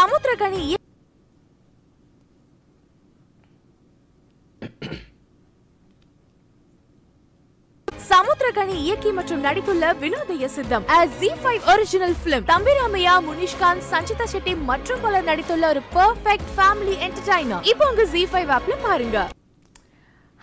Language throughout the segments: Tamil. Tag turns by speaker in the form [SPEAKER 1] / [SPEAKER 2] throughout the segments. [SPEAKER 1] ఏంట్రా కానీ ఏ- சமுத்திரகனி இயக்கி மற்றும் நடித்துள்ள Vinodhaya Sitham G five original film Thambi Ramaiah Munishkanth Sanchita Shetty மற்றும் பலர் நடித்துள்ள ஒரு பெர்ஃபெக்ட் ஃபேமிலி என்டர்டைனர் இப்போ உங்க ஜி ஃபைவ் ஆப்ல பாருங்க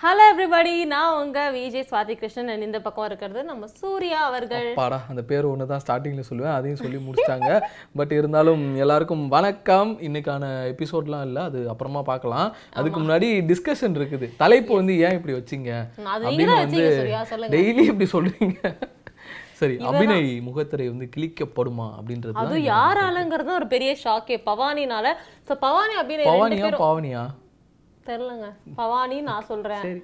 [SPEAKER 2] ஹலோ எவ்ரிபடி நான் உங்க விஜய் சுவாதி கிருஷ்ணன் and இந்த பக்கம் இருக்கிறது நம்ம சூர்யா அவர்கள்
[SPEAKER 3] பாடா அந்த பேர் ஒன்று தான் ஸ்டார்டிங்கில் சொல்லுவேன் அதையும் சொல்லி முடிச்சிட்டாங்க பட் இருந்தாலும் எல்லாருக்கும் வணக்கம் இன்னைக்கான எபிசோட்லாம் இல்லை அது அப்புறமா பார்க்கலாம் அதுக்கு முன்னாடி டிஸ்கஷன் இருக்குது தலைப்பு வந்து ஏன் இப்படி வச்சீங்க
[SPEAKER 2] அது நீங்க
[SPEAKER 3] அப்படின்னு
[SPEAKER 2] தான்
[SPEAKER 3] வந்து
[SPEAKER 2] வச்சீங்க சூர்யா சொல்லுங்க
[SPEAKER 3] டெய்லி இப்படி சொல்றீங்க சரி அபிநய் முகத்திரை வந்து கிழிக்கப்படுமா அப்படின்றது
[SPEAKER 2] அது
[SPEAKER 3] தான் இது.
[SPEAKER 2] யாராலங்கிறது ஒரு பெரிய ஷாக்கே பவானினால ஸோ பவானி அப்படின்னு ரெண்டு
[SPEAKER 3] பவானியா
[SPEAKER 2] பேரும்
[SPEAKER 3] பாவனியா
[SPEAKER 2] தெரிலங்க பவானி நான் சொல்றேன்
[SPEAKER 3] சரி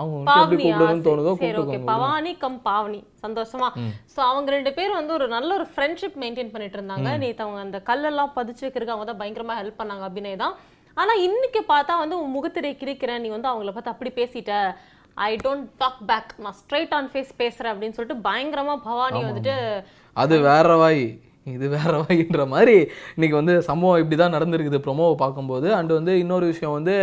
[SPEAKER 3] அவங்க உங்களுக்கு எப்படி
[SPEAKER 2] பாவனியா
[SPEAKER 3] கூப்பிடணும்னு தோணுதோ
[SPEAKER 2] சரி ஓகே
[SPEAKER 3] கூப்பிட்டுக்கோங்க
[SPEAKER 2] பவானி கம் பாவனி சந்தோஷமா சோ அவங்க ரெண்டு பேரும் வந்து ஒரு நல்ல ஒரு ஃப்ரெண்ட்ஷிப் மெயின்டைன் பண்ணிட்டு இருந்தாங்க நேத்து அவங்க அந்த கல்லெல்லாம் பதிச்சு வைக்கிறதுக்கு அவங்க தான் பயங்கரமா ஹெல்ப் பண்ணாங்க அபிநய தான் ஆனா இன்னைக்கு பார்த்தா வந்து உன் முகத்திரை கிரிக்கிறேன் நீ வந்து அவங்கள பார்த்து அப்படி பேசிட்ட ஐ டோன்ட் டாக் பேக் நான் ஸ்ட்ரைட் ஆன் ஃபேஸ் பேசுறேன் அப்படின்னு சொல்லிட்டு பயங்கரமா பவானி வந்துட்டு
[SPEAKER 3] அது வேற வாய் இது வேற வாயின்ற மாதிரி இன்னைக்கு வந்து சம்பவம் இப்படி தான் நடந்திருக்குது ப்ரொமோவை பார்க்கும்போது அண்ட் வந்து இன்னொரு விஷயம் வந்து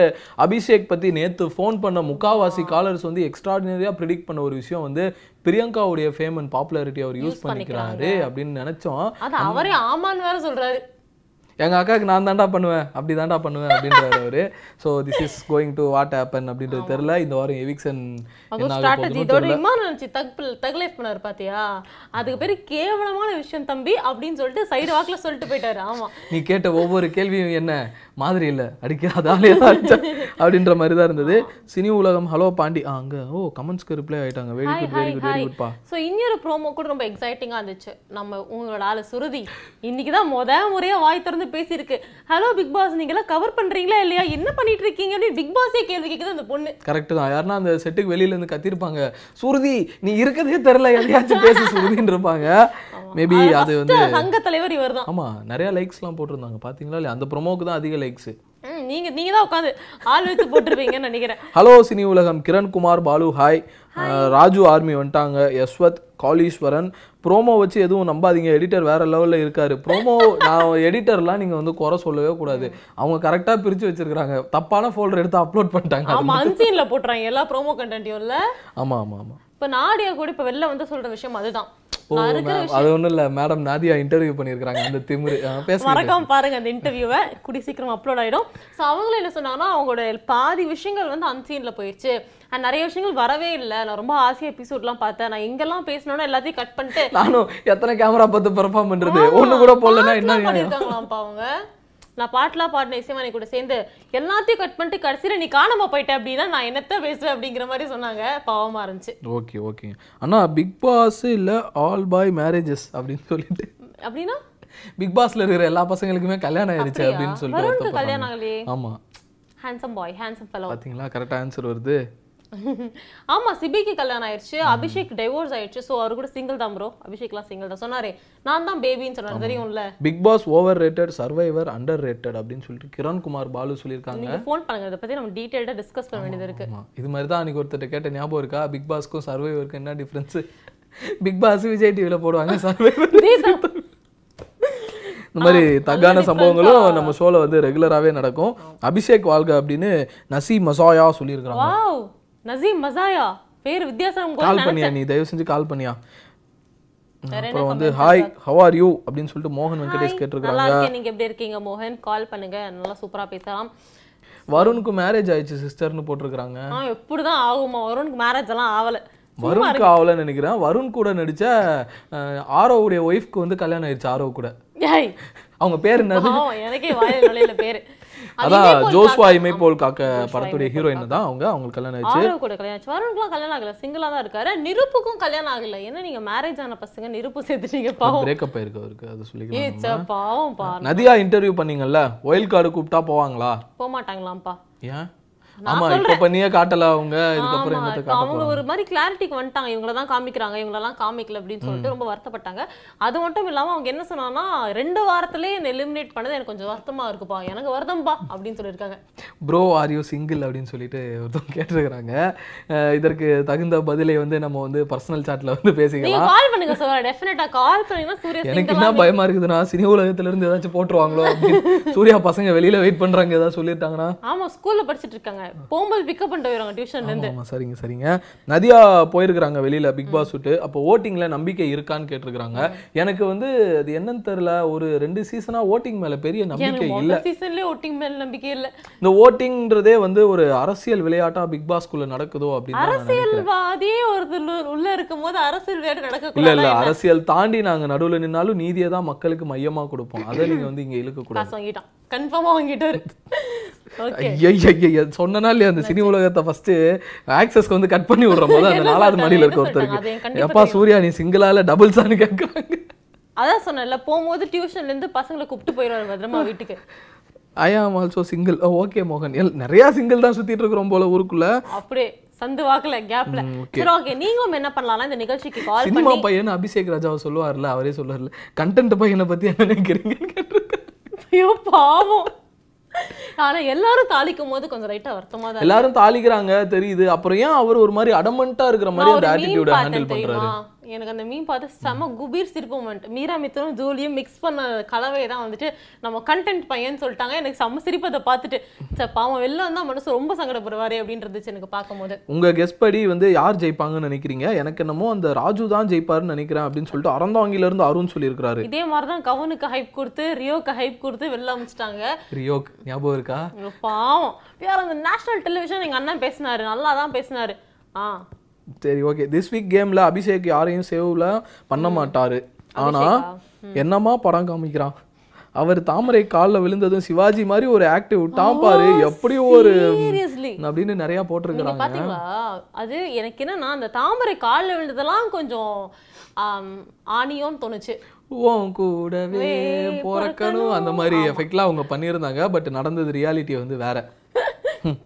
[SPEAKER 3] அபிஷேக் பற்றி நேற்று ஃபோன் பண்ண முக்காவாசி காலர்ஸ் வந்து எக்ஸ்ட்ராடினரியாக ப்ரிடிக்ட் பண்ண ஒரு விஷயம் வந்து பிரியங்காவுடைய ஃபேம் அண்ட் பாப்புலாரிட்டி அவர் யூஸ் பண்ணிக்கிறாரு அப்படின்னு நினச்சோம்
[SPEAKER 2] அது அவரே ஆமான்னு வேற சொல்றாரு
[SPEAKER 3] எங்க அக்காவுக்கு நான் தாண்டா பண்ணுவேன் அப்படி தாண்டா பண்ணுவேன் அப்படின்றாரு அவரு so this is going to what happen அப்படின்றது தெரியல இந்த வாரம் எவிக்சன்
[SPEAKER 2] அவங்க
[SPEAKER 3] என்ன ஆக
[SPEAKER 2] ஸ்ட்ராட்டஜி
[SPEAKER 3] போகுதுன்னு
[SPEAKER 2] இதோட
[SPEAKER 3] தெரியல
[SPEAKER 2] இம்மா நினைச்சு தகுப்பில் தகுலைஃப் பண்ணாரு பாத்தியா அதுக்கு பேரு கேவலமான விஷயம் தம்பி அப்படின்னு சொல்லிட்டு சைடு வாக்குல சொல்லிட்டு போயிட்டாரு ஆமா
[SPEAKER 3] நீ கேட்ட ஒவ்வொரு கேள்வியும் என்ன மாதிரி இல்லை அடிக்காதாலே தான் அடிச்சா. அப்படின்ற மாதிரி தான் இருந்தது சினி உலகம் ஹலோ பாண்டி ஆ அங்கே ஓ கமெண்ட்ஸ்க்கு ரிப்ளை ஆயிட்டாங்க very
[SPEAKER 2] hi
[SPEAKER 3] good very
[SPEAKER 2] hi
[SPEAKER 3] good very
[SPEAKER 2] hi
[SPEAKER 3] குட்பா
[SPEAKER 2] ஸோ இன்னொரு ப்ரோமோ கூட ரொம்ப எக்ஸைட்டிங்காக இருந்துச்சு நம்ம உங்களோட ஆளு சுருதி இன்னைக்கு தான் முத முறையாக வாய் திறந்து பேசியிருக்கு ஹலோ பிக் பாஸ் நீங்களாம் கவர் பண்ணுறீங்களா இல்லையா என்ன பண்ணிட்டு இருக்கீங்க அப்படின்னு பிக் பாஸே கேள்வி கேட்குது அந்த பொண்ணு
[SPEAKER 3] கரெக்ட் தான் யாருன்னா அந்த செட்டுக்கு வெளியில இருந்து கத்திருப்பாங்க சுருதி நீ இருக்கிறதே தெரில எதையாச்சும் பேசு சுருதின்னு இருப்பாங்க மேபி அது வந்து
[SPEAKER 2] சங்க தலைவர் இவர் தான்
[SPEAKER 3] ஆமா நிறைய லைக்ஸ்லாம் போட்டிருந்தாங்க பாத்தீங்களா இல்லையா அந்த ப்ரோமோக்கு தான் அதிக லைக்ஸ்
[SPEAKER 2] நீங்கள் நீங்கள் தான் உட்காந்து ஆள் வச்சு போட்டிருப்பீங்கன்னு நினைக்கிறேன்
[SPEAKER 3] ஹலோ சினி உலகம் கிரண்குமார் பாலு ஹாய் அஹ், ராஜு ஆர்மி வந்துட்டாங்க யஸ்வத் காளீஸ்வரன் ப்ரோமோ வச்சு எதுவும் நம்பாதீங்க எடிட்டர் வேற லெவலில் இருக்காரு ப்ரோமோ நான் எடிட்டர்லாம் நீங்கள் வந்து குறை சொல்லவே கூடாது அவங்க கரெக்டாக பிரித்து வச்சிருக்காங்க தப்பான ஃபோல்டர் எடுத்து அப்லோட் பண்ணிட்டாங்க
[SPEAKER 2] ஆமா அன்சீனில் போட்டுறாங்க எல்லா ப்ரோமோ கண்டென்ட்டையும் இல்ல
[SPEAKER 3] ஆமாம் ஆமாம் ஆமாம்
[SPEAKER 2] இப்போ நாடியா கூட இப்போ வெளில வந்து சொல்ற விஷயம் அதுதான்
[SPEAKER 3] ஓ
[SPEAKER 2] நான் இருக்கிற
[SPEAKER 3] மேம் அது ஒன்றும் இல்லை மேடம் நாதியா இன்டர்வியூ பண்ணியிருக்காங்க அந்த திமிரு பேசுகிறேன்
[SPEAKER 2] மறக்காம பாருங்க அந்த இன்டர்வியூவை கூடி சீக்கிரம் அப்லோட் ஆயிடும் ஸோ அவங்களும் என்ன சொன்னாங்கன்னா அவங்களோட பாதி விஷயங்கள் வந்து அன்சீன்ல போயிடுச்சு and நிறைய விஷயங்கள் வரவே இல்லை நான் ரொம்ப ஆசையா எபிசோட்லாம் பார்த்தேன் நான் எங்கெல்லாம் பேசணும்னு எல்லாத்தையும் கட் பண்ணிட்டு
[SPEAKER 3] நானும் எத்தனை கேமரா பார்த்து பெர்ஃபார்ம் பண்ணுறது ஒன்று கூட போடலன்னா என்ன
[SPEAKER 2] பாட்டுலாம்
[SPEAKER 3] நியாயம்?
[SPEAKER 2] பாடியிருக்காங்களாம்ப்பா அவங்க நான் பாட்டுலாம் பாடின இசைமணி கூட சேர்ந்து எல்லாத்தையும் கட் பண்ணிட்டு கடைசியில நீ காணாம போயிட்ட அப்படின்னா நான் என்னத்த பேசுவேன் அப்படிங்கிற மாதிரி சொன்னாங்க பாவமா இருந்துச்சு
[SPEAKER 3] ஓகே ஓகே அண்ணா பிக் பாஸ் இல்லை ஆல் பாய் மேரேஜஸ் அப்படின்னு சொல்லிட்டு
[SPEAKER 2] அப்படின்னா
[SPEAKER 3] பிக் பாஸ்ல இருக்கிற எல்லா பசங்களுக்குமே கல்யாணம் ஆயிடுச்சு
[SPEAKER 2] அப்படியா?
[SPEAKER 3] அப்படின்னு சொல்லிட்டு
[SPEAKER 2] வருணுக்கு
[SPEAKER 3] வருத்தப்படுறாங்க.
[SPEAKER 2] கல்யாணம் ஆகலையே
[SPEAKER 3] ஆமா
[SPEAKER 2] ஹேண்ட்ஸம் பாய் ஹேண்ட்ஸம் fellow
[SPEAKER 3] பாத்தீங்களா கரெக்ட் ஆன்சர் வருது
[SPEAKER 2] ஆமா சிபிக்கு கல்யாணம் ஆயிடுச்சு அபிஷேக் டைவோர்ஸ் ஆயிடுச்சு சோ அவரு கூட சிங்கிள் தான் ப்ரோ அபிஷேக்லாம் சிங்கிள் தான் சொன்னாரே நான் தான் பேபின்னு சொன்னாரு தெரியும்ல
[SPEAKER 3] big pass over rated survivor under rated அப்படின்னு சொல்லிட்டு கிரண்குமார் பாலு சொல்லியிருக்காங்க
[SPEAKER 2] நீங்க ஃபோன் பண்ணுங்க இதை பத்தி நம்ம டீடைல்டா டிஸ்கஸ் பண்ண வேண்டியது இருக்கு
[SPEAKER 3] ஆமா இது மாதிரி தான் அன்னைக்கு ஒருத்தர் கேட்ட ஞாபகம் இருக்கா பிக் பாஸ்க்கும் சர்வைவருக்கும் என்ன டிஃபரன்ஸ் பிக் பாஸ் விஜய் டிவில போடுவாங்க சர்வைவர் இந்த மாதிரி தக்கான சம்பவங்களும் நம்ம ஷோல வந்து ரெகுலராகவே நடக்கும் அபிஷேக் வாழ்க அப்படின்னு நசி மசாயா சொல்லியிருக்காங்க
[SPEAKER 2] வாவ் நசீம் மசாயா பேர் வித்தியாசம் கூட
[SPEAKER 3] கால் பண்ணியா நீ தயவு செஞ்சு கால் பண்ணியா அப்புறம் வந்து ஹாய் ஹவ் ஆர் யூ அப்படின்னு சொல்லிட்டு மோகன் வெங்கடேஷ்
[SPEAKER 2] நல்லா
[SPEAKER 3] கேட்டிருக்காங்க
[SPEAKER 2] இருக்கேன் நீங்க எப்படி இருக்கீங்க மோகன் கால் பண்ணுங்க நல்லா சூப்பரா பேசலாம்
[SPEAKER 3] வருணுக்கு மேரேஜ் ஆயிடுச்சு சிஸ்டர்னு போட்டிருக்காங்க
[SPEAKER 2] ஆ எப்படிதான் ஆகுமா வருணுக்கு மேரேஜ் எல்லாம் ஆகல
[SPEAKER 3] வருணுக்கு ஆகலன்னு நினைக்கிறேன் வருண் கூட நடிச்ச அஹ், ஆரோவுடைய ஒய்ஃப்க்கு வந்து கல்யாணம் ஆயிடுச்சு ஆரோ கூட
[SPEAKER 2] ஏய்,
[SPEAKER 3] அவங்க பேர் என்னது
[SPEAKER 2] பாவம், எனக்கே வாயில நுழையில பேரு அது
[SPEAKER 3] அதான்
[SPEAKER 2] இதே போல்
[SPEAKER 3] ஜோஸ்வா
[SPEAKER 2] காக்க-
[SPEAKER 3] இமை போல் காக்க படத்துடைய ஹீரோயின் தான் அவங்க அவங்களுக்கு கல்யாணம் ஆயிடுச்சு
[SPEAKER 2] ஆரவ் கூட கல்யாணம் ஆச்சு வருணுக்குலாம் கல்யாணம் ஆகல சிங்கிளா தான் இருக்காரு நிருப்புக்கும் கல்யாணம் ஆகல ஏன்னா நீங்க மேரேஜ் ஆன பசங்க நிருப்பு சேர்த்துட்டீங்க பாவம்
[SPEAKER 3] பிரேக்கப் ஆயிருக்கு அவருக்கு அது
[SPEAKER 2] ஏ,
[SPEAKER 3] சொல்லிக்கலாம்
[SPEAKER 2] ச்சே, பாவம் பா
[SPEAKER 3] நதியா இன்டர்வியூ பண்ணீங்கல்ல ஒயில் கார்டு கூப்பிட்டா போவாங்களா
[SPEAKER 2] போக மாட்டாங்களாம்ப்பா
[SPEAKER 3] ஏன் ஆமா இப்ப பண்ணியே காட்டல அவங்க இதுக்கப்புறம்
[SPEAKER 2] ஆமா,
[SPEAKER 3] என்னத்த
[SPEAKER 2] இப்ப
[SPEAKER 3] காட்ட
[SPEAKER 2] அவங்க ஒரு மாதிரி கிளாரிட்டிக்கு வந்துட்டாங்க இவங்கள தான் காமிக்கிறாங்க இவங்களெல்லாம் காமிக்கல அப்படின்னு சொல்லிட்டு ரொம்ப வருத்தப்பட்டாங்க அது மட்டும் இல்லாம அவங்க என்ன சொன்னாங்கன்னா ரெண்டு வாரத்திலேயே என்ன எலிமினேட் பண்ணது எனக்கு கொஞ்சம் வருத்தமா இருக்குப்பா எனக்கு வருத்தம்பா அப்படின்னு சொல்லியிருக்காங்க
[SPEAKER 3] ப்ரோ ஆர் யூ சிங்கிள் அப்படின்னு சொல்லிட்டு ஒருத்தவங்க கேட்டிருக்கிறாங்க அஹ் இதற்கு தகுந்த பதிலை வந்து நம்ம வந்து பர்சனல் சாட்ல வந்து
[SPEAKER 2] நீங்க
[SPEAKER 3] பேசிக்கலாம்
[SPEAKER 2] கால் பண்ணுங்க சோரா டெஃபினட்டா கால் பண்ணீங்கன்னா சூரிய
[SPEAKER 3] எனக்கு என்ன பயமா இருக்குதுன்னா சினி உலகத்துல இருந்து ஏதாச்சும் போட்டுருவாங்களோ அப்படின்னு சூர்யா பசங்க வெளியில வெயிட் பண்றாங்க ஏதாவது சொல்லியிருக்காங்கன்னா
[SPEAKER 2] ஆமா ஸ்கூல்ல படிச்சிட்டு இருக்காங்க போகும்போது பிக்கப் பண்ணிட்டு போயிருவாங்க டியூஷன்ல இருந்து
[SPEAKER 3] ஆமா, ஆமா, சரிங்க சரிங்க நதியா போயிருக்கிறாங்க வெளியில பிக் பாஸ் விட்டு அப்போ ஓட்டிங்ல நம்பிக்கை இருக்கான்னு கேட்டிருக்கிறாங்க எனக்கு வந்து அது என்னன்னு தெரியல ஒரு ரெண்டு சீசனா ஓட்டிங் மேல பெரிய நம்பிக்கை
[SPEAKER 2] எனக்கு
[SPEAKER 3] இல்ல
[SPEAKER 2] மொதல் சீசன்லயே ஒட்டிங் மேல நம்பிக்கை இல்ல
[SPEAKER 3] இந்த ஓட்டிங்ன்றதே வந்து ஒரு அரசியல் விளையாட்டா பிக் பாஸ்க்குள்ள நடக்குதோ அப்படின்னு தான் நான் நினைக்கிறேன்.
[SPEAKER 2] அரசியல்வாதியே ஒரு உள்ள இருக்கும் போது அரசியல் வேறு நடக்க
[SPEAKER 3] இல்ல இல்ல
[SPEAKER 2] கூடாது
[SPEAKER 3] அரசியல் தாண்டி நாங்க நடுவுல நின்னாலும் நீதியை தான் மக்களுக்கு மையமா கொடுப்போம் அதை நீங்க வந்து இங்க இழுக்க கூடாது
[SPEAKER 2] காசு வாங்கிட்டான் கன்ஃபார்மா வாங்கிட்டாரு ஓகே
[SPEAKER 3] ஐயய்யய்யய்ய, சொன்னனா இல்லையா அந்த சினி உலகத்தை ஃபர்ஸ்ட் ஆக்சஸ்க்கு வந்து கட் பண்ணி விடுற போது அந்த
[SPEAKER 2] என்ன
[SPEAKER 3] நாலாவது
[SPEAKER 2] சொல்றாங்க,
[SPEAKER 3] மணியில
[SPEAKER 2] என்ன
[SPEAKER 3] இருக்க
[SPEAKER 2] சொல்றாங்க? அது எனக்கு
[SPEAKER 3] ஒருத்தருக்கு
[SPEAKER 2] கண்டிப்பா
[SPEAKER 3] எப்பா சூர்யா நீ சிங்கிளால டபுள்ஸான்னு கேட்குறாங்க
[SPEAKER 2] அதான் சொன்னேன்ல போகும்போது டியூஷன்ல இருந்து பசங்களை கூப்பிட்டு போயிடுவாரு பத்திரமா வீட்டுக்கு
[SPEAKER 3] I am also single okay மோகன் எல் நிறைய சிங்கிள் தான் சுத்திட்டு இருக்கிறோம் போல ஊருக்குள்ள
[SPEAKER 2] அப்படியே சந்து வாக்குல கேப்ல சரி ஓகே நீங்களும் என்ன பண்ணலாம்னா இந்த நிகழ்ச்சிக்கு கால்
[SPEAKER 3] சினிமா
[SPEAKER 2] பண்ணி
[SPEAKER 3] பையன் அபிஷேக் ராஜாவை சொல்லுவார்ல அவரே சொல்லுவார்ல கண்டென்ட் பையனை பத்தி என்ன நினைக்கிறீங்கன்னு கேட்டிருக்காரு
[SPEAKER 2] ஐயோ பாவம் ஆனா எல்லாரும் தாளிக்கும் போது கொஞ்சம் ரைட்டா வருத்தமா தான் இருக்கு.
[SPEAKER 3] எல்லாரும் தாளிக்கிறாங்க தெரியுது அப்புறம் ஏன் அவர் ஒரு மாதிரி அடமண்டா இருக்கிற மாதிரி
[SPEAKER 2] நான் ஒரு
[SPEAKER 3] அந்த
[SPEAKER 2] meme
[SPEAKER 3] ஆட்டிடியூட
[SPEAKER 2] பார்த்தேன்
[SPEAKER 3] ஹேண்டில் பண்றாரு
[SPEAKER 2] தெரியுமா? எனக்கு அந்த மீன் பார்த்து செம குபீர் சிரிப்பு moment. மீரா மித்தனும் ஜூலியும் மிக்ஸ் பண்ண கலவை தான் வந்துட்டு நம்ம கண்டென்ட் பையன் சொல்லிட்டாங்க எனக்கு செம சிரிப்பு அதை பார்த்துட்டு சே பாவம் வெளில வந்தா மனசு ரொம்ப சங்கடப்படுவாரு அப்படின்னு இருந்துச்சு எனக்கு பார்க்கும்போது
[SPEAKER 3] உங்க கெஸ் படி வந்து யார் ஜெயிப்பாங்கன்னு நினைக்கிறீங்க எனக்கு என்னமோ அந்த ராஜு தான் ஜெயிப்பாருன்னு நினைக்கிறேன் அப்படின்னு சொல்லிட்டு அறந்தாங்கில இருந்து அருண் சொல்லியிருக்கிறாரு
[SPEAKER 2] இதே மாதிரி தான் கவனுக்கு ஹைப் கொடுத்து ரியோக்கு ஹைப் கொடுத்து வெளில அமிச்சிட்டாங்க
[SPEAKER 3] ரியோக் ஞாபகம் இருக்கா
[SPEAKER 2] பாவம் வேற அந்த நேஷனல் டெலிவிஷன் எங்க அண்ணன் பேசினாரு நல்லா தான் பேசினாரு ஆ
[SPEAKER 3] சரி ஓகே திஸ் வீக் கேம்ல அபிஷேக் யாரையும் சேவ்ல பண்ண மாட்டாரு ஆனா என்னமா படம் காமிக்கிறான் அவர் தாமரை கால்ல விழுந்ததும் சிவாஜி மாதிரி ஒரு ஆக்டிவ் விட்டான் பாரு எப்படி ஒரு
[SPEAKER 2] சீரியஸ்லி
[SPEAKER 3] அப்படின்னு நிறைய
[SPEAKER 2] நீங்க
[SPEAKER 3] போட்டிருக்கிறாங்க
[SPEAKER 2] பாத்தீங்களா அது எனக்கு என்னன்னா அந்த தாமரை கால்ல விழுந்ததெல்லாம் கொஞ்சம் ஆம், ஆணியோன்னு தோணுச்சு
[SPEAKER 3] உன் கூடவே பிறக்கணும் அந்த மாதிரி எஃபெக்ட்லாம் அவங்க பண்ணியிருந்தாங்க பட் நடந்தது ரியாலிட்டி வந்து வேற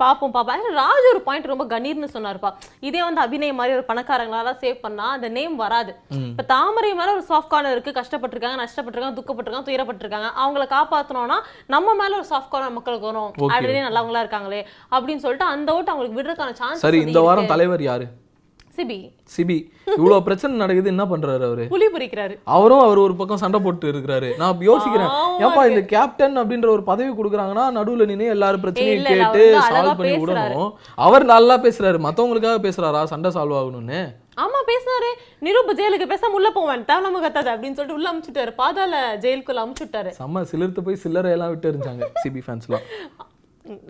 [SPEAKER 2] பாப்போம் பாப்பா ஆனா, ராஜ் ஒரு பாயிண்ட் ரொம்ப கணீர்னு சொன்னாருப்பா இதே வந்து அபிநய மாதிரி ஒரு பணக்காரங்களால சேவ் பண்ணா அந்த நேம் வராது இப்ப தாமரை மேல ஒரு சாஃப்ட் கார்னர் இருக்கு கஷ்டப்பட்டிருக்காங்க நஷ்டப்பட்டிருக்காங்க துக்கப்பட்டிருக்காங்க துயரப்பட்டிருக்காங்க அவங்கள காப்பாத்தணும்னா நம்ம மேல ஒரு சாஃப்ட் கார்னர் மக்களுக்கு வரும்
[SPEAKER 3] Okay.
[SPEAKER 2] ஆல்ரெடி நல்லவங்களா இருக்காங்களே அப்படின்னு சொல்லிட்டு அந்த ஓட்டு அவங்களுக்கு விடுறதுக்கான சான்ஸ்
[SPEAKER 3] சரி இந்த வாரம் தலைவர் யாரு
[SPEAKER 2] சிபி
[SPEAKER 3] சிபி இவ்வளோ பிரச்சனை நடக்குது என்ன பண்றாரு அவரு
[SPEAKER 2] புலி பொறிக்கிறாரு
[SPEAKER 3] அவரும் அவர் ஒரு பக்கம் சண்டை போட்டு இருக்கிறாரு நான் இப்ப யோசிக்கிறேன்
[SPEAKER 2] ஆமா.
[SPEAKER 3] ஏப்பா இந்த கேப்டன் அப்படின்ற ஒரு பதவி கொடுக்குறாங்கன்னா நடுவுல நின்னு எல்லாரும் பிரச்சனையும்
[SPEAKER 2] இல்ல, இல்ல,
[SPEAKER 3] கேட்டு
[SPEAKER 2] அவர் வந்து அழகா
[SPEAKER 3] சால்வ் பண்ணி
[SPEAKER 2] பேசுறாரு.
[SPEAKER 3] விடணும் அவர் நல்லா பேசுறாரு மத்தவங்களுக்காக பேசுறாரா சண்டை சால்வ் ஆகணும்னு
[SPEAKER 2] ஆமா பேசினாரு நிரூப ஜெயிலுக்கு பேசாம உள்ள போவேன் தேவலாம கத்தாது அப்படின்னு சொல்லிட்டு உள்ள அமுச்சுட்டாரு பாதாள ஜெயிலுக்குள்ள அமுச்சுட்டாரு
[SPEAKER 3] செம்ம சிலிர்த்து போய் சில்லறை எல்லாம் விட்டு இருந்தாங்க சிபி ஃபேன்ஸ்லாம்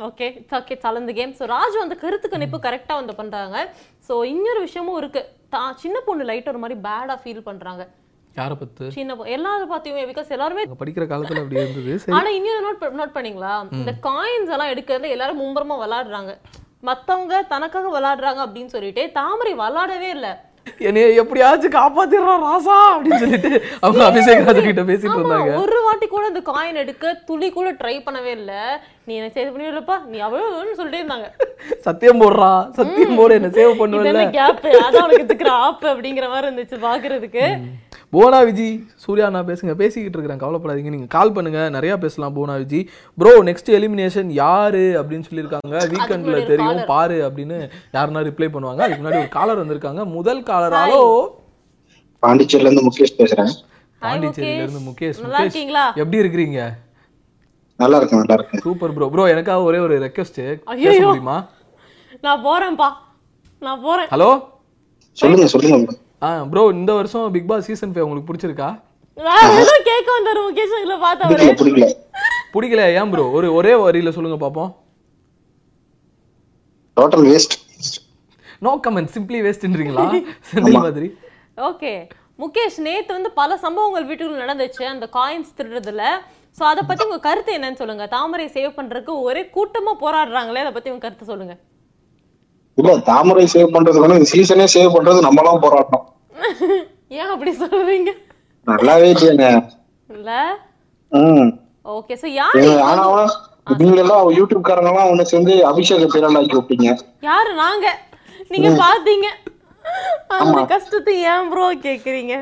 [SPEAKER 2] ஓகே இட்ஸ் ஓகே சலந்த கேம் ஸோ ராஜ் வந்து கருத்து கணிப்பு கரெக்டா வந்து பண்றாங்க சோ இன்னொரு விஷயமும் இருக்கு தான் சின்ன பொண்ணு லைட் ஒரு மாதிரி பேடா ஃபீல் பண்றாங்க
[SPEAKER 3] யாரை பத்து
[SPEAKER 2] சின்ன பொ- எல்லாரும் பார்த்தியுமே பிகாஸ் எல்லாருமே
[SPEAKER 3] நாங்க படிக்கிற காலத்துல அப்படி இருந்தது சரி
[SPEAKER 2] ஆனா இன்னொரு நோட் நோட் பண்ணீங்களா இந்த காயின்ஸ் எல்லாம் எடுக்கிறதுல எல்லாரும் மும்பரமா விளாடுறாங்க மத்தவங்க தனக்காக விளாடுறாங்க அப்படின்னு சொல்லிட்டு தாமரை விளாடவே இல்ல
[SPEAKER 3] என்னைய எப்படியாச்சும் காப்பாத்திடுறான் ராசா அப்படின்னு சொல்லிட்டு அவங்க அபிஷேக் ராஜா கிட்ட பேசிட்டு
[SPEAKER 2] ஆமா,
[SPEAKER 3] இருந்தாங்க
[SPEAKER 2] ஒரு வாட்டி கூட இந்த காயின் எடுக்க துளி கூட ட்ரை பண்ணவே இல்ல நீ என்ன சேவ் பண்ணிடலப்பா நீ அவ்வளவு சொல்லிட்டே இருந்தாங்க
[SPEAKER 3] சத்தியம் போடுறா சத்தியம் போடு என்ன சேவ்
[SPEAKER 2] இது
[SPEAKER 3] பண்ணுவல
[SPEAKER 2] என்ன கேப் அதான் உனக்கு இருக்கிற ஆப் அப்படிங்கிற மாதிரி இருந்துச்சு பாக்குறதுக்கு
[SPEAKER 3] போனா விஜி சூர்யா நான் பேசுங்க பேசிக்கிட்டு இருக்கிறேன் கவலைப்படாதீங்க நீங்க கால் பண்ணுங்க நிறைய பேசலாம் போனா விஜி ப்ரோ நெக்ஸ்ட் எலிமினேஷன் யாரு அப்படின்னு சொல்லியிருக்காங்க வீக்கெண்ட்ல
[SPEAKER 2] முன்னாடி ஒரு
[SPEAKER 3] தெரியும் பாரு அப்படின்னு யாருன்னா ரிப்ளை பண்ணுவாங்க அதுக்கு முன்னாடி ஒரு காலர் வந்திருக்காங்க முதல் காலர் ஹலோ
[SPEAKER 4] பாண்டிச்சேரில இருந்து முகேஷ் பேசுறேன்
[SPEAKER 3] பாண்டிச்சேரியில இருந்து முகேஷ்
[SPEAKER 2] நல்லா
[SPEAKER 3] முகேஷ்
[SPEAKER 2] இருக்கீங்களா
[SPEAKER 3] எப்படி இருக்கிறீங்க
[SPEAKER 4] நல்லா இருக்கேன் நல்லா இருக்கேன்
[SPEAKER 3] சூப்பர் ப்ரோ ப்ரோ எனக்காக ஒரே ஒரு ரெக்வஸ்ட் பேச
[SPEAKER 2] ஐயையோ.
[SPEAKER 3] முடியுமா
[SPEAKER 2] நான் போறேன்ப்பா நான் போறேன்
[SPEAKER 3] ஹலோ
[SPEAKER 4] சொல்லுங்க சொல்லுங்க bro.
[SPEAKER 3] ஆ ப்ரோ இந்த வருஷம் பிக் பாஸ் சீசன் ஃபைவ் உங்களுக்கு பிடிச்சிருக்கா
[SPEAKER 2] நான் ஏதோ கேட்க வந்தாரு முகேஷ் இல்ல பார்த்தவரு
[SPEAKER 4] பிடிக்கல பிடிக்கல
[SPEAKER 3] பிடிக்கல ஏன் ப்ரோ ஒரு ஒரே வரியில சொல்லுங்க பாப்போம்
[SPEAKER 4] total waste
[SPEAKER 3] no comment simply வேஸ்ட்ன்றீங்களா இந்த மாதிரி
[SPEAKER 2] ஓகே முகேஷ் நேத்து வந்து பல சம்பவங்கள் வீட்டுக்குள்ள நடந்துச்சு அந்த காயின்ஸ் திருடுறதுல சோ அத பத்தி உங்க கருத்து என்னன்னு சொல்லுங்க தாமரை சேவ் பண்றதுக்கு ஒரே கூட்டமா போராடுறாங்களே அத பத்தி உங்க கருத்து சொல்லுங்க
[SPEAKER 4] இல்ல தாமரை சேவ் பண்றது வேணும் இந்த சீசனே சேவ் பண்றது நம்மளாம் போராட்டம்
[SPEAKER 2] ஏன் அப்படி சொல்றீங்க
[SPEAKER 4] நல்லாவே இல்லையாங்க
[SPEAKER 2] இல்ல
[SPEAKER 4] ம்
[SPEAKER 2] ஓகே சோ யாரு
[SPEAKER 4] ஆனாவா நீங்க எல்லாம் யூடியூப் காரங்க எல்லாம் ஒண்ணு சேர்ந்து அபிஷேக பேரலாக்கி வைப்பீங்க
[SPEAKER 2] யாரு நாங்க நீங்க பாத்தீங்க அந்த கஷ்டத்தை ஏன் ப்ரோ கேக்குறீங்க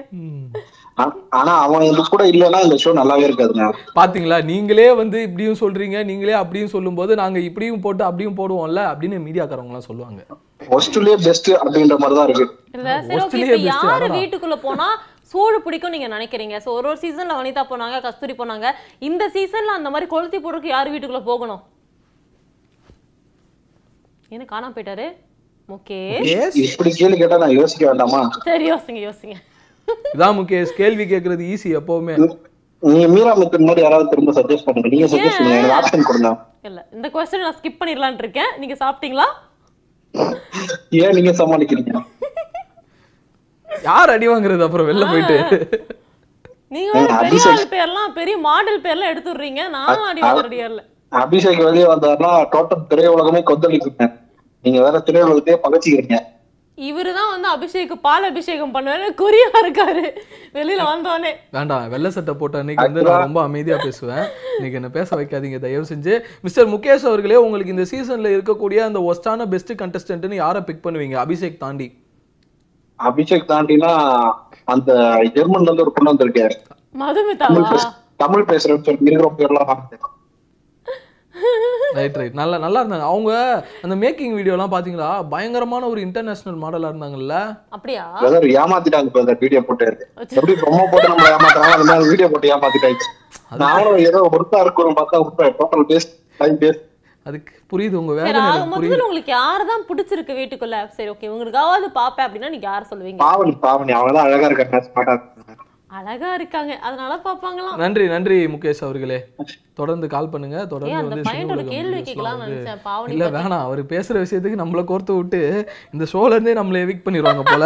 [SPEAKER 4] ஆ- ஆனா அவன் இது கூட இல்லைன்னா இந்த ஷோ நல்லாவே இருக்காதுங்க
[SPEAKER 3] பாத்தீங்களா நீங்களே வந்து இப்படியும் சொல்றீங்க நீங்களே அப்படியும் சொல்லும்போது நாங்க இப்படியும் போட்டு அப்படியும் போடுவோம்ல அப்படின்னு மீடியாக்காரவங்க எல்லாம் சொல்லுவாங்க
[SPEAKER 4] ஃபர்ஸ்ட்லயே பெஸ்ட் அப்படின்ற மாதிரி தான் இருக்கு
[SPEAKER 2] இல்ல சரி ஓகே
[SPEAKER 3] ஒஸ்திலேயே
[SPEAKER 2] இப்ப
[SPEAKER 3] best,
[SPEAKER 2] யாரு
[SPEAKER 3] அதான்.
[SPEAKER 2] வீட்டுக்குள்ள போனா சூடு பிடிக்கும் நீங்க நினைக்கிறீங்க சோ ஒரு ஒரு சீசன்ல வனிதா போனாங்க கஸ்தூரி போனாங்க இந்த சீசன்ல அந்த மாதிரி கொளுத்தி போடுறதுக்கு யாரு வீட்டுக்குள்ள போகணும் என்ன காணாம போயிட்டாரு முகேஷ்
[SPEAKER 3] Yes.
[SPEAKER 4] இப்படி கேள்வி கேட்டா நான் யோசிக்க வேண்டாமா
[SPEAKER 2] சரி யோசிங்க யோசிங்க
[SPEAKER 3] இதான் முகேஷ் கேள்வி கேட்கறது ஈஸி எப்பவுமே
[SPEAKER 4] நீங்க மீரா மித்தன் மாதிரி யாராவது திரும்ப சஜஸ்ட் பண்ணுங்க நீங்க சஜஸ்ட் பண்ணுங்க எனக்கு ஆப்ஷன் கொடுங்க
[SPEAKER 2] இல்ல இந்த கொஸ்டின் நான் ஸ்கிப் பண்ணிடலாம்னு இருக்கேன் நீங்க சாப்பிட்டீங்களா
[SPEAKER 4] ஏன் நீங்க சமாளிக்கிறீங்க
[SPEAKER 3] யார் அடி வாங்குறது அப்புறம் வெளில போயிட்டு
[SPEAKER 2] நீங்க வேற
[SPEAKER 4] ஏய்,
[SPEAKER 2] பெரிய
[SPEAKER 4] அபிஷேக்.
[SPEAKER 2] ஆள் பேர்லாம் பெரிய மாடல் பேர்லாம் எடுத்துடுறீங்க நானும் அடி வாங்குறடியா இல்ல
[SPEAKER 4] அபிஷேக் வெளியே வந்தாருன்னா டோட்டல் திரையுலகமே கொந்தளிக்குங்க நீங்க வேற திரையுலகத்தையே பகச்சிக்கிறீங்க
[SPEAKER 2] இவருதான் வந்து அபிஷேக் பால் அபிஷேகம் பண்ணுவாரு குறியா இருக்காரு வெளியில வந்தோடனே
[SPEAKER 3] வேண்டாம் வெள்ளை சட்டை போட்ட அன்னைக்கு வந்து நான் ரொம்ப அமைதியா பேசுவேன் இன்னைக்கு என்ன பேச வைக்காதீங்க தயவு செஞ்சு மிஸ்டர் முகேஷ் அவர்களே உங்களுக்கு இந்த சீசன்ல இருக்கக்கூடிய அந்த ஒஸ்டான பெஸ்ட் கண்டஸ்டன்ட்னு யாரை பிக் பண்ணுவீங்க அபிஷேக் தாண்டி
[SPEAKER 4] அபிஷேக் தாண்டினா அந்த ஜெர்மன்ல இருந்து ஒரு பொண்ணு வந்திருக்காரு தமிழ்
[SPEAKER 2] மதுமிதாவா
[SPEAKER 4] பேச தமிழ் பேசுறேன்னு சொல்லி இருக்கிற பேர்லாம் பார்த்து.
[SPEAKER 3] ரைட் ரைட் நல்லா நல்லா இருந்தாங்க அவங்க அந்த மேக்கிங் வீடியோலாம் பாத்தீங்களா பயங்கரமான ஒரு இன்டர்நேஷனல் மாடலா இருந்தாங்கல்ல
[SPEAKER 2] அப்படியா
[SPEAKER 4] பிரதர் ஏமாத்திட்டாங்க பிரதர் வீடியோ போட்டு எப்படி பொம்மை போட்டு நம்ம ஏமாத்துறாங்க அந்த மாதிரி வீடியோ போட்டு ஏமாத்திட்டாங்க நானும் ஏதோ ஒருத்தா இருக்கும் பார்த்தா டோட்டல் பேஸ்ட் டைம் பேஸ்ட்
[SPEAKER 3] அதுக்கு புரியுது உங்க வேலை
[SPEAKER 2] சரி ஆக
[SPEAKER 3] எனக்கு புரியுது
[SPEAKER 2] மொத்தத்துல உங்களுக்கு யாரதான் பிடிச்சிருக்கு வீட்டுக்குள்ள சரி ஓகே உங்களுக்காவது பாப்பேன் அப்படின்னா நீங்க யார சொல்லுவீங்க
[SPEAKER 4] பாவனி பாவனி அவங்க தான் அழகா இருக்காங்க ஸ்மார்ட்டா இருக்காங்க
[SPEAKER 2] அழகா இருக்காங்க அதனால பாப்பாங்களாம்
[SPEAKER 3] நன்றி நன்றி முகேஷ் அவர்களே தொடர்ந்து கால் பண்ணுங்க
[SPEAKER 2] ஏய்
[SPEAKER 3] தொடர்ந்து
[SPEAKER 2] அந்த
[SPEAKER 3] வந்து சினி
[SPEAKER 2] பையனோட
[SPEAKER 3] உலகம்
[SPEAKER 2] கேள்வி
[SPEAKER 3] videos எல்லாம்
[SPEAKER 2] கேட்கலாம்னு
[SPEAKER 3] வந்து-
[SPEAKER 2] நினைச்சேன் பாவனி
[SPEAKER 3] இல்ல
[SPEAKER 2] பத்தி.
[SPEAKER 3] வேணாம் அவர் பேசுற விஷயத்துக்கு நம்மள கோர்த்து விட்டு இந்த ஷோல இருந்தே நம்மள எவிக் பண்ணிடுவாங்க போல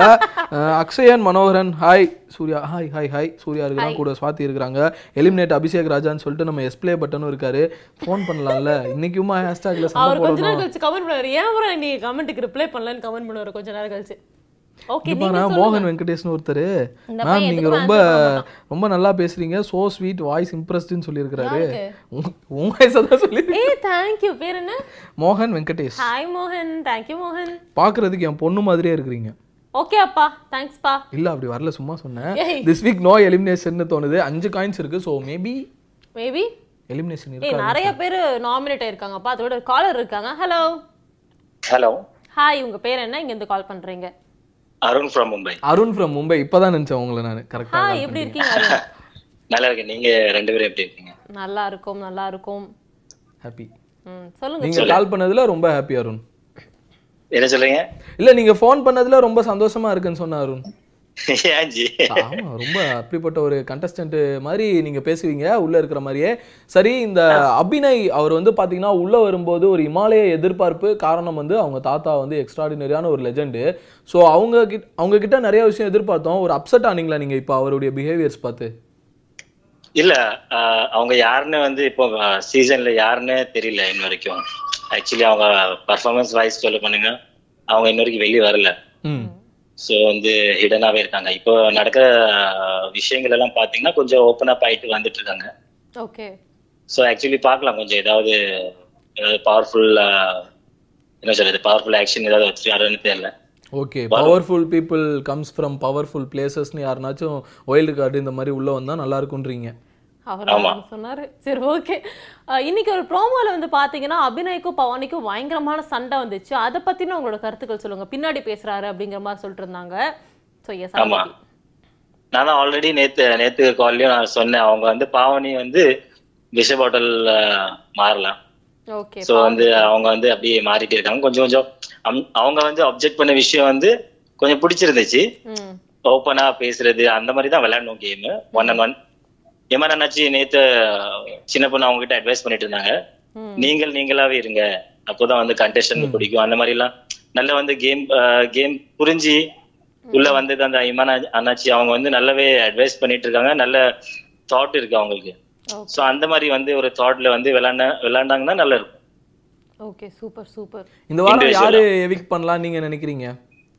[SPEAKER 3] ah Akshayan Manoharan hi Surya hi hi hi Surya இருக்கிறாங்க கூட ஸ்வாதி இருக்கிறாங்க எலிமினேட் அபிஷேக் ராஜான்னு சொல்லிட்டு நம்ம எஸ்பிளே பட்டனும் இருக்காரு ஃபோன் பண்ணலாம்ல இன்னைக்குமா ஹேஷ்டாக்ல சண்டை
[SPEAKER 2] அவர் கொஞ்ச நேரம்
[SPEAKER 3] போடணும்
[SPEAKER 2] கழிச்சு கமெண்ட் பண்ணுவாரு ஏன் bro நீ கமெண்ட்டுக்கு ரிப்ளை பண்ணலன்னு கமெண்ட் பண்ணுவாரு கொஞ்ச நேரம் கழிச்சு ஓகே
[SPEAKER 3] இது
[SPEAKER 2] நீங்க
[SPEAKER 3] பாரு,
[SPEAKER 2] சொல்லுங்க
[SPEAKER 3] மோகன் வெங்கடேஷ்னு ஒருத்தர்
[SPEAKER 2] இந்த
[SPEAKER 3] மேம்
[SPEAKER 2] பையன்
[SPEAKER 3] நீங்க
[SPEAKER 2] எதுக்கும்
[SPEAKER 3] ரொம்ப
[SPEAKER 2] answer பண்ண மாட்டான்.
[SPEAKER 3] ரொம்ப நல்லா பேசுறீங்க சோ ஸ்வீட் வாய்ஸ் இம்ப்ரெஸ்ட்னு சொல்லியிருக்கிறாரு உங்க- உங்க வயசை தான் சொல்லி
[SPEAKER 2] ஏய் தேங்க் யூ பேர் என்ன
[SPEAKER 3] மோகன் வெங்கடேஷ்
[SPEAKER 2] ஹாய் மோகன் தேங்க் யூ மோகன்
[SPEAKER 3] பாக்குறதுக்கு என் பொண்ணு மாதிரியே இருக்கிறீங்க
[SPEAKER 2] ஓகே அப்பா தேங்க்ஸ் பா
[SPEAKER 3] இல்ல அப்படி வரல சும்மா சொன்னேன்
[SPEAKER 2] ஏய்.
[SPEAKER 3] திஸ் வீக் நோ எலிமினேஷன் தோணுது அஞ்சு காயின்ஸ் இருக்கு சோ மேபி
[SPEAKER 2] மேபி
[SPEAKER 3] எலிமினேஷன்
[SPEAKER 2] ஏய்
[SPEAKER 3] இருக்கா
[SPEAKER 2] நிறைய பேர் நாமினேட் ஆயிருக்காங்க அப்பா அதோட காலர் இருக்காங்க ஹலோ
[SPEAKER 5] ஹலோ
[SPEAKER 2] ஹாய் உங்க பேர் என்ன இங்க இருந்து கால் பண்றீங்க
[SPEAKER 5] அருண் ஃப்ரம் மும்பை
[SPEAKER 3] அருண் ஃப்ரம் மும்பை இப்பதான் நினைச்சேன் உங்களை நான் கரெக்டா
[SPEAKER 2] ஹாய் எப்படி இருக்கீங்க அருண்?
[SPEAKER 5] நல்லா இருக்கேன் நீங்க ரெண்டு பேரும் எப்படி இருக்கீங்க
[SPEAKER 2] நல்லா இருக்கும் நல்லா இருக்கும்
[SPEAKER 3] ஹாப்பி
[SPEAKER 2] ம் சொல்லுங்க
[SPEAKER 3] நீங்க கால் பண்ணதுல ரொம்ப ஹாப்பி அருண்
[SPEAKER 5] என்ன சொல்றீங்க
[SPEAKER 3] இல்ல நீங்க ஃபோன் பண்ணதுல ரொம்ப சந்தோஷமா இருக்குன்னு சொன்ன அருண்
[SPEAKER 5] ஏன்ஜி
[SPEAKER 3] ஆமா ரொம்ப அப்படிப்பட்ட ஒரு கண்டஸ்டன்ட் மாதிரி நீங்க பேசுவீங்க உள்ள இருக்கிற மாதிரியே சரி இந்த அபிநய் அவர் வந்து பாத்தீங்கன்னா உள்ள வரும்போது ஒரு இமாலய எதிர்பார்ப்பு காரணம் வந்து அவங்க தாத்தா வந்து எக்ஸ்ட்ராடினரியான ஒரு லெஜெண்டு ஸோ அவங்க கிட்ட அவங்க கிட்ட நிறைய விஷயம் எதிர்பார்த்தோம் ஒரு அப்செட் ஆனீங்களா நீங்க இப்போ அவருடைய பிஹேவியர்ஸ் பார்த்து
[SPEAKER 5] இல்ல ஆஹ், அவங்க யாருன்னு வந்து இப்போ சீசன்ல யாருன்னு தெரியல இன்ன வரைக்கும் ஆக்சுவலி அவங்க பர்ஃபார்மன்ஸ் வாய்ஸ் சொல்ல பண்ணுங்க அவங்க இன்ன வரைக்கும் வெளியே வரல
[SPEAKER 3] ம்
[SPEAKER 5] ஸோ வந்து ஹிடனாவே இருக்காங்க இப்போ நடக்கிற ஆஹ், விஷயங்கள் எல்லாம் பாத்தீங்கன்னா கொஞ்சம் ஓப்பன் அப் ஆயிட்டு வந்துட்டு இருக்காங்க
[SPEAKER 2] ஓகே
[SPEAKER 5] ஸோ ஆக்சுவலி பார்க்கலாம் கொஞ்சம் ஏதாவது ஏதாவது பவர்ஃபுல் என்ன சொல்றது பவர்ஃபுல் ஆக்ஷன் ஏதாவது வச்சிருக்காருன்னு தெரியல
[SPEAKER 3] okay powerful people comes from powerful பிளேசஸ்னு யாருனாச்சும் ஒயில்டு கார்டு இந்த மாதிரி உள்ள வந்தா நல்லா இருக்குன்றீங்க
[SPEAKER 2] அவர் அப்படின்னு சொன்னாரு சரி ஓகே இன்னைக்கு ஒரு ப்ரோமோல வந்து பாத்தீங்கன்னா அபிநய்க்கும் பவானிக்கும் பயங்கரமான சண்டை வந்துச்சு அதை பத்தின உங்களோட கருத்துக்கள் சொல்லுங்க பின்னாடி பேசுறாரு அப்படிங்கிற மாதிரி சொல்லிட்டு இருந்தாங்க ஸோ எஸ்
[SPEAKER 5] ஆமா. நான் தான் ஆல்ரெடி நேத்து நேத்து கால்லயும் நான் சொன்னேன் அவங்க வந்து பாவனி வந்து விஷ பாட்டில் மாறலாம்
[SPEAKER 2] ஓகே
[SPEAKER 5] சோ வந்து அவங்க வந்து அப்படியே மாறிட்டே இருக்காங்க கொஞ்சம் கொஞ்சம் அம்- அவங்க வந்து அப்செக்ட் பண்ண விஷயம் வந்து கொஞ்சம் பிடிச்சிருந்துச்சு
[SPEAKER 2] ம்
[SPEAKER 5] ஓப்பனா பேசுறது அந்த மாதிரி தான் விளையாடணும் கேம் ஒன் அண்ட் ஒன் ஏமா என்னாச்சு நேத்து சின்ன பொண்ணு அவங்க கிட்ட அட்வைஸ் பண்ணிட்டு இருந்தாங்க
[SPEAKER 2] ம்
[SPEAKER 5] நீங்கள் நீங்களாவே இருங்க அப்போதான் வந்து கண்டெஸ்டன் பிடிக்கும் அந்த மாதிரி எல்லாம் நல்ல வந்து கேம் கேம் புரிஞ்சு உள்ள வந்தது அந்த இமான அண்ணாச்சி அவங்க வந்து நல்லாவே அட்வைஸ் பண்ணிட்டு இருக்காங்க நல்ல தாட் இருக்கு அவங்களுக்கு
[SPEAKER 2] Okay.
[SPEAKER 5] சோ அந்த மாதிரி வந்து ஒரு தாட்ல வந்து விளையாண்ட விளையாண்டாங்கன்னா நல்லா இருக்கும்
[SPEAKER 2] ஓகே சூப்பர் சூப்பர்
[SPEAKER 3] இந்த வாரம்
[SPEAKER 5] Individual-ஆ.
[SPEAKER 3] யாரு எவிக் பண்ணலாம் நீங்க நினைக்கிறீங்க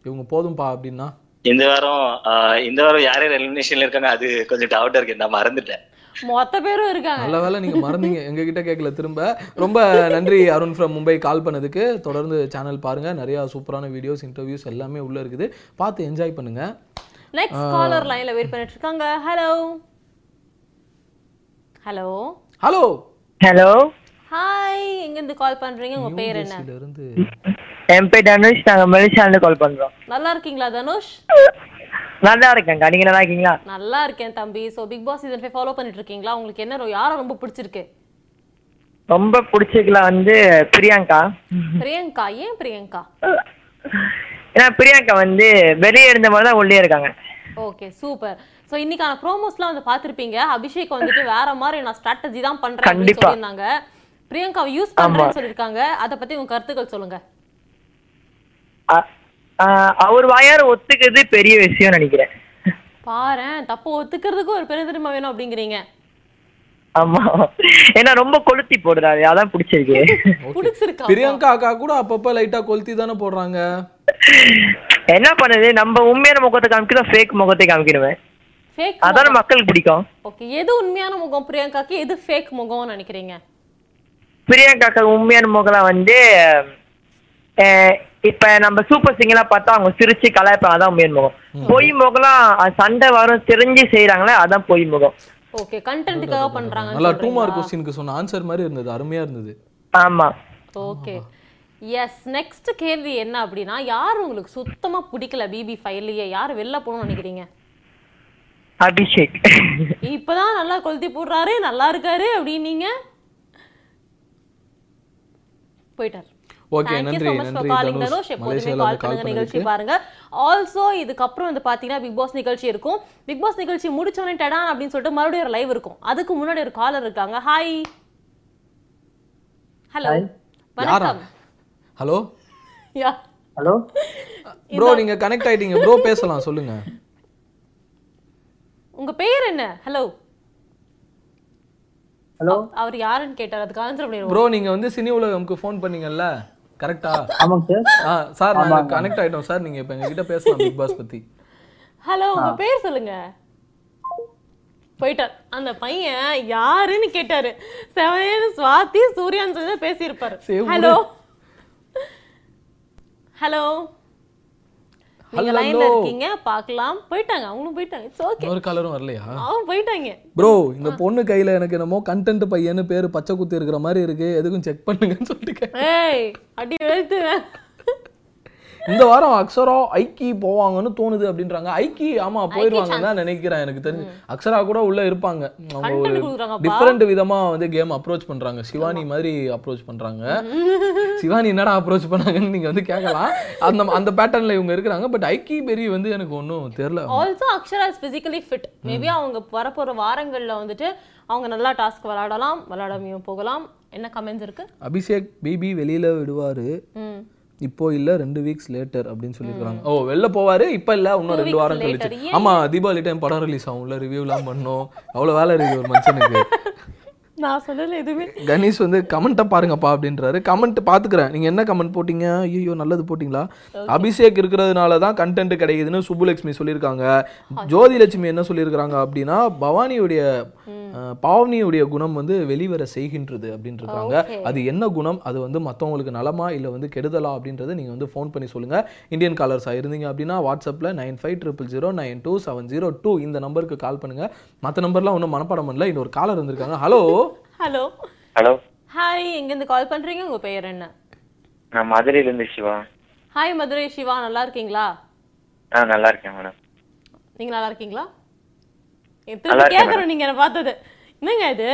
[SPEAKER 3] இவங்க போதும்பா அப்படின்னா
[SPEAKER 5] இந்த வாரம் ஆஹ், இந்த வாரம் யார் யார் எலிமினேஷன்ல இருக்காங்க அது கொஞ்சம் டவுட்டா இருக்கு நான் மறந்துட்டேன்
[SPEAKER 2] மொத்த பேரும் இருக்காங்க
[SPEAKER 3] நல்ல வேளை நீங்க மறந்தீங்க எங்ககிட்ட கேட்கல திரும்ப ரொம்ப நன்றி அருண் ஃப்ரம் மும்பை கால் பண்ணதுக்கு தொடர்ந்து சேனல் பாருங்க நிறைய சூப்பரான வீடியோஸ் இன்டர்வியூஸ் எல்லாமே உள்ள இருக்குது பார்த்து என்ஜாய் பண்ணுங்க
[SPEAKER 2] நெக்ஸ்ட் காலர் லைன்ல வெயிட் பண்ணிட்டு இருக்காங்க hello hello
[SPEAKER 3] hello
[SPEAKER 6] hello
[SPEAKER 2] hi எங்க இருந்து கால் பண்றீங்க உங்க பேர் என்ன
[SPEAKER 3] இதுல இருந்து
[SPEAKER 6] என் பேர் தனுஷ் நாங்க மலேசியால கால் பண்றோம்
[SPEAKER 2] நல்லா இருக்கீங்களா தனுஷ்
[SPEAKER 6] நல்லா இருக்கேங்க நீங்க நல்லா இருக்கீங்களா
[SPEAKER 2] நல்லா இருக்கேன் தம்பி so Bigg pass season 5 follow பண்ணிட்டு இருக்கீங்களா உங்களுக்கு என்ன ரோ- யாரை ரொம்ப பிடிச்சிருக்கு
[SPEAKER 6] ரொம்ப பிடிச்சிக்கலாம் வந்து பிரியங்கா
[SPEAKER 2] பிரியங்கா ஏன் பிரியங்கா
[SPEAKER 6] ஏன்னா பிரியங்கா வந்து வெளியே இருந்த மாதிரி தான் உள்ளே இருக்காங்க
[SPEAKER 2] ஓகே சூப்பர் சோ இன்னைக்கான ப்ரோமோஸ்லாம் வந்து பார்த்திருப்பீங்க அபிஷேக் வந்துட்டு வேற மாதிரி நான் ஸ்ட்ராட்டஜி தான் பண்றேன் அப்படின்னு
[SPEAKER 6] கண்டிப்பா.
[SPEAKER 2] சொல்லியிருந்தாங்க பிரியங்காவை யூஸ் பண்றேன்னு சொல்லியிருக்காங்க அதை பத்தி உங்க கருத்துக்கள் சொல்லுங்க
[SPEAKER 6] அ- ஆ, அவர் வாயார ஒத்துக்கிறது பெரிய விஷயம் நினைக்கிறேன்
[SPEAKER 2] பாரேன் தப்பு ஒத்துக்கிறதுக்கு ஒரு பெருந்திருமா வேணும் அப்படிங்கிறீங்க
[SPEAKER 6] ஆமா ஏன்னா ரொம்ப கொளுத்தி போடுறாரு அதான் பிடிச்சிருக்கு
[SPEAKER 2] புடிச்சிருக்கா
[SPEAKER 3] பிரியங்கா அக்கா கூட அப்பப்ப லைட்டா கொளுத்தி தானே போடுறாங்க
[SPEAKER 6] என்ன பண்ணுது நம்ம உண்மையான முகத்தை காமிக்கிறோம் ஃபேக் முகத்தை காமிக்கிறவன்
[SPEAKER 2] ஃபேக்
[SPEAKER 6] அதான மக்களுக்கு பிடிக்கும்
[SPEAKER 2] ஓகே எது உண்மையான முகம் பிரியங்காக்கு எது ஃபேக் முகம்னு நினைக்கிறீங்க
[SPEAKER 6] பிரியங்காக்கு உண்மையான முகலாம் வந்து அஹ், இப்ப நம்ம சூப்பர் சிங்கர்லாம் பார்த்தா அவங்க சிரிச்சு கலாய்ப்பாங்க அதான் உண்மையான முகம் பொய் முகலாம் அது சண்டை வரும் தெரிஞ்சு செய்யறாங்களே அதான் பொய் முகம்
[SPEAKER 2] ஓகே கண்டென்ட்டுக்காக பண்றாங்க
[SPEAKER 3] நல்லா டூ மார்க் கொஸ்டினுக்கு சொன்ன ஆன்சர் மாதிரி இருந்தது அருமையா இருந்தது
[SPEAKER 6] ஆமா
[SPEAKER 2] ஓகே எஸ் நெக்ஸ்ட் கேள்வி என்ன அப்படின்னா யார் உங்களுக்கு சுத்தமா பிடிக்கல பிபி ஃபைவ்லயே யார் வெளில போகணும்னு நினைக்கிறீங்க
[SPEAKER 6] அபிஷேக்
[SPEAKER 2] இப்பதான் நல்லா கொளுத்தி போடுறாரு நல்லா இருக்காரு அப்படின்னீங்க போயிட்டார்
[SPEAKER 3] ஓகே
[SPEAKER 2] Thank you so
[SPEAKER 3] நன்றி
[SPEAKER 2] much for
[SPEAKER 3] நன்றி
[SPEAKER 2] calling
[SPEAKER 3] தனுஷ்
[SPEAKER 2] தனுஷ். எப்போதுமே
[SPEAKER 3] மலேசியால
[SPEAKER 2] call
[SPEAKER 3] வந்து கால்
[SPEAKER 2] பண்ணுங்க நிகழ்ச்சி
[SPEAKER 3] பண்ணதுக்கு
[SPEAKER 2] பாருங்க ஆல்சோ இதுக்கப்புறம் வந்து பாத்தீங்கன்னா பிக் பாஸ் நிகழ்ச்சி இருக்கும் பிக் பாஸ் நிகழ்ச்சி முடிச்சோடனே டடான் அப்படின்னு சொல்லிட்டு மறுபடியும் ஒரு லைவ் இருக்கும் அதுக்கு முன்னாடி ஒரு காலர் இருக்காங்க ஹாய் ஹலோ
[SPEAKER 3] யாரா
[SPEAKER 2] வணக்கம்
[SPEAKER 3] ஹலோ
[SPEAKER 2] யா
[SPEAKER 6] ஹலோ
[SPEAKER 3] ப்ரோ நீங்க கனெக்ட் ஆயிட்டீங்க ப்ரோ பேசலாம் சொல்லுங்க
[SPEAKER 2] உங்க பேர் என்ன ஹலோ
[SPEAKER 6] ஹலோ
[SPEAKER 2] அவர் யாருன்னு கேட்டார் அதுக்கு ஆன்சர் பண்ணிடுவோம்
[SPEAKER 3] ப்ரோ நீங்க வந்து சினி உலகம்க்கு ஃபோன் பண்ணீங்கல்ல கரெக்டா
[SPEAKER 6] ஆமாங்க சார்
[SPEAKER 3] ஆ சார் நாங்க கனெக்ட் ஆயிட்டோம் சார் நீங்க இப்ப எங்ககிட்ட பேசலாம் பிக் பாஸ் பத்தி
[SPEAKER 2] ஹலோ உங்க பேர் சொல்லுங்க போயிட்டார் அந்த பையன் யாருன்னு கேட்டாரு செவன் சுவாதி சூர்யான்னு சொல்லி தான் பேசியிருப்பாரு
[SPEAKER 3] சரி,
[SPEAKER 2] ஹலோ ஹலோ நீங்க
[SPEAKER 3] Hello.
[SPEAKER 2] லைன்ல இருக்கீங்க பார்க்கலாம் போயிட்டாங்க அவங்களும் போயிட்டாங்க இட்ஸ் ஓகே
[SPEAKER 3] இன்னொரு கலரும் வரலையா
[SPEAKER 2] அவன் போயிட்டாங்க
[SPEAKER 3] ப்ரோ இந்த பொண்ணு கையில எனக்கு என்னமோ கண்டென்ட் பையன்னு பேரு பச்சை குத்தி இருக்கிற மாதிரி இருக்கு எதுக்கும் செக் பண்ணுங்கன்னு சொல்லிட்டு கே-
[SPEAKER 2] ஏய் அடி வெளுத்து
[SPEAKER 3] இந்த வாரம் அக்ஷரா ஐக்கி போவாங்கன்னு தோணுது அப்படின்றாங்க ஐக்கி ஆமா போயிருவாங்க தான் நினைக்கிறேன் எனக்கு தெரிஞ்சு அக்ஷரா கூட உள்ள இருப்பாங்க அவங்க
[SPEAKER 2] Content
[SPEAKER 3] ஒரு
[SPEAKER 2] கொடுக்குறாங்கப்பா.
[SPEAKER 3] டிஃப்ரெண்ட் விதமா வந்து கேம் அப்ரோச் பண்றாங்க சிவானி மாதிரி அப்ரோச் பண்றாங்க சிவானி என்னடா அப்ரோச் பண்ணாங்கன்னு நீங்க வந்து கேட்கலாம் அந்த அந்த பேட்டர்ன்ல இவங்க இருக்கிறாங்க பட் ஐக்கி பெரிய வந்து எனக்கு ஒன்றும் தெரியல
[SPEAKER 2] also Akshara is physically fit maybe அவங்க வரப்போற வாரங்கள்ல வந்துட்டு அவங்க நல்லா டாஸ்க் விளையாடலாம் விளையாடாமையும் போகலாம் என்ன கமெண்ட்ஸ் இருக்கு
[SPEAKER 3] அபிஷேக் பிபி வெளியில விடுவாரு
[SPEAKER 2] ம்
[SPEAKER 3] இப்போ இல்ல ரெண்டு வீக்ஸ் லேட்டர் அப்படின்னு சொல்லிருக்காங்க ஓ வெளில போவாரு இப்போ இல்ல இன்னும் ரெண்டு
[SPEAKER 2] weeks
[SPEAKER 3] வாரம்
[SPEAKER 2] later.
[SPEAKER 3] கழிச்சு
[SPEAKER 2] ஏன்?
[SPEAKER 3] ஆமா தீபாவளி டைம் படம் ரிலீஸ் ஆகும்ல ரிவ்யூலாம் பண்ணோம் அவ்வளவு வேலை இருக்கு ஒரு மனுஷனுக்கு
[SPEAKER 2] நான் சொல்லல எதுவுமே
[SPEAKER 3] கணேஷ் வந்து கமெண்ட்டை பாருங்கப்பா அப்படின்றாரு கமெண்ட் பாத்துக்கிறேன் நீங்க என்ன கமெண்ட் போட்டீங்க ஐயோ நல்லது போட்டிங்களா அபிஷேக் இருக்கிறதுனால தான் கண்டென்ட் கிடைக்குதுன்னு சுப்புலட்சுமி சொல்லியிருக்காங்க ஜோதிலட்சுமி என்ன சொல்லியிருக்கிறாங்க அப்படின்னா பவானியுடைய அஹ், பாவனியுடைய குணம் வந்து வெளிவர செய்கின்றது அப்படின்றாங்க
[SPEAKER 2] Okay.
[SPEAKER 3] அது என்ன குணம் அது வந்து மத்தவங்களுக்கு நலமா இல்ல வந்து கெடுதலா அப்படின்றத நீங்க வந்து ஃபோன் பண்ணி சொல்லுங்க இந்தியன் காலர்ஸ் இருந்தீங்க அப்படின்னா வாட்ஸ்அப்ல nine five triple zero nine two seven zero two இந்த நம்பருக்கு கால் பண்ணுங்க மத்த நம்பர்லாம் ஒன்றும் மனப்பாடம் பண்ணல இன்னொரு காலர் இருந்திருக்காங்க ஹலோ
[SPEAKER 2] ஹலோ
[SPEAKER 7] ஹலோ
[SPEAKER 2] ஹாய் எங்கேருந்து கால் பண்றீங்க உங்க பெயர் என்ன
[SPEAKER 7] நான் மதுரையில இருந்து சிவா
[SPEAKER 2] ஹாய் மதுரை சிவா நல்லா இருக்கீங்களா
[SPEAKER 7] ஆ நல்லா இருக்கேன் மேடம்
[SPEAKER 2] நீங்க நல்லா இருக்கீங்களா
[SPEAKER 7] நல்லா
[SPEAKER 2] எத்தனை
[SPEAKER 7] இருக்கேன்
[SPEAKER 2] கேக்குறோம் நீங்க என்ன பார்த்தது என்னங்க இது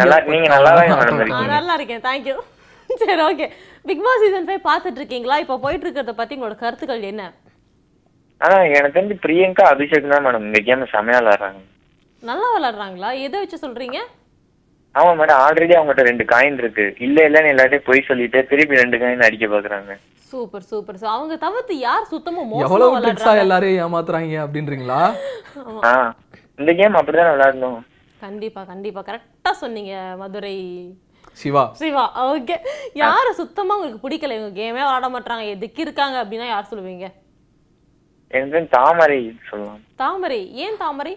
[SPEAKER 7] நல்லா இருக்கு. நீங்க நல்லா தான்
[SPEAKER 3] அசிங்கப்பட்ட-
[SPEAKER 2] ஆ,
[SPEAKER 7] நடந்திருக்கீங்க
[SPEAKER 2] நல்லா இருக்கேன் தேங்க்யூ சரி okay big pass season five பார்த்துட்டு இருக்கீங்களா இப்போ போயிட்டு இருக்கிறத பத்தி உங்களோட கருத்துக்கள் என்ன
[SPEAKER 7] ஆனா எனக்கு தெரிஞ்சு பிரியங்கா அபிஷேக் தான் மேடம் இந்த கேம் செமையா விளாடுறாங்க
[SPEAKER 2] நல்லா விளையாடுறாங்களா எதை வச்சு சொல்றீங்க
[SPEAKER 7] ஆமா மேடம் ஆல்ரெடி அவங்ககிட்ட ரெண்டு காயின் இருக்கு இல்ல இல்லன்னு எல்லாத்தையும் பொய் சொல்லிட்டு திருப்பி ரெண்டு காயின் அடிக்க பாக்குறாங்க
[SPEAKER 2] சூப்பர் சூப்பர் சோ அவங்க தவிர்த்து யார் சுத்தமா மோசமா
[SPEAKER 3] எவ்வளவு ட்ரிக்ஸா
[SPEAKER 2] விளையாடுறாங்க
[SPEAKER 3] எல்லாரையும் ஏமாத்துறாங்க அப்படின்றீங்களா
[SPEAKER 7] ஆ இந்த கேம் அப்படிதான் விளையாடணும்
[SPEAKER 2] கண்டிப்பா கண்டிப்பா கரெக்டா சொன்னீங்க மதுரை
[SPEAKER 3] சிவா
[SPEAKER 2] சிவா ஓகே யாரை சுத்தமா உங்களுக்கு பிடிக்கல இவங்க கேமே விளையாட மாட்டாங்க எதுக்கு இருக்காங்க அப்படின்னா யார் சொல்லுவீங்க
[SPEAKER 7] எனக்கு தெரிஞ்சு தாமரை சொல்லலாம்
[SPEAKER 2] தாமரை ஏன் தாமரை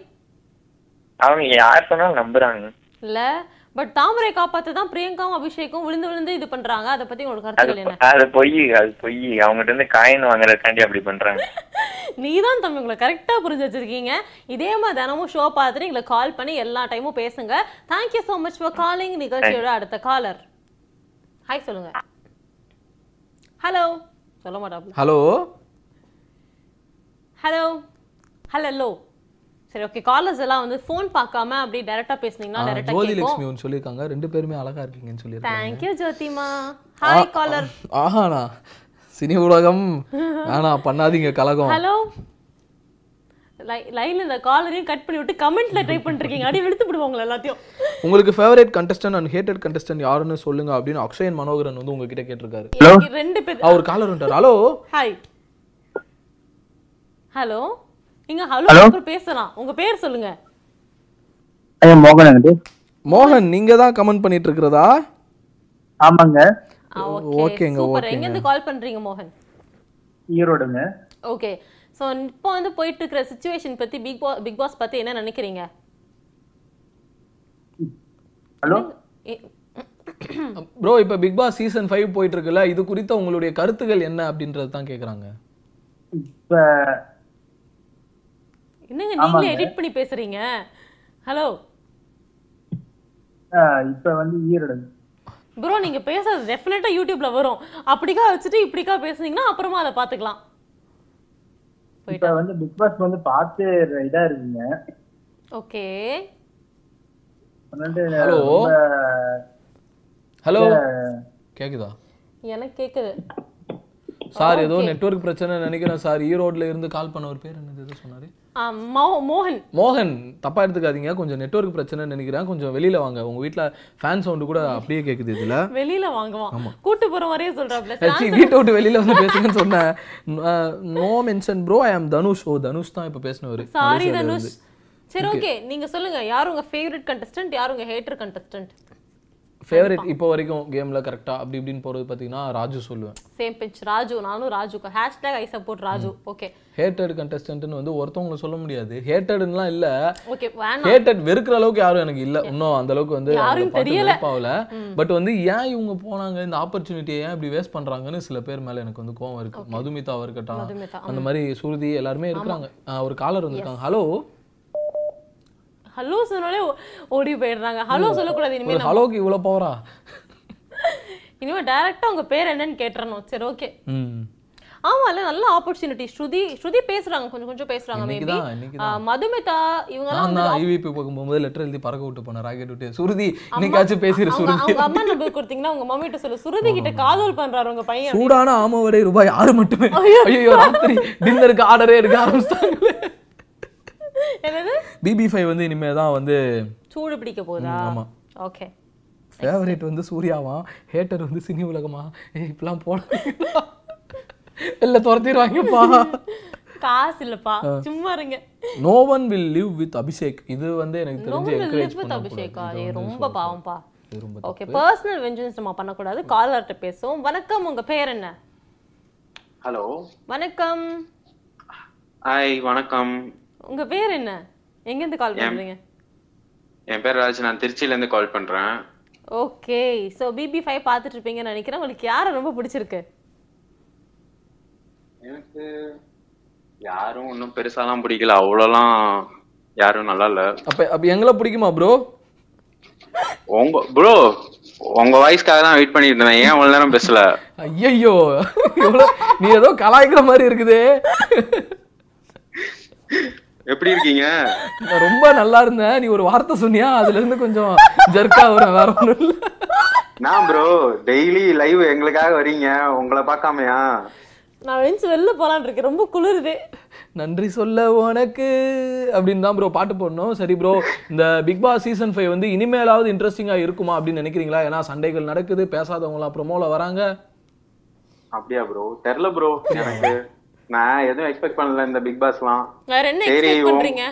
[SPEAKER 7] அவங்க யார் சொன்னாலும் நம்புறாங்க
[SPEAKER 2] இல்ல பட் தாமரை காப்பாத்த தான் பிரியங்காவும் அபிஷேக்கும் விழுந்து விழுந்து இது பண்றாங்க அத பத்தி உங்களுக்கு
[SPEAKER 7] அது
[SPEAKER 2] கருத்துக்கள் என்ன
[SPEAKER 7] அது பொய் அது பொய் அவங்ககிட்ட இருந்து காயின் வாங்குறதுக்காண்டி அப்படி பண்றாங்க
[SPEAKER 2] நீதான் தம்பி உங்களை கரெக்டா புரிஞ்சு வச்சிருக்கீங்க இதே மாதிரி தினமும் ஷோ பார்த்துட்டு எங்களுக்கு கால் பண்ணி எல்லா டைமும் பேசுங்க thank you so much for calling நிகழ்ச்சியோட அடுத்த காலர் ஹாய் சொல்லுங்க ஹலோ சொல்ல மாட்டாப்ல
[SPEAKER 3] ஹலோ
[SPEAKER 2] ஹலோ ஹலோ சரி ஓகே காலர்ஸ் எல்லாம் வந்து ஃபோன் பார்க்காம அப்படியே டைரக்டா பேசுனீங்கன்னா டைரக்டா
[SPEAKER 3] ஜோதி
[SPEAKER 2] கேட்கும்
[SPEAKER 3] லட்சுமி ஒன்று சொல்லியிருக்காங்க ரெண்டு பேருமே அழகா இருக்கீங்கன்னு சொல்லியிருக்காங்க
[SPEAKER 2] தேங்க்யூ ஜோதிமா ஹாய் காலர்
[SPEAKER 3] ஆஹாண்ணா சினி உலகம் வேணாம் பண்ணாதீங்க கலகம்
[SPEAKER 2] ஹலோ லைன்ல இந்த காலரையும் கட் பண்ணி விட்டு கமெண்ட்ல ட்ரை பண்ணிருக்கீங்க அப்படியே இழுத்து விடுவாங்களா எல்லாத்தையும்
[SPEAKER 3] உங்களுக்கு favourite contestant and hated contestant யாருன்னு சொல்லுங்க அப்படின்னு அக்ஷயன் மனோகரன் வந்து உங்ககிட்ட கேட்டிருக்காரு
[SPEAKER 2] எனக்கு ரெண்டு பேர்
[SPEAKER 3] அவர் காலர் வந்துட்டார் ஹலோ
[SPEAKER 2] ஹாய் ஹலோ நீங்க ஹலோ அப்புறம் பேசலாம் உங்க பேர் சொல்லுங்க
[SPEAKER 8] ஐயா மோகன்
[SPEAKER 3] மோகன் நீங்க தான் கமெண்ட் பண்ணிட்டு இருக்கிறதா
[SPEAKER 8] ஆமாங்க
[SPEAKER 2] ஓகே
[SPEAKER 3] ஓகேங்க,
[SPEAKER 2] சூப்பர்
[SPEAKER 3] ஓகேங்க.
[SPEAKER 2] எங்க இருந்து கால் பண்றீங்க மோகன்
[SPEAKER 8] ஈரோடுங்க
[SPEAKER 2] ஓகே சோ இப்போ வந்து போயிட்டு இருக்கிற சுச்சுவேஷன் பத்தி பிக் பாஸ் பிக் பாஸ் பத்தி என்ன நினைக்கிறீங்க
[SPEAKER 8] ஹலோ
[SPEAKER 2] எ-
[SPEAKER 3] ப்ரோ இப்போ பிக் பாஸ் சீசன் ஃபைவ் போயிட்டு இருக்குல்ல இது குறித்த உங்களுடைய கருத்துகள் என்ன அப்படின்றது தான் கேக்குறாங்க
[SPEAKER 8] இப்ப
[SPEAKER 2] என்னங்க நீங்களே எடிட் பண்ணி பேசுறீங்க ஹலோ
[SPEAKER 8] ஆஹ், இப்ப வந்து ஈரோடுங்க
[SPEAKER 2] ப்ரோ நீங்க பேசுறது டெஃபினட்டா யூடியூப்ல வரும் அப்படிக்கா வச்சுட்டு இப்படிக்கா பேசுனீங்கன்னா அப்புறமா அதை பாத்துக்கலாம்
[SPEAKER 8] இப்ப
[SPEAKER 2] போயிட்டா
[SPEAKER 8] வந்து பிக் பாஸ் வந்து பார்த்து இதா இருக்குங்க
[SPEAKER 2] ஓகே
[SPEAKER 8] அதாவது
[SPEAKER 3] ஹலோ
[SPEAKER 8] ரொம்ப
[SPEAKER 3] ஹலோ கேக்குதா
[SPEAKER 2] எனக்கு கேக்குது
[SPEAKER 3] சார் ஏதோ
[SPEAKER 2] Okay.
[SPEAKER 3] நெட்வொர்க் பிரச்சனை நினைக்கிறேன் சார் ஈரோட்ல இருந்து கால் பண்ண ஒரு பேர் என்னது ஏதோ சொன்னாரு
[SPEAKER 2] ஆ, மோ- மோகன்
[SPEAKER 3] மோகன் தப்பா எடுத்துக்காதீங்க கொஞ்சம் நெட்வொர்க் பிரச்சனை நினைக்கிறேன் கொஞ்சம் வெளியில வாங்க உங்க வீட்ல ஃபேன் சவுண்டு கூட அப்படியே கேக்குது இதுல
[SPEAKER 2] வெளியில வாங்குவான் கூட்டு போற வரையே சொல்றாப்ல சரி,
[SPEAKER 3] ஆக்சுவலி
[SPEAKER 2] answer-
[SPEAKER 3] வீட்டை விட்டு வெளியில வந்து பேசுங்கன்னு சொன்னேன் no mention bro I am Dhanush ஓ தனுஷ் தான் இப்ப பேசினவர்
[SPEAKER 2] சாரி தனுஷ் சரி ஓகே நீங்க சொல்லுங்க யார் உங்க ஃபேவரட் கண்டஸ்டன்ட் யார் உங்க ஹேட்டர் கண்டஸ்டன்ட்
[SPEAKER 3] ஃபேவரட் இப்போ வரைக்கும் கேம்ல கரெக்டா அப்படி இப்படின்னு போறது பாத்தீங்கன்னா ராஜு சொல்லுவேன்
[SPEAKER 2] சேம் பிச் ராஜு நானும் ராஜுக்கு hashtag I support Raju okay
[SPEAKER 3] hated கண்டஸ்டன்ட்னு வந்து ஒருத்தவங்களை சொல்ல முடியாது ஹேட்டட்லாம் இல்ல
[SPEAKER 2] ஓகே வேணாம்
[SPEAKER 3] ஹேட்டட் வெறுக்கிற அளவுக்கு யாரும் எனக்கு இல்ல இன்னும் அந்த அளவுக்கு வந்து
[SPEAKER 2] யாரும்
[SPEAKER 3] அவங்கள பார்த்து
[SPEAKER 2] தெரியல.
[SPEAKER 3] வெறுப்பாவல பட் வந்து ஏன் இவங்க போனாங்க இந்த ஆப்பர்ச்சுனிட்டியை ஏன் இப்படி வேஸ்ட் பண்றாங்கன்னு சில பேர் மேல எனக்கு வந்து கோவம் இருக்கு மதுமிதாவா இருக்கட்டும்
[SPEAKER 2] மதுமிதா.
[SPEAKER 3] அந்த மாதிரி சுருதி எல்லாருமே இருக்கிறாங்க ஆஹ் ஒரு காலர் வந்திருக்காங்க ஹலோ
[SPEAKER 2] ஹலோ சொன்னாலே ஓ- ஓடி போயிடுறாங்க ஹலோ சொல்லக்கூடாது இனிமே
[SPEAKER 3] ஒரு ஹலோக்கு இவ்வளவு போறா
[SPEAKER 2] இனிமே டைரக்டா உங்க பேர் என்னன்னு கேட்டுறணும் சரி ஓகே
[SPEAKER 3] ம்
[SPEAKER 2] ஆமால நல்ல ஆப்பர்ச்சுனிட்டி ஸ்ருதி ஸ்ருதி பேசுறாங்க கொஞ்சம் கொஞ்சம் பேசுறாங்க மேபி
[SPEAKER 3] இன்னைக்குதான், இன்னைக்குதான்.
[SPEAKER 2] மதுமிதா இவங்க எல்லாம்
[SPEAKER 3] நான்
[SPEAKER 2] வந்து
[SPEAKER 3] தான் ஐவிபி போகும்போது லெட்டர் எழுதி பறக்க விட்டு போனேன் ராக்கெட் விட்டு சுருதி இன்னைக்காச்சும் பேசுற
[SPEAKER 2] அவங்க
[SPEAKER 3] சுருதி
[SPEAKER 2] அவங்க அம்மா நம்பர் கொடுத்தீங்கன்னா உங்க மம்மி கிட்ட சொல்லு சுருதி கிட்ட காதல் பண்றாரு உங்க பையன்
[SPEAKER 3] சூடான ஆமவடை ரூபாய் ஆறு மட்டுமே ஐயோ ராத்திரி டின்னருக்கு ஆர்டரே எடுக்க ஆரம்பிச்சிட்டாங்களே
[SPEAKER 2] என்னது
[SPEAKER 3] பிபி ஃபைவ் வந்து இனிமே தான் வந்து
[SPEAKER 2] சூடு பிடிக்க போகுதா
[SPEAKER 3] ஆமா.
[SPEAKER 2] ஓகே
[SPEAKER 3] ஃபேவரேட் வந்து சூர்யாவா ஹேட்டர் வந்து சினி உலகமா ஏய், இப்படிலாம் போட இல்லை துரத்திடுவாங்கப்பா
[SPEAKER 2] காசு இல்லப்பா சும்மா இருங்க
[SPEAKER 3] no one will live with Abhishek இது வந்து எனக்கு தெரிஞ்சு என்கரேஜ்
[SPEAKER 2] வித் அபிஷேகா ஏய், ரொம்ப பாவம்ப்பா
[SPEAKER 3] ரொம்ப
[SPEAKER 2] ஓகே பர்சனல் வெஞ்சன்ஸ் நம்ம பண்ணக்கூடாது காலர்ட்ட பேசுவோம் வணக்கம் உங்க பேர் என்ன
[SPEAKER 9] ஹலோ
[SPEAKER 2] வணக்கம்
[SPEAKER 9] ஹாய் வணக்கம்
[SPEAKER 2] உங்க பேர் என்ன எங்க இருந்து கால் பண்றீங்க
[SPEAKER 9] என் பேர் ராஜ் நான் திருச்சியில இருந்து கால் பண்றேன்
[SPEAKER 2] ஓகே சோ பிபி ஃபைவ் பார்த்துட்டு இருப்பீங்கன்னு நினைக்கிறேன் உங்களுக்கு யாரை ரொம்ப பிடிச்சிருக்கு
[SPEAKER 9] எனக்கு யாரும் ஒன்றும் பெருசாலாம் பிடிக்கல அவ்வளோலாம் யாரும் நல்லா இல்ல
[SPEAKER 3] அப்ப அப்ப எங்களை பிடிக்குமா ப்ரோ
[SPEAKER 9] உங்க ப்ரோ உங்க வாய்ஸ்க்காக தான் வெயிட் பண்ணிட்டு இருந்தேன் ஏன் அவ்வளோ நேரம் பேசல
[SPEAKER 3] ஐயையோ எவ்வளோ நீ ஏதோ கலாய்க்கிற மாதிரி இருக்குதே
[SPEAKER 9] எப்படி இருக்கீங்க
[SPEAKER 3] நான் ரொம்ப நல்லா இருந்தேன் நீ ஒரு வார்த்தை சொன்னியா அதுல இருந்து கொஞ்சம் ஜர்க்கா வரும் வேற ஒண்ணும் இல்ல
[SPEAKER 9] நான் ப்ரோ டெய்லி லைவ் எங்களுக்காக வரீங்க உங்களை பார்க்காமையா
[SPEAKER 2] நான் வெளிச்சு வெளில போலான்னு இருக்கேன் ரொம்ப குளிருது
[SPEAKER 3] நன்றி சொல்ல உனக்கு அப்படின்னு தான் ப்ரோ பாட்டு போடணும் சரி ப்ரோ இந்த பிக் பாஸ் சீசன் ஃபைவ் வந்து இனிமேலாவது இன்ட்ரெஸ்டிங்கா இருக்குமா அப்படின்னு நினைக்கிறீங்களா ஏன்னா சண்டைகள் நடக்குது பேசாதவங்களாம் ப்ரோமோல வராங்க
[SPEAKER 9] அப்படியா ப்ரோ தெரில ப்ரோ எனக்கு நான் எதுவும் எக்ஸ்பெக்ட் பண்ணல இந்த பிக் பாஸ்லாம்
[SPEAKER 2] வேற என்ன
[SPEAKER 9] சரி,
[SPEAKER 2] எக்ஸ்பெக்ட்
[SPEAKER 9] உன்-
[SPEAKER 2] பண்றீங்க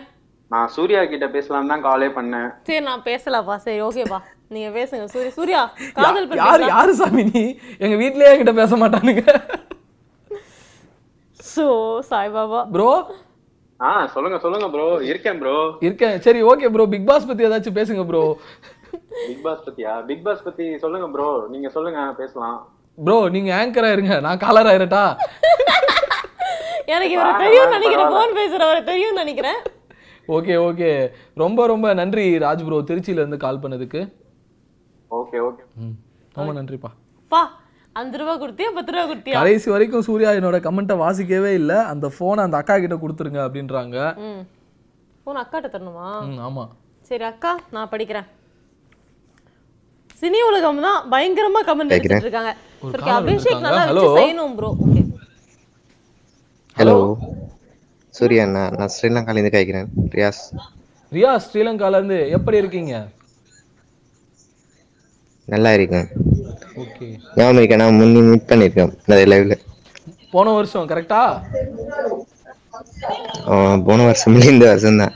[SPEAKER 9] நான் சூர்யா கிட்ட பேசலாம் தான் காலே பண்ணேன்
[SPEAKER 2] சரி நான் பேசலாம்ப்பா சரி ஓகேப்பா நீங்க பேசுங்க சூரிய சூர்யா காதல்
[SPEAKER 3] யாரு
[SPEAKER 2] பண்றீங்களா
[SPEAKER 3] யாரு சாமி நீ எங்க வீட்லயே என்கிட்ட பேச மாட்டானுங்க
[SPEAKER 2] சோ சாய்பாபா
[SPEAKER 3] ப்ரோ
[SPEAKER 9] ஆ
[SPEAKER 4] ஆ சொல்லுங்க சொல்லுங்க ப்ரோ இருக்கேன் ப்ரோ
[SPEAKER 3] இருக்கேன் சரி ஓகே ப்ரோ பிக் பாஸ் பத்தி ஏதாச்சும் பேசுங்க ப்ரோ
[SPEAKER 4] பிக் பாஸ் பத்தியா பிக் பாஸ் பத்தி சொல்லுங்க ப்ரோ நீங்க சொல்லுங்க பேசலாம்
[SPEAKER 3] ப்ரோ நீங்க ஆங்கரா இருங்க நான் காலர் ஆயிரட்டா
[SPEAKER 2] எனக்கு இவரை தெரியும் நினைக்கிறேன் போன் பேசுறவரை தெரியும் நினைக்கிறேன்
[SPEAKER 3] ஓகே ஓகே ரொம்ப ரொம்ப நன்றி ராஜ் ப்ரோ திருச்சியில இருந்து கால் பண்ணதுக்கு
[SPEAKER 4] ஓகே ஓகே
[SPEAKER 3] ம், ரொம்ப நன்றிப்பா
[SPEAKER 2] பா அஞ்சு ரூபா கொடுத்தியா பத்து ரூபா கொடுத்தியா
[SPEAKER 3] கடைசி வரைக்கும் சூர்யா என்னோட கமெண்ட்டை வாசிக்கவே இல்ல அந்த போனை அந்த அக்கா கிட்ட கொடுத்துருங்க அப்படின்றாங்க
[SPEAKER 2] ம் போன் அக்காட்ட தரணுமா
[SPEAKER 3] ம், ஆமா
[SPEAKER 2] சரி அக்கா நான் படிக்கிறேன் சினி உலகம் தான் பயங்கரமா கமெண்ட் அடிச்சிட்டு இருக்காங்க சரி, okay,
[SPEAKER 3] caller
[SPEAKER 2] அபிஷேக் நல்லா
[SPEAKER 3] வந்திருக்காங்க.
[SPEAKER 2] வச்சு
[SPEAKER 3] Hello.
[SPEAKER 2] செய்யணும் ப்ரோ ஓகே
[SPEAKER 7] ஹலோ சூர்யா நான் நான் ஸ்ரீலங்காலேருந்து கேட்குறேன் ரியாஸ்
[SPEAKER 3] ரியா ஸ்ரீலங்கால இருந்து எப்படி இருக்கீங்க
[SPEAKER 7] நல்லா இருக்கேன்
[SPEAKER 3] ஓகே
[SPEAKER 7] ஞாபகம் இருக்கேன் நான் முன்னே மீட் பண்ணியிருக்கேன் நிறைய லைவ்ல
[SPEAKER 3] போன வருஷம் கரெக்டா
[SPEAKER 7] போன வருஷம் இல்லை, இந்த வருஷம் தான்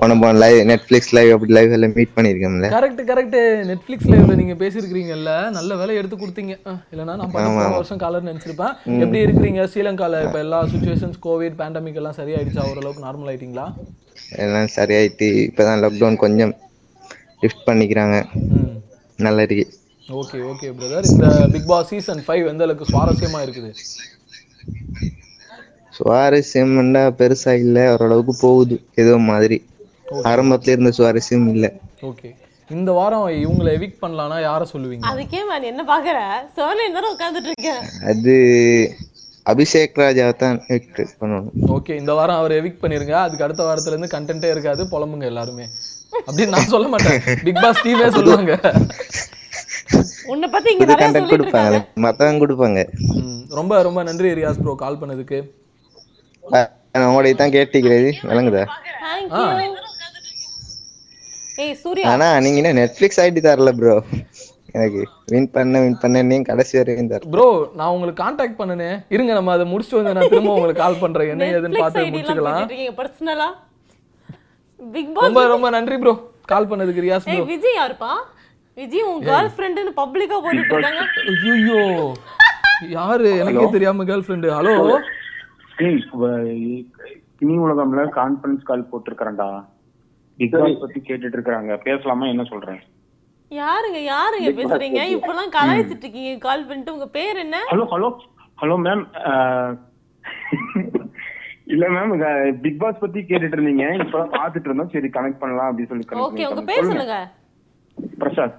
[SPEAKER 7] போன போன லைவ் நெட்ஃப்ளிக்ஸ் லைவ் அப்படி லைவ் எல்லாம் மீட் பண்ணியிருக்கோம்ல
[SPEAKER 3] கரெக்ட் கரெக்ட் நெட்ஃபிளிக்ஸ்ல இவ்வளவு நீங்க பேசியிருக்கிறீங்கல்ல நல்ல வேலை எடுத்து கொடுத்தீங்க ஆ, இல்லைன்னா நான் பண்ண போன வருஷம் காலர் நினைச்சிருப்பேன் எப்படி இருக்கிறீங்க ஸ்ரீலங்கால இப்ப எல்லா சுச்சுவேஷன்ஸ் கோவிட் பேண்டமிக் எல்லாம் சரியாயிடுச்சா ஓரளவுக்கு நார்மல் ஆயிட்டீங்களா
[SPEAKER 7] எல்லாம் சரியாயிட்டு இப்பதான் லாக்டவுன் கொஞ்சம் லிஃப்ட் பண்ணிக்கிறாங்க
[SPEAKER 3] ம்
[SPEAKER 7] நல்லா இருக்கு
[SPEAKER 3] ஓகே ஓகே பிரதர் இந்த பிக் பாஸ் சீசன் ஃபைவ் எந்த அளவுக்கு சுவாரஸ்யமா இருக்குது
[SPEAKER 7] சுவாரஸ்யம்னா பெருசா இல்லை ஓரளவுக்கு போகுது ஏதோ மாதிரி ஆரம்பத்துல இருந்த சுவாரஸ்யம் இல்லை
[SPEAKER 3] ஓகே இந்த வாரம் இவங்களை எவிக் பண்ணலாம்னா யாரை சொல்லுவீங்க
[SPEAKER 2] அதுக்கே நான் என்ன பாக்குற சோனி தானே உட்கார்ந்துட்டு இருக்கேன்
[SPEAKER 7] அது அபிஷேக் ராஜாவை தான் விக்ட் பண்ணணும்
[SPEAKER 3] ஓகே இந்த வாரம் அவர் எவிக் பண்ணிருங்க அதுக்கு அடுத்த வாரத்துல இருந்து கண்டென்ட்டே இருக்காது புலம்புங்க எல்லாருமே அப்படின்னு நான் சொல்ல மாட்டேன் பிக் பாஸ் டீமே சொல்லுவாங்க
[SPEAKER 2] உன்னை பத்தி இங்க
[SPEAKER 7] புது
[SPEAKER 2] நிறைய
[SPEAKER 7] கண்டென்ட்
[SPEAKER 2] சொல்லிட்டு இருக்காங்க
[SPEAKER 7] கொடுப்பாங்க மற்றவங்க கொடுப்பாங்க
[SPEAKER 3] ம், ரொம்ப ரொம்ப நன்றி ரியாஸ் ப்ரோ கால் பண்ணதுக்கு
[SPEAKER 7] அஹ் நான் உங்களைய தான் கேட்டுக்கிறது விளங்குதா
[SPEAKER 2] Thank you. ஏய் சூர்யா
[SPEAKER 7] ஆனா நீங்க என்ன நெட்ஃபிளிக்ஸ் ஐடி தரல ப்ரோ எனக்கு வின் பண்ண வின் பண்ண நீங்க கடைசி வரைக்கும் தரல
[SPEAKER 3] ப்ரோ நான் உங்களுக்கு காண்டாக்ட் பண்ணனே இருங்க நம்ம அதை முடிச்சுட்டு வந்து நான் திரும்ப உங்களுக்கு கால் பண்றேன் என்ன ஏதுன்னு
[SPEAKER 2] நெட்ஃபிளிக்ஸ்
[SPEAKER 3] பார்த்து
[SPEAKER 2] ஐடி எல்லாம்
[SPEAKER 3] முடிச்சுக்கலாம்
[SPEAKER 2] பேசிட்டு இருக்கீங்க பர்சனலா பிக் பாஸ்
[SPEAKER 3] ரொம்ப ரொம்ப நன்றி ப்ரோ கால் பண்ணதுக்கு ரியாஸ்
[SPEAKER 2] ஏய்
[SPEAKER 3] ப்ரோ
[SPEAKER 2] விஜய் யாருப்பா விஜய் உன் கேர்ள் ஃப்ரெண்டுன்னு பப்ளிக்கா போட்டுட்டு இருக்காங்க
[SPEAKER 3] ஐயோ யாரு எனக்கே தெரியாம கேர்ள் ஃப்ரெண்டு ஹலோ
[SPEAKER 10] இனி உலகம்ல கான்ஃபரன்ஸ் கால் போட்டிருக்கிறேன்டா பிக் பாஸ் பத்தி கேட்டுட்டு இருக்காங்க பேசலாமா என்ன சொல்றேன்
[SPEAKER 2] யாருங்க யாருங்க பேசுறீங்க இப்பெல்லாம் கலாய்ச்சிட்டு இருக்கீங்க கால் பண்ணிட்டு உங்க பேர் என்ன
[SPEAKER 10] ஹலோ ஹலோ ஹலோ மேம் இல்ல மேம் பிக் பாஸ் பத்தி கேட்டுட்டு இருந்தீங்க இப்ப பாத்துட்டு இருந்தோம் சரி கனெக்ட் பண்ணலாம் அப்படின்னு சொல்லி connect
[SPEAKER 2] ஓகே உங்க
[SPEAKER 10] பண்ணிட்டோம்.
[SPEAKER 2] பேர்
[SPEAKER 10] சொல்லுங்க.
[SPEAKER 2] சொல்லுங்க
[SPEAKER 10] பிரசாத்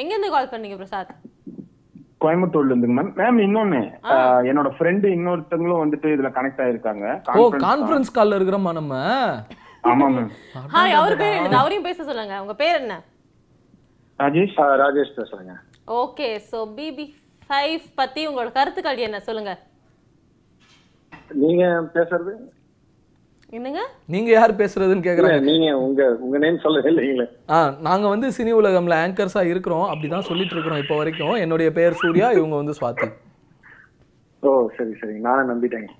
[SPEAKER 2] எங்க இருந்து கால் பண்ணீங்க பிரசாத்
[SPEAKER 10] கோயம்புத்தூர்ல இருந்துங்க மேம் மேம் இன்னொன்னு அஹ், என்னோட ஃப்ரெண்டு இன்னொருத்தவங்களும் வந்துட்டு இதுல கனெக்ட் ஆயிருக்காங்க
[SPEAKER 3] ஓ
[SPEAKER 10] Conference தான்.
[SPEAKER 3] கான்ஃபரன்ஸ் கால்ல இருக்கிறோமா நம்ம
[SPEAKER 10] ஆமா மேம்
[SPEAKER 2] ஹாய் அவர் பேர் என்னது அவரையும் பேச சொல்லுங்க உங்க பேர் என்ன
[SPEAKER 10] ராஜேஷ்
[SPEAKER 4] ஆ, ராஜேஷ் பேசுறேங்க
[SPEAKER 2] ஓகே சோ பிபி ஃபைவ் பத்தி உங்களோட கருத்துக்கள் என்ன சொல்லுங்க
[SPEAKER 4] நீங்க பேசுறது
[SPEAKER 2] என்னங்க
[SPEAKER 3] நீங்க யார் பேசுறதுன்னு கேக்குறாங்க
[SPEAKER 4] இல்ல நீங்க உங்க உங்க நேம் சொல்லவே இல்லைங்களே
[SPEAKER 3] ஆ நாங்க வந்து சினி உலகம்ல ஆங்கர்ஸா இருக்கிறோம் அப்படிதான் சொல்லிட்டு இருக்கிறோம் இப்போ வரைக்கும் என்னுடைய பெயர் சூர்யா இவங்க வந்து ஸ்வாதி
[SPEAKER 4] ஓ சரி சரி நானே நம்பிட்டேங்க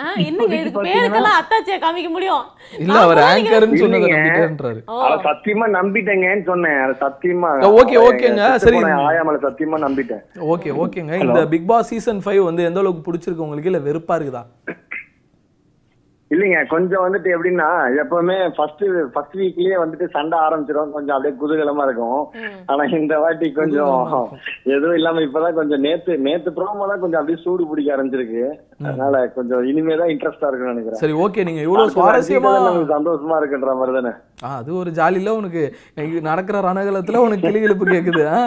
[SPEAKER 2] ஆ, என்னங்க இதுக்கு பேருக்கெல்லாம் அத்தாச்சியா காமிக்க முடியும்
[SPEAKER 3] இல்ல அவர் ஆங்கர்னு சொன்னதை நம்பிட்டேன்றாரு
[SPEAKER 2] ஓ
[SPEAKER 4] அத சத்தியமா நம்பிட்டேங்கன்னு சொன்னேன் அத சத்தியமா
[SPEAKER 3] ஓகே, ஓகேங்க,
[SPEAKER 4] செத்து
[SPEAKER 3] சரி.
[SPEAKER 4] போன ஆயாமல சத்தியமா நம்பிட்டேன்
[SPEAKER 3] ஓகே ஓகேங்க இந்த பிக் பாஸ் சீசன் ஃபைவ் வந்து எந்த அளவுக்கு பிடிச்சிருக்கு உங்களுக்கு இல்ல வெறுப்பா இருக்குதா
[SPEAKER 4] இல்லைங்க கொஞ்சம் வந்துட்டு எப்படின்னா எப்பவுமே ஃபர்ஸ்ட் ஃபர்ஸ்ட் வீக்லயே வந்துட்டு சண்டை ஆரம்பிச்சிடும் கொஞ்சம் அப்படியே குதூகலமா இருக்கும் ஆனா இந்த வாட்டி கொஞ்சம் எதுவும் இல்லாம இப்பதான் கொஞ்சம் நேத்து நேத்து ப்ரோமோ தான் கொஞ்சம் அப்படியே சூடு பிடிக்க ஆரம்பிச்சிருக்கு அதனால கொஞ்சம் இனிமேதான் இன்ட்ரெஸ்டா இருக்கும்னு நினைக்கிறேன்
[SPEAKER 3] சரி ஓகே நீங்க இவ்வளவு
[SPEAKER 4] அடுத்து அடுத்த
[SPEAKER 3] சுவாரஸ்யமா
[SPEAKER 4] season நமக்கு சந்தோஷமா இருக்குன்ற மாதிரி தானே
[SPEAKER 3] ஆ, அது ஒரு ஜாலியில உனக்கு இங்க நடக்கிற ரணகலத்துல உனக்கு கிளிகிழப்பு கேக்குது ஆ?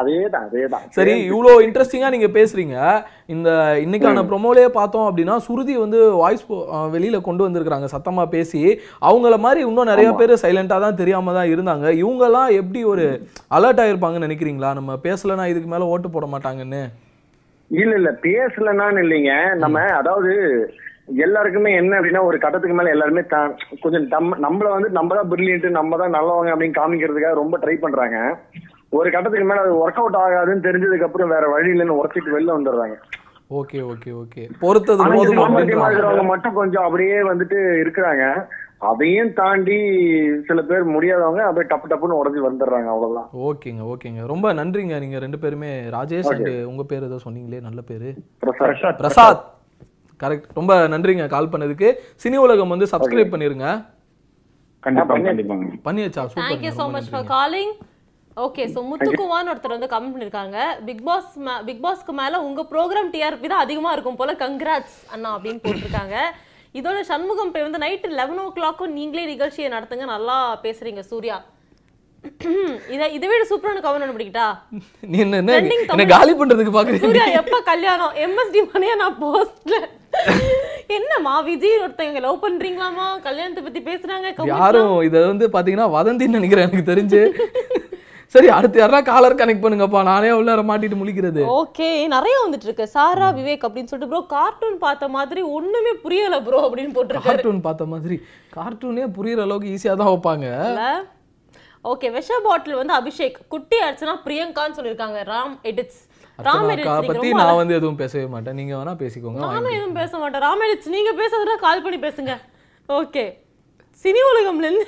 [SPEAKER 4] அதேதான் அதேதான்
[SPEAKER 3] சரி இவ்வளோ இன்ட்ரெஸ்டிங்கா நீங்க பேசுறீங்க இந்த இன்னைக்கான ப்ரொமோலயே பார்த்தோம் அப்படின்னா சுருதி வந்து வாய்ஸ் வெளியில கொண்டு வந்திருக்கிறாங்க சத்தமா பேசி அவங்கள மாதிரி இன்னும் நிறைய பேர் சைலண்டா தான் தெரியாம தான் இருந்தாங்க இவங்கெல்லாம் எப்படி ஒரு அலர்ட் ஆயிருப்பாங்கன்னு நினைக்கிறீங்களா நம்ம பேசலன்னா இதுக்கு மேல ஓட்டு போட மாட்டாங்கன்னு
[SPEAKER 4] இல்ல இல்ல பேசலனான்னு இல்லைங்க நம்ம அதாவது எல்லாருக்குமே என்ன அப்படின்னா ஒரு கட்டத்துக்கு மேல எல்லாருமே தான் கொஞ்சம் நம்ம நம்மள வந்து நம்ம தான் பிரில்லியன்ட் நம்ம தான் நல்லவங்க அப்படின்னு காமிக்கிறதுக்காக ரொம்ப ட்ரை பண்றாங்க ஒரு கட்டத்துக்கு மேல அது ஒர்க் அவுட் ஆகாதுன்னு தெரிஞ்சதுக்கு அப்புறம் வேற வழி இல்லைன்னு உடச்சிட்டு வெளில வந்துடுறாங்க
[SPEAKER 3] ஓகே ஓகே ஓகே பொறுத்தது
[SPEAKER 4] ஆனா இது
[SPEAKER 3] போதும்
[SPEAKER 4] ஆரோக்கியமா
[SPEAKER 3] அப்படின்றாங்க
[SPEAKER 4] இருக்கிறவங்க மட்டும் கொஞ்சம் அப்படியே வந்துட்டு இருக்கிறாங்க அதையும் தாண்டி சில பேர் முடியாதவங்க அப்படியே டப்பு டப்புன்னு உடஞ்சி வந்துடுறாங்க அவ்வளவுதான்
[SPEAKER 3] ஓகேங்க ஓகேங்க ரொம்ப நன்றிங்க நீங்க ரெண்டு பேருமே ராஜேஷ் அண்ட் உங்க பேர் ஏதோ சொன்னீங்களே நல்ல பேரு
[SPEAKER 4] பிரசாத்
[SPEAKER 3] பிரசாத் கரெக்ட் ரொம்ப நன்றிங்க கால் பண்ணதுக்கு சினி உலகம் வந்து சப்ஸ்கிரைப் பண்ணிருங்க
[SPEAKER 4] kan
[SPEAKER 10] கண்டிப்பா கண்டிப்பாங்க
[SPEAKER 3] பண்ணியாச்சா super
[SPEAKER 2] thank you so much for calling okay so முத்துக்குமார்னு ஒருத்தர் வந்து கமெண்ட் பண்ணிருக்காங்க பிக் பாஸ் பிக் பாஸ்க்கு மேல உங்க ப்ரோக்ராம் டிஆர்பி தான் அதிகமா இருக்கும் போல கங்க்ராட்ஸ் அண்ணா அப்படின்னு போட்டிருக்காங்க இதோட சண்முகம் போய் வந்து நைட்டு லெவன் ஓ கிளாக்கும் நீங்களே நிகழ்ச்சியை நடத்துங்க நல்லா பேசுறீங்க சூர்யா இதை இதை விட சூப்பரான கவனம் கண்டுபிடிக்கிட்டா
[SPEAKER 3] நீ என்ன என்ன
[SPEAKER 2] Trending
[SPEAKER 3] என்ன காலி பண்றதுக்கு பாக்குறீங்க
[SPEAKER 2] சூர்யா எப்ப கல்யாணம் எம்எஸ்டி மணியா நான் போஸ்ட்ல என்னம்மா விஜய் ஒருத்தவங்க லவ் பண்றீங்களாமா கல்யாணத்தை பத்தி பேசுறாங்க கமெண்ட்லாம்.
[SPEAKER 3] யாரும் இதை வந்து பாத்தீங்கன்னா வதந்தின்னு நினைக்கிறேன் எனக்கு தெரிஞ்சு சரி அடுத்து யாரா காலர் கனெக்ட் பண்ணுங்கப்பா நானே உள்ளார மாட்டிட்டு முழிக்கிறது
[SPEAKER 2] ஓகே நிறைய வந்துட்டு இருக்கு சாரா விவேக் அப்படின்னு சொல்லிட்டு ப்ரோ கார்ட்டூன் பார்த்த மாதிரி ஒண்ணுமே புரியல ப்ரோ அப்படின்னு போட்டிருக்காரு
[SPEAKER 3] கார்ட்டூன் பார்த்த மாதிரி கார்ட்டூனே புரியுற அளவுக்கு ஈஸியா தான் வைப்பாங்க
[SPEAKER 2] ஓகே விஷ பாட்டில் வந்து அபிஷேக் குட்டி அர்ச்சனா பிரியங்கான்னு சொல்லியிருக்காங்க ராம் எடிட்ஸ் ராம்
[SPEAKER 3] அர்ச்சனாக்கா
[SPEAKER 2] எடிட்ஸ்
[SPEAKER 3] பத்தி
[SPEAKER 2] நீங்க ரொம்ப
[SPEAKER 3] நான் வந்து எதுவும் பேசவே மாட்டேன் நீங்க வேணா பேசிக்கோங்க
[SPEAKER 2] நானும்
[SPEAKER 3] வாங்கி.
[SPEAKER 2] எதுவும் பேச மாட்டேன் ராம் எடிட்ஸ் நீங்க பேசுறதுனா கால் பண்ணி பேசுங்க ஓகே சினி உலகம்ல இருந்து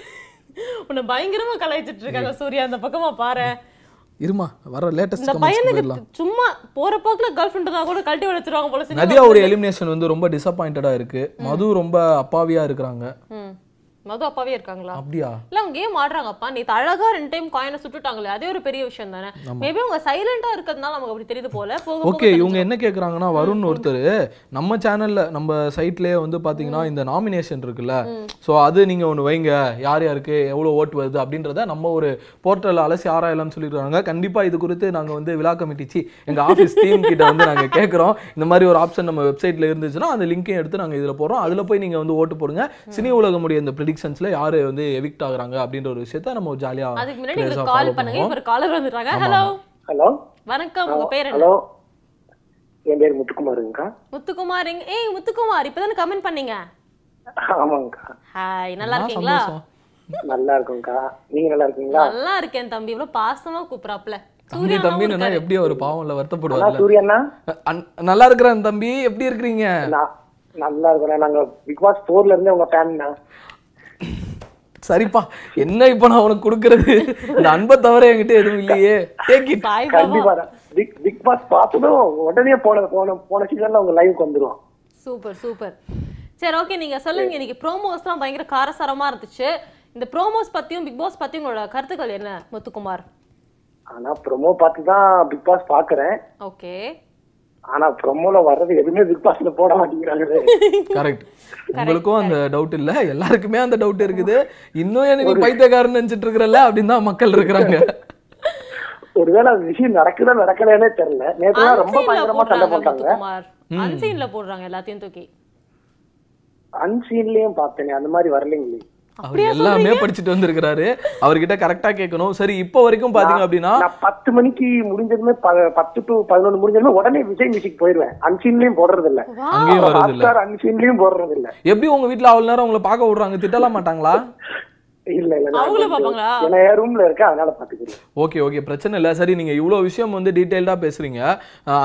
[SPEAKER 2] உன்னை பயங்கரமா கலாய்ச்சிட்டு இருக்காங்க சூர்யா அந்த பக்கமா பாரு
[SPEAKER 3] இருமா வர லேட்டஸ்ட்
[SPEAKER 2] இந்த பையனுக்கு சும்மா போற போக்குல கேர்ள் ஃபிரெண்ட் கூட கழட்டி வச்சிருவாங்க போல சினி
[SPEAKER 3] நதியாவோட எலிமினேஷன் வந்து ரொம்ப டிசப்பாயிண்டடா இருக்கு மது ரொம்ப அப்பாவியா இருக்கிறாங்க
[SPEAKER 2] ம். மது அப்பாவே இருக்காங்களா
[SPEAKER 3] அப்படியா
[SPEAKER 2] இல்ல அவங்க கேம் ஆடுறாங்கப்பா நேத்து அழகா ரெண்டு டைம் காயினை சுட்டுட்டாங்களே அதே ஒரு பெரிய விஷயம் தானே
[SPEAKER 3] ஆமா.
[SPEAKER 2] மேபி அவங்க சைலண்டா இருக்கிறதுனால நமக்கு அப்படி தெரியுது போல போக போக
[SPEAKER 3] ஓகே இவங்க
[SPEAKER 2] தெரிஞ்சிரும்.
[SPEAKER 3] என்ன கேக்குறாங்கன்னா வருண் ஒருத்தர் நம்ம சேனல்ல நம்ம சைட்லயே வந்து பாத்தீங்கன்னா இந்த நாமினேஷன் இருக்குல்ல சோ அது நீங்க ஒண்ணு வைங்க யார் யாருக்கு எவ்வளவு ஓட்டு வருது அப்படின்றத நம்ம ஒரு போர்ட்டல்ல அலசி ஆராயலாம்னு சொல்லிருக்காங்க கண்டிப்பா இது குறித்து நாங்க வந்து விழா committee, சி எங்க ஆபீஸ் டீம் கிட்ட வந்து நாங்க கேக்குறோம் இந்த மாதிரி ஒரு ஆப்ஷன் நம்ம வெப்சைட்ல இருந்துச்சுன்னா அந்த லிங்க்கையும் எடுத்து நாங்க இதுல போடுறோம் அதுல போய் நீங்க வந்து ஓட்டு போடுங்க சினி உலகமுடைய இந்த ப்ரிடிக்ஷன்ஸ்ல யாரு வந்து எவிக்ட் ஆகுறாங்க அப்படின்ற ஒரு விஷயத்த நம்ம ஜாலியா
[SPEAKER 2] அதுக்கு முன்னாடி எங்களுக்கு கால் பண்ணுங்க இப்ப ஒரு காலர் வந்துட்டாங்க
[SPEAKER 3] ஆமா,
[SPEAKER 2] ஹலோ
[SPEAKER 11] ஹலோ
[SPEAKER 2] வணக்கம் உங்க பேர் என்ன
[SPEAKER 11] ஹலோ என் பேர் முத்துக்குமாருங்கக்கா
[SPEAKER 2] முத்துக்குமார் எங்க ஏய் முத்துக்குமார் இப்பதானே கமெண்ட் பண்ணீங்க
[SPEAKER 11] ஆமாங்கக்கா
[SPEAKER 2] ஹாய் நல்லா இருக்கீங்களா
[SPEAKER 11] நல்லா இருக்கோம்க்கா நீங்க நல்லா இருக்கீங்களா
[SPEAKER 2] நல்லா இருக்கேன் தம்பி இவ்வளவு பாசமா கூப்பிடுறாப்ல
[SPEAKER 3] தம்பி தம்பின்னா எப்படி ஒரு பாவம்ல
[SPEAKER 11] அண்ணா
[SPEAKER 3] வருத்தப்படுவார்
[SPEAKER 11] சூர்யா அண்ணா
[SPEAKER 3] நல்லா இருக்கிறேன் தம்பி எப்படி இருக்கிறீங்க
[SPEAKER 11] நான் நல்லா இருக்கோம் நாங்க பிக் பாஸ் போர்ல இருந்தே உங்க ஃபேன்னா
[SPEAKER 3] சரிப்பா என்ன இப்ப நான் உனக்கு கொடுக்கறது இந்த அன்பை தவிர என்கிட்ட எதுவும் இல்லையே டேக் இட்
[SPEAKER 2] சாய்
[SPEAKER 11] கண்டிப்பா
[SPEAKER 2] பாபா
[SPEAKER 11] தான். பிக் பிக் பாஸ் பார்த்ததும் உடனே போன போன போன சீசன்ல உங்க லைவுக்கு வந்துருவோம்
[SPEAKER 2] சூப்பர் சூப்பர் சரி ஓகே நீங்க சொல்லுங்க இன்னைக்கு ப்ரோமோஸ்லாம் பயங்கர காரசாரமா இருந்துச்சு இந்த ப்ரோமோஸ் பத்தியும் பிக் பாஸ் பத்தியும் உங்களோட கருத்துக்கள் என்ன முத்துக்குமார்
[SPEAKER 11] ஆனா ப்ரோமோ பார்த்து தான் பிக் பாஸ் பாக்குறேன்
[SPEAKER 2] ஓகே
[SPEAKER 11] ஆனா ப்ரோமோல வர்றது எதுவுமே பிக் பாஸ்ல போட மாட்டேங்கிறாங்களே
[SPEAKER 3] கரெக்ட் உங்களுக்கும் அந்த டவுட் இல்ல எல்லாருக்குமே அந்த டவுட் இருக்குது இன்னும் என்ன நீ பைத்தியக்காரன் நினைச்சிட்டு இருக்கிறல்ல அப்படின்னு தான் மக்கள் இருக்கிறாங்க
[SPEAKER 11] ஒருவேளை அது விஷயம் நடக்குதா நடக்கலன்னே தெரியல நேற்று தான் ரொம்ப
[SPEAKER 2] அன்சீன்ல
[SPEAKER 11] பயங்கரமா சண்டை
[SPEAKER 2] போடுறாங்க
[SPEAKER 11] போட்டாங்க
[SPEAKER 2] முத்துக்குமார் அன்சீன்ல போடுறாங்க எல்லாத்தையும் தூக்கி
[SPEAKER 11] அன்சீன்லயும் பார்த்தேனே அந்த மாதிரி வரலைங்களே
[SPEAKER 3] அவர் எல்லாமே படிச்சுட்டு வந்திருக்கிறாரு அவர்கிட்ட கரெக்டா கேட்கணும் சரி இப்போ வரைக்கும் பாத்தீங்க அப்படின்னா
[SPEAKER 11] நான் பத்து மணிக்கு முடிஞ்சதுமே ப- பத்து டு பதினொன்று முடிஞ்சதுமே உடனே விஜய் மியூசிக் போயிருவேன் அன்சீன்லயும் போடுறது இல்ல
[SPEAKER 3] அங்கேயும் வர்றது இல்ல
[SPEAKER 11] ஹாட்ஸ்டார் அன்சீன்லயும் போடுறது இல்ல
[SPEAKER 3] எப்படி உங்க வீட்ல அவ்வளவு நேரம் உங்களை பார்க்க விடுறாங்க திட்டலாம் மாட்டாங்களா
[SPEAKER 11] இல்ல இல்ல நான்
[SPEAKER 2] அவங்களும்
[SPEAKER 11] கொஞ்சம்-
[SPEAKER 2] பாப்பாங்களா?
[SPEAKER 11] ஏன்னா என் ரூம்ல இருக்கேன் அதனால பாத்துக்கிறேன்
[SPEAKER 3] ஓகே ஓகே பிரச்சனை இல்லை சரி நீங்கள் இவ்வளோ விஷயம் வந்து டீட்டெயில்டாக பேசுகிறீங்க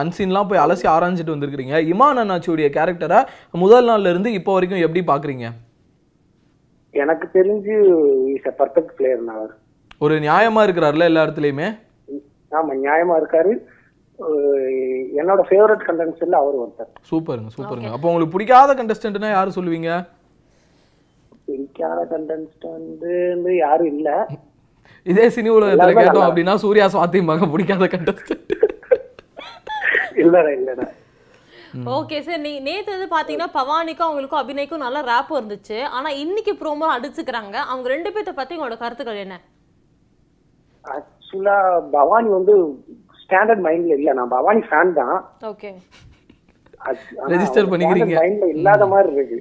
[SPEAKER 3] அன்சீன்லாம் போய் அலசி ஆராய்ஞ்சிட்டு வந்திருக்கிறீங்க இமான் அண்ணாச்சியுடைய கேரக்டரை முதல் நாள்ல இருந்து இப்போ வரைக்கும் எப்படி பார்க்குறீங்க
[SPEAKER 11] எனக்கு தெரிஞ்சு இஸ் எ பர்ஃபெக்ட் பிளேயர் நான் அவர்
[SPEAKER 3] ஒரு நியாயமாக இருக்கிறார்ல எல்லா இடத்துலையுமே
[SPEAKER 11] ஆமா நியாயமா இருக்காரு அஹ் என்னோட ஃபேவரட் கண்டென்ட்ஸ்ல அவர் ஒருத்தர்
[SPEAKER 3] சூப்பருங்க சூப்பருங்க அப்போ உங்களுக்கு பிடிக்காத கண்டஸ்டன்ட்னா யார் சொல்லுவீங்க
[SPEAKER 11] பிடிக்காத கண்டென்ட்ஸ் வந்து வந்து யாரும் இல்ல
[SPEAKER 3] இதே சினி உலகத்தில்
[SPEAKER 11] எல்லாருமே
[SPEAKER 3] கேட்டோம்
[SPEAKER 11] நல்லா-
[SPEAKER 3] அப்படின்னா சூர்யா சுவாதி மகன் பிடிக்காத கண்டஸ்டன்ட்
[SPEAKER 11] இல்லடா இல்லடா
[SPEAKER 2] ஓகே சார் நீ நேத்து வந்து பாத்தீங்கன்னா பவானிக்கும் அவங்களுக்கும் அபிநய்க்கும் நல்ல ரேப் இருந்துச்சு ஆனா இன்னைக்கு ப்ரோமோ அடிச்சுக்கிறாங்க அவங்க ரெண்டு பேர்த்த பத்தி உங்களோட கருத்துக்கள் என்ன
[SPEAKER 11] ஆக்சுவலா பவானி வந்து ஸ்டாண்டர்ட் மைண்ட்ல இல்ல நான் பவானி ஃபேன் தான்
[SPEAKER 2] ஓகே
[SPEAKER 3] Register பண்ணிக்கிறீங்க.
[SPEAKER 11] மைண்ட்ல இல்லாத மாதிரி இருக்கு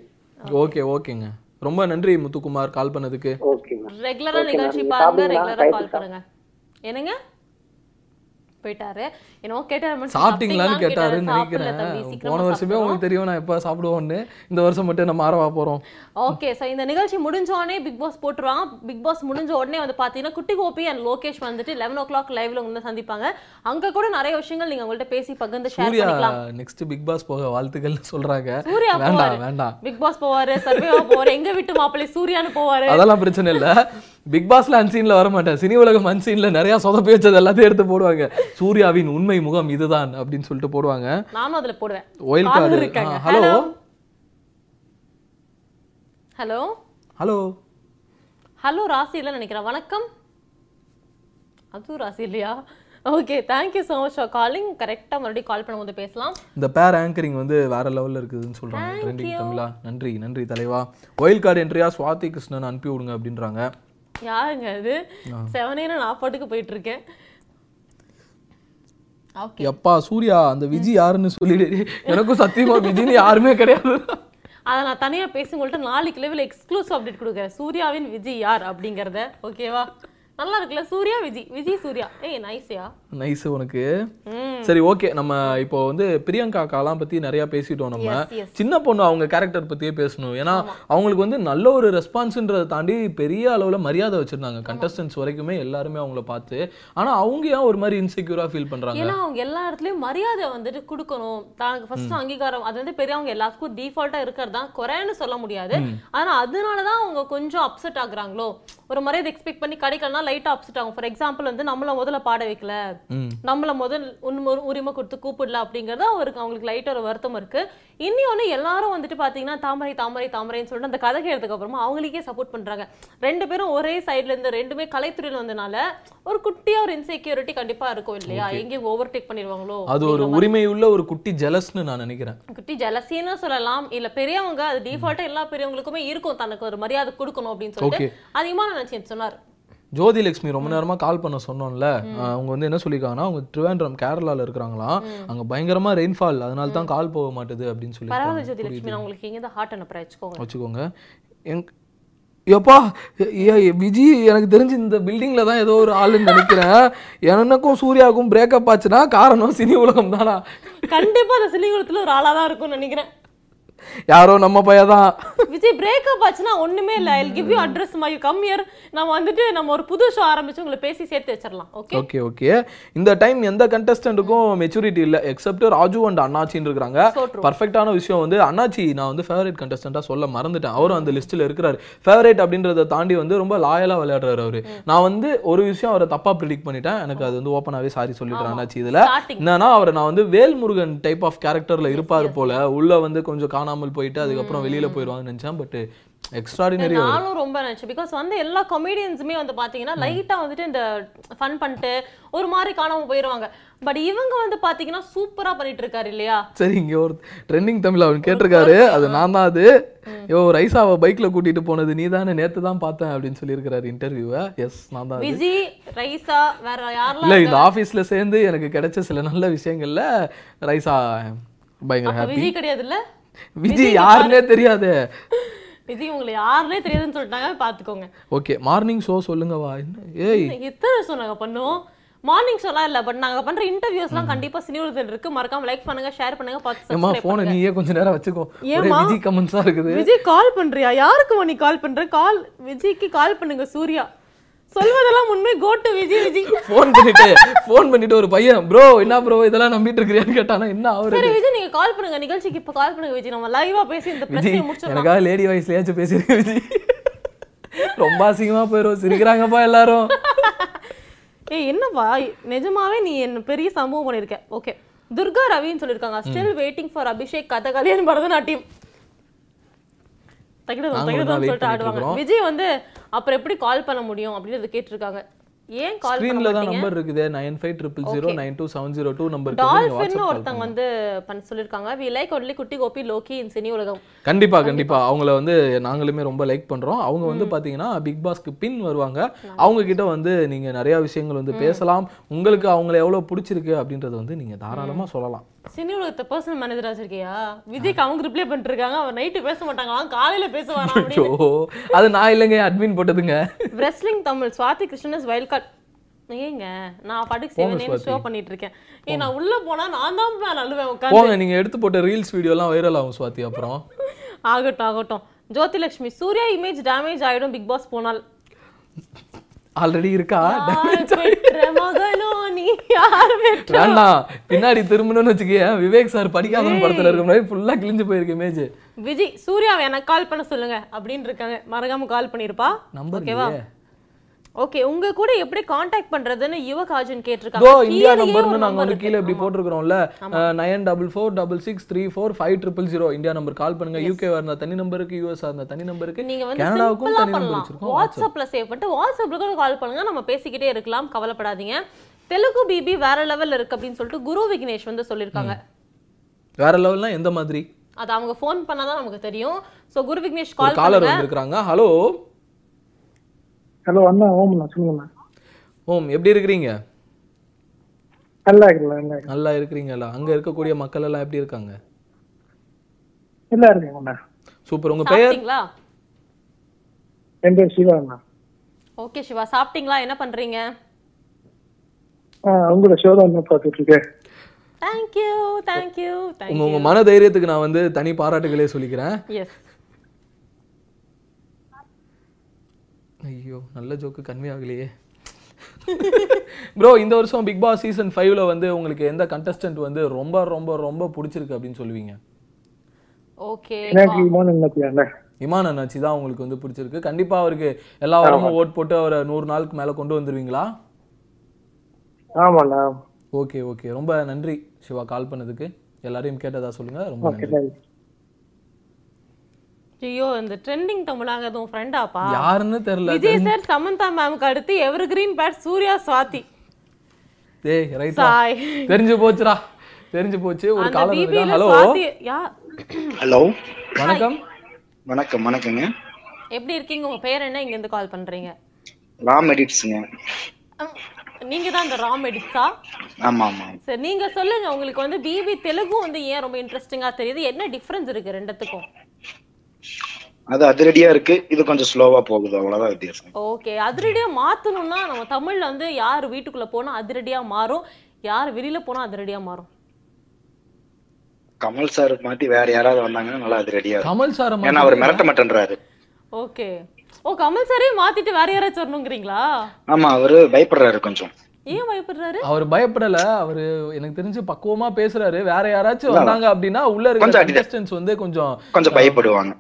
[SPEAKER 3] ஓகே ஓகேங்க ரொம்ப நன்றி முத்துக்குமார் கால் பண்ணதுக்கு
[SPEAKER 11] ஓகேங்க
[SPEAKER 2] ரெகுலரா
[SPEAKER 11] Okay,
[SPEAKER 2] நிகழ்ச்சி
[SPEAKER 11] நான்
[SPEAKER 2] பாருங்க
[SPEAKER 11] சாப்பிடுங்களா?
[SPEAKER 2] ரெகுலரா
[SPEAKER 11] Diet
[SPEAKER 2] கால்
[SPEAKER 11] இருக்கா?
[SPEAKER 2] பண்ணுங்க என்னங்க போயிட்டாரு என்னவோ கேட்டாரு மட்டும்
[SPEAKER 3] சாப்பிட்டீங்களான்னு கேட்டாருன்னு
[SPEAKER 2] சாப்பிடல தம்பி,
[SPEAKER 3] நினைக்கிறேன்
[SPEAKER 2] சீக்கிரமா
[SPEAKER 3] போன வருஷமே
[SPEAKER 2] சாப்பிடுறோம்.
[SPEAKER 3] உங்களுக்கு தெரியும் நான் எப்போ சாப்பிடுவோன்னு இந்த வருஷம் மட்டும் நம்ம ஆரவா போகிறோம்
[SPEAKER 2] ஓகே சோ இந்த நிகழ்ச்சி முடிஞ்ச உடனே பிக் பாஸ் போட்டுருவாங்க பிக் பாஸ் முடிஞ்ச உடனே வந்து பாத்தீங்கன்னா குட்டி கோபி அண்ட் லோகேஷ் வந்துட்டு லெவன் ஓ கிளாக் லைவ்ல வந்து சந்திப்பாங்க அங்க கூட நிறைய விஷயங்கள் நீங்க அவங்கள்ட்ட பேசி பகிர்ந்து ஷேர்
[SPEAKER 3] சூர்யா
[SPEAKER 2] பண்ணிக்கலாம்
[SPEAKER 3] நெக்ஸ்ட் பிக் பாஸ் போக வாழ்த்துக்கள்னு சொல்றாங்க
[SPEAKER 2] சூர்யா
[SPEAKER 3] வேண்டாம்
[SPEAKER 2] போவாரு.
[SPEAKER 3] வேண்டாம்
[SPEAKER 2] பிக் பாஸ் போவாரு சர்வேவா போவாரு எங்க விட்டு மாப்பிள்ளை சூர்யான்னு போவாரு
[SPEAKER 3] அதெல்லாம் பிரச்சனை இல்ல பிக் பாஸ்ல அன்சீன்ல வர மாட்டேன் சினி உலகம் அன்சீன்ல நிறைய சொதப்பி வச்சது எல்லாத்தையும் எடுத்து போடுவாங்க சூர்யாவின் உண்மை முகம் இதுதான் அப்படின்னு சொல்லிட்டு போடுவாங்க
[SPEAKER 2] நானும் அதுல போடுவேன்
[SPEAKER 3] ஒயில்
[SPEAKER 2] காலர்
[SPEAKER 3] கார்டு
[SPEAKER 2] இருக்காங்க
[SPEAKER 3] hello
[SPEAKER 2] hello hello
[SPEAKER 3] hello
[SPEAKER 2] hello ராசி இல்லை நினைக்கிறேன் வணக்கம் அதுவும் ராசி இல்லையா okay thank you so much for calling கரெக்டாக மறுபடியும் கால் பண்ணும்போது பேசலாம்
[SPEAKER 3] இந்த பேர் ஆங்கரிங் வந்து வேற லெவல்ல இருக்குதுன்னு சொல்றாங்க ட்ரெண்டிங் தமிழா நன்றி நன்றி தலைவா ஒயில் கார்டு என்ட்ரியா சுவாதி கிருஷ்ணன் அனுப்பி விடுங்க அப்படின்றாங்க
[SPEAKER 2] யாருங்க அது
[SPEAKER 3] ஆ.
[SPEAKER 2] செவனேன்னு நான் பாட்டுக்கு போயிட்டு இருக்கேன் ஓகே
[SPEAKER 3] எப்பா சூர்யா அந்த விஜி யாருன்னு சொல்லிடு எனக்கும் சத்தியமா விஜின்னு யாருமே கிடையாது
[SPEAKER 2] அதை நான் தனியாக பேசி உங்கள்ட்ட நாளைக்கு லெவல் எக்ஸ்க்ளூசிவ் அப்டேட் கொடுக்குறேன் சூர்யாவின் விஜய் யார் அப்படிங்கிறத ஓகேவா நல்லா இருக்குல்ல சூர்யா விஜய் விஜய் சூர்யா ஏய் நைஸ்யா
[SPEAKER 3] நைஸ் உனக்கு
[SPEAKER 2] ம்
[SPEAKER 3] சரி ஓகே நம்ம இப்போ வந்து பிரியங்கா அக்காலாம் பத்தி நிறைய பேசிட்டோம் நம்ம
[SPEAKER 2] Yes, yes.
[SPEAKER 3] சின்ன பொண்ணு அவங்க கேரக்டர் பத்தியே பேசணும் ஏன்னா அவங்களுக்கு வந்து நல்ல ஒரு ரெஸ்பான்ஸ்ன்றதை தாண்டி பெரிய அளவுல மரியாதை வச்சிருந்தாங்க கண்டஸ்டன்ஸ் வரைக்குமே எல்லாருமே அவங்கள பார்த்து ஆனா அவங்க ஏன் ஒரு மாதிரி இன்செக்யூரா ஃபீல் பண்றாங்க
[SPEAKER 2] ஏன்னா அவங்க எல்லா இடத்துலயும் மரியாதை வந்துட்டு கொடுக்கணும் தனக்கு ஃபர்ஸ்ட் அங்கீகாரம் அது வந்து பெரியவங்க எல்லாத்துக்கும் டிஃபால்ட்டா இருக்கிறது தான் குறைன்னு சொல்ல முடியாது ஆனா அதனால தான் அவங்க கொஞ்சம் அப்செட் ஆகுறாங்களோ ஒரு மரியாதை எக்ஸ்பெக்ட் பண்ணி கிடைக்கலனா லைட்டா அப்செட் ஆகும் ஃபார் எக்ஸாம்பிள் வந்து நம்மள முதல்ல பாட வைக்கல
[SPEAKER 3] ம்.
[SPEAKER 2] நம்மள முதல் உண்மை உரிமை கொடுத்து கூப்பிடல அப்படிங்கறது அவருக்கு அவங்களுக்கு லைட்டா ஒரு வருத்தம் இருக்கு இன்னொன்னு எல்லாரும் வந்துட்டு பாத்தீங்கன்னா தாமரை தாமரை தாமரைன்னு சொல்லிட்டு அந்த கதை கேட்டதுக்கு அப்புறமா அவங்களுக்கே சப்போர்ட் பண்றாங்க ரெண்டு பேரும் ஒரே சைடுல இருந்து ரெண்டுமே கலைத்துறையில வந்தனால ஒரு குட்டியா ஒரு இன்செக்யூரிட்டி கண்டிப்பா இருக்கும் இல்லையா எங்கேயும் ஓவர் டேக் பண்ணிடுவாங்களோ
[SPEAKER 3] அது ஒரு உரிமை உள்ள ஒரு குட்டி ஜெலஸ்னு நான் நினைக்கிறேன்
[SPEAKER 2] குட்டி ஜலசின்னு சொல்லலாம் இல்ல பெரியவங்க அது டிஃபால்ட்டா எல்லா பெரியவங்களுக்குமே இருக்கும் தனக்கு ஒரு மரியாதை கொடுக்கணும் அப்படின்னு சொல்லிட்டு
[SPEAKER 3] Okay.
[SPEAKER 2] அதிகமா நான் நினைச்சேன் சொன்னார்
[SPEAKER 3] ஜோதிலட்சுமி ரொம்ப நேரமா கால் பண்ண சொன்னோம்ல ஆஹ் அவங்க வந்து என்ன சொல்லியிருக்காங்கன்னா அவங்க திருவேண்டரம் கேரளால இருக்கிறாங்களாம் அங்க பயங்கரமா ரெயின்ஃபால் அதனால தான் கால் போக மாட்டுது அப்படின்னு சொல்லி
[SPEAKER 2] பரவாயில்ல ஜோதிலட்சுமி நான் உங்களுக்கு இங்க ஹார்ட் அனுப்புறேன் வச்சுக்கோங்க
[SPEAKER 3] வச்சுக்கோங்க எங் எப்பா விஜி எனக்கு தெரிஞ்சு இந்த பில்டிங்ல தான் ஏதோ ஒரு ஆளுன்னு நினைக்கிறேன் எனக்கும் சூர்யாவுக்கும் பிரேக்கப் ஆச்சுன்னா காரணம் சினி உலகம் தானா
[SPEAKER 2] கண்டிப்பா அந்த சிலிங்குளத்துல ஒரு ஆளா தான் இருக்கும்னு நினைக்கிறேன்
[SPEAKER 3] யாரோ நம்ம பையன் தான்
[SPEAKER 2] விஜய் பிரேக்கப் ஆச்சுன்னா ஒண்ணுமே இல்ல I give you address my come here நம்ம வந்துட்டு நம்ம ஒரு புது ஷோ ஆரம்பிச்சு உங்களை பேசி சேர்த்து வச்சிடலாம் ஓகே
[SPEAKER 3] ஓகே ஓகே இந்த டைம் எந்த கண்டஸ்டன்ட்டுக்கும் மெச்சூரிட்டி இல்லை எக்ஸப்ட் ராஜு அண்ட் அண்ணாச்சின்னு இருக்கிறாங்க
[SPEAKER 2] So true.
[SPEAKER 3] பர்ஃபெக்டான விஷயம் வந்து அண்ணாச்சி நான் வந்து ஃபேவரேட் கண்டஸ்டண்ட்டாக சொல்ல மறந்துட்டேன் அவரும் அந்த லிஸ்ட்டில் இருக்கிறாரு ஃபேவரேட் அப்படின்றத தாண்டி வந்து ரொம்ப லாயலாக விளையாடுறாரு அவரு நான் வந்து ஒரு விஷயம் அவரை தப்பாக ப்ரிடிக் பண்ணிட்டேன் எனக்கு அது வந்து ஓப்பனாகவே சாரி சொல்லிடுறேன் அண்ணாச்சி இதில்
[SPEAKER 2] Starting.
[SPEAKER 3] என்னன்னா அவரை நான் வந்து வேல்முருகன் டைப் ஆஃப் கேரக்டரில் இருப்பார் போல உள்ள வந்து கொஞ்சம் காணாமல் போயிட்டு அதுக்கப்புறம் வெளியில போயிடுவாங்கன்னு நினச்சேன் பட் எக்ஸ்ட்ராடினரி அவர்
[SPEAKER 2] நானும் ரொம்ப நினைச்சேன் பிகாஸ் வந்து எல்லா கமெடியன்ஸுமே வந்து பாத்தீங்கன்னா லைட்டா வந்துட்டு இந்த ஃபன் பண்ணிட்டு ஒரு மாதிரி காணாம போயிருவாங்க பட் இவங்க வந்து பாத்தீங்கன்னா சூப்பரா பண்ணிட்டு இருக்காரு இல்லையா
[SPEAKER 3] சரி இங்க ஒரு ட்ரெண்டிங் தமிழ் அவன் கேட்டிருக்காரு அது நான் தான் அது யோ ரைசாவை பைக்ல கூட்டிட்டு போனது நீ தானே நேத்து தான் பார்த்தேன் அப்படின்னு சொல்லியிருக்கிறாரு இன்டர்வியூவை எஸ் நான் தான் அது.
[SPEAKER 2] விஜி ரைசா வேற
[SPEAKER 3] இல்ல
[SPEAKER 2] யாரெல்லாம்
[SPEAKER 3] இந்த ஆபீஸ்ல சேர்ந்து எனக்கு கிடைச்ச சில நல்ல விஷயங்கள்ல ரைசா பயங்கர
[SPEAKER 2] அப்ப
[SPEAKER 3] ஹாப்பி
[SPEAKER 2] விஜய் கிடையாது இல்ல
[SPEAKER 3] விஜய் யாருன்னே தெரியாது
[SPEAKER 2] விஜய் உங்களை யாருன்னே தெரியாதுன்னு சொல்லிட்டாங்க பாத்துக்கோங்க
[SPEAKER 3] ஓகே மார்னிங் ஷோ சொல்லுங்கவா என்ன ஏய்
[SPEAKER 2] எத்தனை ஷோ நாங்க பண்ணுவோம் மார்னிங் ஷோலாம் இல்ல பட் நாங்க பண்ற இன்டர்வியூஸ்லாம் கண்டிப்பா சினிவர்கள் இருக்கு மறக்காம லைக் பண்ணுங்க ஷேர் பண்ணுங்க பார்த்து
[SPEAKER 3] ஏமா
[SPEAKER 2] subscribe
[SPEAKER 3] போனை நீயே கொஞ்ச நேரம் வச்சுக்கோ ஒரே
[SPEAKER 2] ஏம்மா?
[SPEAKER 3] விஜய் கமெண்ட்ஸா இருக்குது
[SPEAKER 2] விஜய் கால் பண்றியா யாருக்கு நீ கால் பண்ற கால் விஜய்க்கு கால் பண்ணுங்க சூர்யா சொல்வதெல்லாம் உண்மை go to Vijay Vijay
[SPEAKER 3] phone பண்ணிட்டு ஃபோன் பண்ணிட்டு ஒரு பையன் ப்ரோ என்ன ப்ரோ இதெல்லாம் நம்பிட்டு இருக்கிறியான்னு கேட்டானா என்ன அவரு
[SPEAKER 2] சரி விஜய் நீங்க கால் பண்ணுங்க நிகழ்ச்சிக்கு இப்ப கால் பண்ணுங்க விஜய் நம்ம லைவா பேசி இந்த
[SPEAKER 3] விஜய்
[SPEAKER 2] பிரச்சனையை முடிச்சிடலாம்
[SPEAKER 3] எனக்காக லேடி வாய்ஸ்லயாச்சும் பேசியிருக்கேன் விஜய் ரொம்ப அசிங்கமா போயிரும் சிரிக்கிறாங்கப்பா எல்லாரும்
[SPEAKER 2] ஏய் என்னப்பா நிஜமாவே நீ என்ன பெரிய சம்பவம் பண்ணிருக்க ஓகே துர்கா ரவின்னு சொல்லிருக்காங்க ஸ்டில் வெயிட்டிங் ஃபார் அபிஷேக் கதகளியன் பரதநாட்டியம்
[SPEAKER 3] நாங்க
[SPEAKER 2] தகிடம்
[SPEAKER 3] ஒரு
[SPEAKER 2] தகிடம்
[SPEAKER 3] நாள் wait
[SPEAKER 2] சொல்லிட்டு
[SPEAKER 3] பண்ணிட்டு
[SPEAKER 2] ஆடுவாங்க
[SPEAKER 3] இருக்கிறோம்.
[SPEAKER 2] விஜய் வந்து அப்புறம் எப்படி கால் பண்ண முடியும் அப்படின்னு அது கேட்டிருக்காங்க ஏன் கால் பண்ண
[SPEAKER 3] ஸ்கிரீன்ல தான்
[SPEAKER 2] மாட்டீங்க
[SPEAKER 3] நம்பர் இருக்குது nine five triple zero nine two seven zero two நம்பருக்கு வந்து நீங்க
[SPEAKER 2] டால்ஃபின்
[SPEAKER 3] வாட்ஸ்அப்
[SPEAKER 2] ஒருத்தங்க வந்து பண்ண சொல்லிருக்காங்க வி லைக் ஒன்லி குட்டி கோபி லோகி இன் சினி உலகம்
[SPEAKER 3] கண்டிப்பா கண்டிப்பா அவங்கள வந்து நாங்களுமே ரொம்ப லைக் பண்றோம் அவங்க வந்து பாத்தீங்கன்னா பிக் பாஸ்க்கு பின் வருவாங்க அவங்க கிட்ட வந்து நீங்க நிறைய விஷயங்கள் வந்து பேசலாம் உங்களுக்கு அவங்கள எவ்வளவு பிடிச்சிருக்கு அப்படின்றத வந்து நீங்க தாராளமா சொல்லலாம்
[SPEAKER 2] சினி உலகத்தை பர்சனல் மேனேஜரா வச்சிருக்கியா விஜய்க்கு அவங்க ரிப்ளை பண்ணிட்டு இருக்காங்க அவர் நைட்டு பேச மாட்டாங்க அவன் காலையில பேசுவாராம்
[SPEAKER 3] ஐயோ
[SPEAKER 2] அப்படின்னு
[SPEAKER 3] அது நான் இல்லைங்க அட்மின் போட்டதுங்க
[SPEAKER 2] wrestling Tamil Swathi Krishnan is wild card ஏங்க நான் பாட்டுக்கு
[SPEAKER 3] போங்க
[SPEAKER 2] செவனேன்னு
[SPEAKER 3] சுவாதி.
[SPEAKER 2] ஷோ பண்ணிட்டு இருக்கேன் ஏ நான் உள்ள போனா நான் தான் மேல அழுவேன்
[SPEAKER 3] போங்க
[SPEAKER 2] உட்காந்து
[SPEAKER 3] நீங்க எடுத்து போட்ட ரீல்ஸ் வீடியோ எல்லாம் வைரல் ஆகும் சுவாதி அப்புறம்
[SPEAKER 2] ஆகட்டும் ஆகட்டும் ஜோதிலட்சுமி சூர்யா இமேஜ் டேமேஜ் ஆயிடும் பிக் பாஸ் போனால்
[SPEAKER 3] ஆல்ரெடி இருக்கா
[SPEAKER 2] யார் பெற்ற மகளோ நீ யார் பெற்ற
[SPEAKER 3] வேண்டாம் பின்னாடி திரும்பணும்னு வச்சுக்கேன் விவேக் சார் படிக்காதவன்
[SPEAKER 2] ஏய்.
[SPEAKER 3] படத்துல இருக்க மாதிரி ஃபுல்லா கிழிஞ்சு போயிருக்கு இமேஜ்
[SPEAKER 2] விஜய் சூர்யாவை எனக்கு கால் பண்ண சொல்லுங்க அப்படின்னு இருக்காங்க மறக்காம கால் பண்ணிருப்பா
[SPEAKER 3] நம்பர்
[SPEAKER 2] ஓகேவா ஓகே உங்க கூட எப்படி காண்டாக்ட் பண்றதுன்னு யுவகாஜன்
[SPEAKER 3] இதோ
[SPEAKER 2] கேட்டிருக்காங்க கீழேயே
[SPEAKER 3] இந்தியா நம்பர்னு
[SPEAKER 2] ஒரு
[SPEAKER 3] நாங்க
[SPEAKER 2] number
[SPEAKER 3] வந்து
[SPEAKER 2] இருக்கு.
[SPEAKER 3] கீழே இப்படி போட்டிருக்கிறோம்ல nine double four double six three four five triple zero India number call பண்ணுங்க யூகே இருந்தா தனி நம்பருக்கு யூஎஸ்ஆ இருந்தா தனி நம்பருக்கு
[SPEAKER 2] நீங்க வந்து
[SPEAKER 3] கனடாவுக்கும்
[SPEAKER 2] சிம்பிளா
[SPEAKER 3] தனி நம்பர்
[SPEAKER 2] பண்ணலாம்
[SPEAKER 3] வச்சிருக்கோம் வாட்ஸ்அப்
[SPEAKER 2] வாட்ஸ்அப்ல சேவ் பண்ணிட்டு வாட்ஸ்அப்ல கூட கால் பண்ணுங்க நம்ம பேசிக்கிட்டே இருக்கலாம் கவலைப்படாதீங்க தெலுங்கு பிபி வேற லெவல் இருக்கு அப்படின்னு சொல்லிட்டு குரு விக்னேஷ் வந்து சொல்லியிருக்காங்க
[SPEAKER 3] வேற லெவல்னா எந்த மாதிரி
[SPEAKER 2] அது அவங்க ஃபோன் பண்ணாதான் நமக்கு தெரியும் சோ குரு விக்னேஷ்
[SPEAKER 3] ஒரு
[SPEAKER 2] கால்
[SPEAKER 3] காலர்
[SPEAKER 2] பண்ணுங்க
[SPEAKER 3] வந்திருக்காங்க ஹலோ
[SPEAKER 11] ஹலோ அண்ணா ஓம்ண்ணா சொல்லுங்கண்ணா
[SPEAKER 3] ஓம் எப்படி இருக்கிறீங்க
[SPEAKER 11] நல்லா இருக்குல்ல நல்லா இருக்கு
[SPEAKER 3] நல்லா இருக்கிறீங்களா அங்க இருக்கக்கூடிய மக்கள் எல்லாம் எப்படி இருக்காங்க
[SPEAKER 11] நல்லா இருக்குங்கண்ணா
[SPEAKER 3] சூப்பர் உங்க பெயர்
[SPEAKER 2] சாப்பிட்டீங்களா
[SPEAKER 11] என் பேர் சிவா அண்ணா
[SPEAKER 2] ஓகே சிவா சாப்பிட்டீங்களா என்ன பண்றீங்க
[SPEAKER 11] ஆ, உங்களோட ஷோ தான் அண்ணா பார்த்துட்டு இருக்கேன்
[SPEAKER 2] தேங்க்யூ தேங்க்யூ
[SPEAKER 3] உங்க
[SPEAKER 2] தேங்க்யூ
[SPEAKER 3] உங்க மன தைரியத்துக்கு நான் வந்து தனி பாராட்டுகளே சொல்லிக்கிறேன்
[SPEAKER 2] எஸ்
[SPEAKER 3] ஐயோ நல்ல ஜோக்கு கன்வே ஆகலையே ப்ரோ இந்த வருஷம் பிக் பாஸ் சீசன் ஃபைவ்ல வந்து உங்களுக்கு எந்த கண்டஸ்டன்ட் வந்து ரொம்ப ரொம்ப ரொம்ப பிடிச்சிருக்கு அப்படின்னு சொல்லுவீங்க
[SPEAKER 2] ஓகே
[SPEAKER 11] எனக்கு விமானம் நினைக்கிறேன் அண்ணா
[SPEAKER 3] இமான் அண்ணாச்சி தான் உங்களுக்கு வந்து பிடிச்சிருக்கு கண்டிப்பா அவருக்கு எல்லா வாரமும் ஓட் போட்டு அவரை நூறு நாளுக்கு மேல கொண்டு வந்துருவீங்களா
[SPEAKER 11] ஆமாண்ணா
[SPEAKER 3] ஓகே ஓகே ரொம்ப நன்றி சிவா கால் பண்ணதுக்கு எல்லாரையும் கேட்டதா சொல்லுங்க ரொம்ப
[SPEAKER 11] ஓகே
[SPEAKER 3] நன்றி
[SPEAKER 11] தேங்க்ஸ்
[SPEAKER 2] ஐயோ இந்த ட்ரெண்டிங் தமிழாங்க உன் ஃப்ரெண்டாப்பா
[SPEAKER 3] யாருன்னு தெரியல
[SPEAKER 2] விஜய் சார் சமந்தா மேம்க்கு அடுத்து எவர் கிரீன் பேட் சூர்யா சுவாதி
[SPEAKER 3] டேய் ரைட்
[SPEAKER 2] சாய்.
[SPEAKER 3] தெரிஞ்சு போச்சுடா தெரிஞ்சு போச்சு ஒரு
[SPEAKER 2] அந்த
[SPEAKER 3] காலர்
[SPEAKER 2] பிபில
[SPEAKER 3] ஹலோ
[SPEAKER 2] சுவாதி யா
[SPEAKER 12] ஹலோ
[SPEAKER 3] வணக்கம்
[SPEAKER 12] வணக்கம் வணக்கங்க
[SPEAKER 2] எப்படி இருக்கீங்க உங்க பேர் என்ன இங்க இருந்து கால் பண்றீங்க
[SPEAKER 12] ராம் எடிட்ஸுங்க
[SPEAKER 2] நீங்க தான் இந்த ராம் எடிட்ஸா
[SPEAKER 12] ஆமா ஆமா
[SPEAKER 2] சரி நீங்க சொல்லுங்க உங்களுக்கு வந்து பிபி தெலுங்கும் வந்து ஏன் ரொம்ப இன்ட்ரெஸ்டிங்கா தெரியுது என்ன டிஃபரன்ஸ் இருக்கு ரெண்டுத்துக்கும்
[SPEAKER 12] அது அதிரடியா இருக்கு இது கொஞ்சம் ஸ்லோவா போகுது அவ்வளவுதான் வித்தியாசம்
[SPEAKER 2] ஓகே அதிரடியா மாத்தணும்னா நம்ம தமிழ்ல வந்து யார் வீட்டுக்குள்ள போனா அதிரடியா மாறும் யார் வெளியில போனா அதிரடியா மாறும்
[SPEAKER 12] கமல் சார் மாத்தி வேற யாராவது வந்தாங்கன்னா நல்லா அதிரடியா இருக்கும்
[SPEAKER 3] கமல் சார்
[SPEAKER 12] ஏன்னா அவர் மிரட்ட மாட்டேன்றாரு
[SPEAKER 2] ஓகே ஓ கமல் சாரே மாத்திட்டு வேற யாராச்சும் வரணுங்கிறீங்களா
[SPEAKER 12] ஆமா அவரு பயப்படுறாரு கொஞ்சம்
[SPEAKER 2] ஏன் பயப்படுறாரு
[SPEAKER 3] அவர் பயப்படல அவரு எனக்கு தெரிஞ்சு பக்குவமா பேசுறாரு வேற யாராச்சும்
[SPEAKER 12] இல்ல.
[SPEAKER 3] வந்தாங்க அப்படின்னா உள்ள இருக்கிற
[SPEAKER 12] கொஞ்சம் அடி-
[SPEAKER 3] contestants வந்து கொஞ்சம்
[SPEAKER 12] கொஞ்சம் பயப்படுவாங்க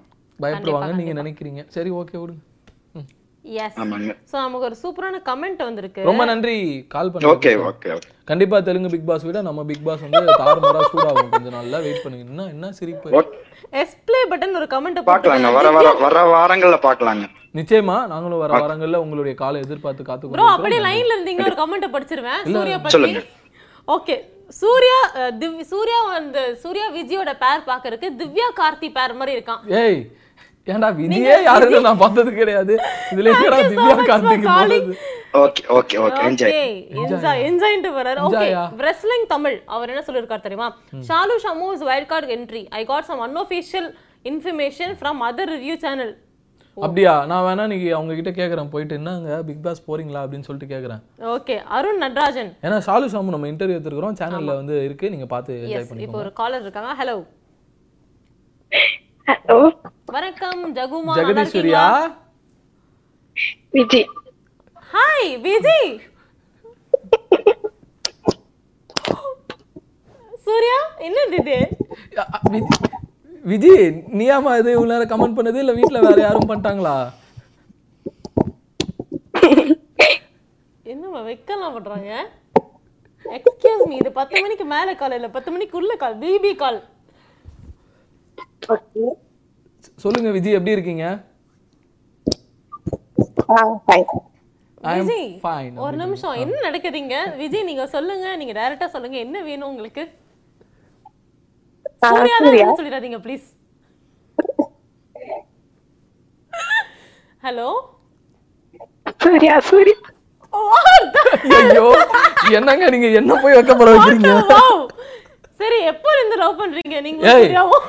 [SPEAKER 3] பயப்படுவாங்க நீங்க நினைக்கிறீங்க சரி ஓகே விடுங்க
[SPEAKER 2] எஸ்
[SPEAKER 12] ஆமாங்க
[SPEAKER 2] சோ நமக்கு ஒரு சூப்பரான கமெண்ட் வந்திருக்கு
[SPEAKER 3] ரொம்ப நன்றி கால் பண்ணுங்க
[SPEAKER 12] ஓகே ஓகே ஓகே
[SPEAKER 3] கண்டிப்பா தெலுங்கு பிக் பாஸ் விட நம்ம பிக் பாஸ் வந்து தாறுமாறா சூடாகும் கொஞ்ச நாள்ல வெயிட் பண்ணுங்க என்ன என்ன சிரிப்பு
[SPEAKER 2] எஸ்பிளே பட்டன் ஒரு கமெண்ட்
[SPEAKER 12] பாக்கலாங்க வர வர வர வாரங்கள்ல பாக்கலாங்க
[SPEAKER 3] நிச்சயமா நாங்களும் வர வாரங்கள்ல உங்களுடைய காலை எதிர்பார்த்து
[SPEAKER 2] ப்ரோ அப்படியே
[SPEAKER 3] காத்து
[SPEAKER 2] லைன்ல இருந்தீங்கன்னா ஒரு கமெண்ட் படிச்சிருவேன்
[SPEAKER 3] இல்ல,
[SPEAKER 2] சூர்யா பத்தி
[SPEAKER 12] சொல்லுங்க
[SPEAKER 2] ஓகே சூர்யா அஹ், திவ் சூர்யா வந்து சூர்யா விஜயோட பேர் பாக்குறதுக்கு திவ்யா கார்த்தி பேர் மாதிரி இருக்கான்
[SPEAKER 3] ஏய் ஏன்டா விஜயே யாருன்னு நான் பார்த்தது கிடையாது இதுல என்னடா திவ்யா கார்த்திக் போடுறது
[SPEAKER 12] okay okay okay enjoy
[SPEAKER 2] okay enjoy என்ஜாய்ன்ட்டு வராரு ஓகே
[SPEAKER 3] Enjoy-ஆ?
[SPEAKER 2] wrestling தமிழ் அவர் என்ன சொல்லிருக்கார் தெரியுமா Shalu Shamu is wild card entry I got some unofficial information from other review channel
[SPEAKER 3] அப்படியா நான் வேணா இன்னைக்கு அவங்க கிட்ட கேக்குறேன் போயிட்டு என்னங்க பிக் பாஸ் போறீங்களா அப்படின்னு சொல்லிட்டு கேக்குறேன்
[SPEAKER 2] ஓகே அருண் நடராஜன்
[SPEAKER 3] ஏன்னா ஷாலு ஷாமு நம்ம இன்டர்வியூ எடுத்துக்கிறோம் சேனல்ல வந்து இருக்கு நீங்க பார்த்து என்ஜாய்
[SPEAKER 2] எஸ்
[SPEAKER 3] பண்ணிக்கோங்க
[SPEAKER 2] இப்போ ஒரு காலர் இருக்காங்க ஹலோ
[SPEAKER 13] ஹலோ
[SPEAKER 2] வணக்கம் ஜகுமா
[SPEAKER 3] ஜெகதீஸ்வரியா
[SPEAKER 13] விஜய்
[SPEAKER 2] ஹாய் விஜய் சூர்யா என்னது இது
[SPEAKER 3] விஜி நீயாமா இது இவ்வளவு நேரம் கமெண்ட் பண்ணது இல்ல வீட்ல வேற யாரும் பண்ணிட்டாங்களா
[SPEAKER 2] என்னம்மா வெக்கலாம் பண்றாங்க எக்ஸ்கியூஸ் மீ இது பத்து மணிக்கு மேல கால் இல்ல பத்து மணிக்கு உள்ள கால் பிபி கால்
[SPEAKER 3] சொல்லுங்க விஜி எப்படி இருக்கீங்க I am
[SPEAKER 2] விஜய்
[SPEAKER 3] fine.
[SPEAKER 2] ஒரு நிமிஷம் என்ன நடக்குதுங்க விஜய் நீங்க சொல்லுங்க நீங்க டைரக்டா சொல்லுங்க என்ன வேணும் உங்களுக்கு
[SPEAKER 13] ஆ,
[SPEAKER 2] சூர்யா
[SPEAKER 13] சூர்யா.
[SPEAKER 2] தான் சொல்லிடாதீங்க ப்ளீஸ் ஹலோ
[SPEAKER 13] சூர்யா சூர்யா
[SPEAKER 3] ஐயோ என்னங்க நீங்க என்ன போய் வைக்கப்பட வைக்கிறீங்க
[SPEAKER 2] சரி எப்போ இருந்து லவ் பண்றீங்க நீங்க
[SPEAKER 3] ஏய்.
[SPEAKER 2] சூர்யாவும்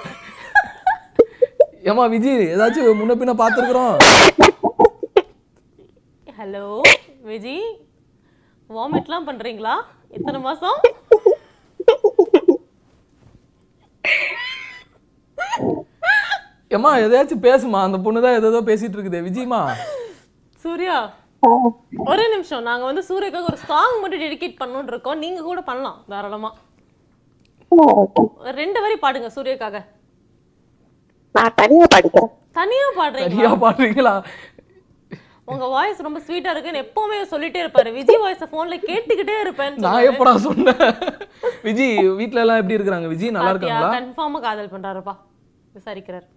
[SPEAKER 3] ஏமா விஜி ஏதாச்சும் முன்ன பின்ன பாத்துக்கிறோம்
[SPEAKER 2] ஹலோ விஜய் வாமிட்லாம் பண்றீங்களா இத்தனை மாசம்
[SPEAKER 3] ஏமா எதையாச்சும் பேசுமா அந்த பொண்ணு தான் ஏதோ பேசிட்டு இருக்குது விஜிமா
[SPEAKER 2] சூர்யா ஒரே நிமிஷம் நாங்க வந்து சூர்யாக்காக ஒரு சாங் மட்டும் டெடிகேட் பண்ணணும்னு இருக்கோம் நீங்க கூட பண்ணலாம் தாராளமா ரெண்டு வரி பாடுங்க சூர்யாக்காக
[SPEAKER 13] நான் தனியா படிக்கிறேன்
[SPEAKER 2] தனியா பாடுறீங்க
[SPEAKER 3] தனியா பாடுறீங்களா
[SPEAKER 2] உங்க வாய்ஸ் ரொம்ப ஸ்வீட்டா இருக்குன்னு எப்பவுமே சொல்லிட்டே இருப்பாரு விஜய் வாய்ஸ் போன்ல கேட்டுக்கிட்டே இருப்பேன்
[SPEAKER 3] நான் எப்படா சொன்னேன் விஜி வீட்ல எல்லாம் எப்படி இருக்காங்க விஜி நல்லா இருக்காங்களா
[SPEAKER 2] கன்ஃபார்மா காதல் பண்றாருப்பா விசாரிக்கிறார்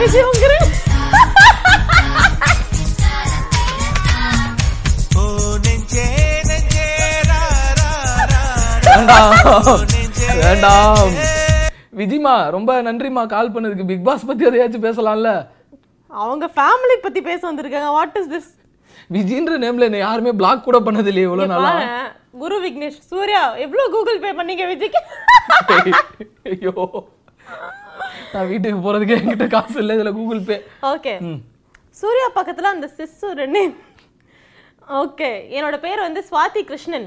[SPEAKER 2] விஜய் உங்க
[SPEAKER 3] வேண்டாம் வேண்டாம் விஜிமா ரொம்ப நன்றிமா கால் பண்ணதுக்கு பிக் பாஸ் பத்தி எதையாச்சும் பேசலாம்ல
[SPEAKER 2] அவங்க ஃபேமிலி பத்தி பேச வந்திருக்காங்க வாட் இஸ் திஸ்
[SPEAKER 3] விஜின்ற நேம்ல என்ன யாருமே பிளாக் கூட பண்ணது இல்லையே இவ்வளவு நாளா
[SPEAKER 2] குரு விக்னேஷ் சூர்யா எவ்வளவு கூகுள் பே பண்ணீங்க விஜய்க்கு
[SPEAKER 3] ஐயோ நான் வீட்டுக்கு போறதுக்கு என்கிட்ட காசு இல்லை இதுல கூகுள் பே
[SPEAKER 2] ஓகே
[SPEAKER 3] Hmm.
[SPEAKER 2] சூர்யா பக்கத்துல அந்த சிஸ் ஒரு நேம் ஓகே என்னோட பேர் வந்து சுவாதி கிருஷ்ணன்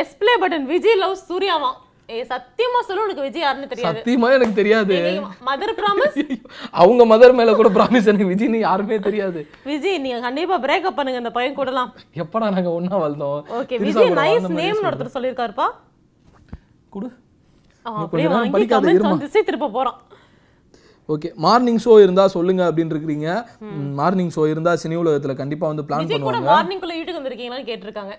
[SPEAKER 2] எஸ்பிளே பட்டன் விஜய் லவ் சூர்யாவா ஏ சத்தியமா சொல்லு உனக்கு விஜய் யாருன்னு தெரியாது
[SPEAKER 3] சத்தியமா எனக்கு தெரியாது
[SPEAKER 2] மதர் பிராமிஸ்
[SPEAKER 3] அவங்க மதர் மேல கூட பிராமிஸ் எனக்கு விஜய்னு யாருமே தெரியாது
[SPEAKER 2] விஜய் நீங்க கண்டிப்பா பிரேக்அப் பண்ணுங்க இந்த பையன் கூடலாம்
[SPEAKER 3] எப்படா நாங்க ஒண்ணா வளர்ந்தோம்
[SPEAKER 2] ஓகே விஜய் நைஸ் நேம் ஒருத்தர் சொல்லிருக்காருப்பா
[SPEAKER 3] குடு
[SPEAKER 2] அவன்
[SPEAKER 3] நீ
[SPEAKER 2] அப்படியே
[SPEAKER 3] கொஞ்ச நேரம்
[SPEAKER 2] வாங்கி
[SPEAKER 3] படிக்காத
[SPEAKER 2] கமெண்ட்ஸ்
[SPEAKER 3] இருமா.
[SPEAKER 2] வந்து திசை திருப்ப போறான்
[SPEAKER 3] ஓகே மார்னிங் ஷோ இருந்தா சொல்லுங்க அப்படின்னு இருக்கிறீங்க மார்னிங் ஷோ இருந்தா சினி உலகத்துல கண்டிப்பா வந்து பிளான்
[SPEAKER 2] விஜய் கூட
[SPEAKER 3] பண்ணுவாங்க
[SPEAKER 2] மார்னிங் குள்ள வீட்டுக்கு வந்திருக்கீங்களான்னு கேட்டிருக்காங்க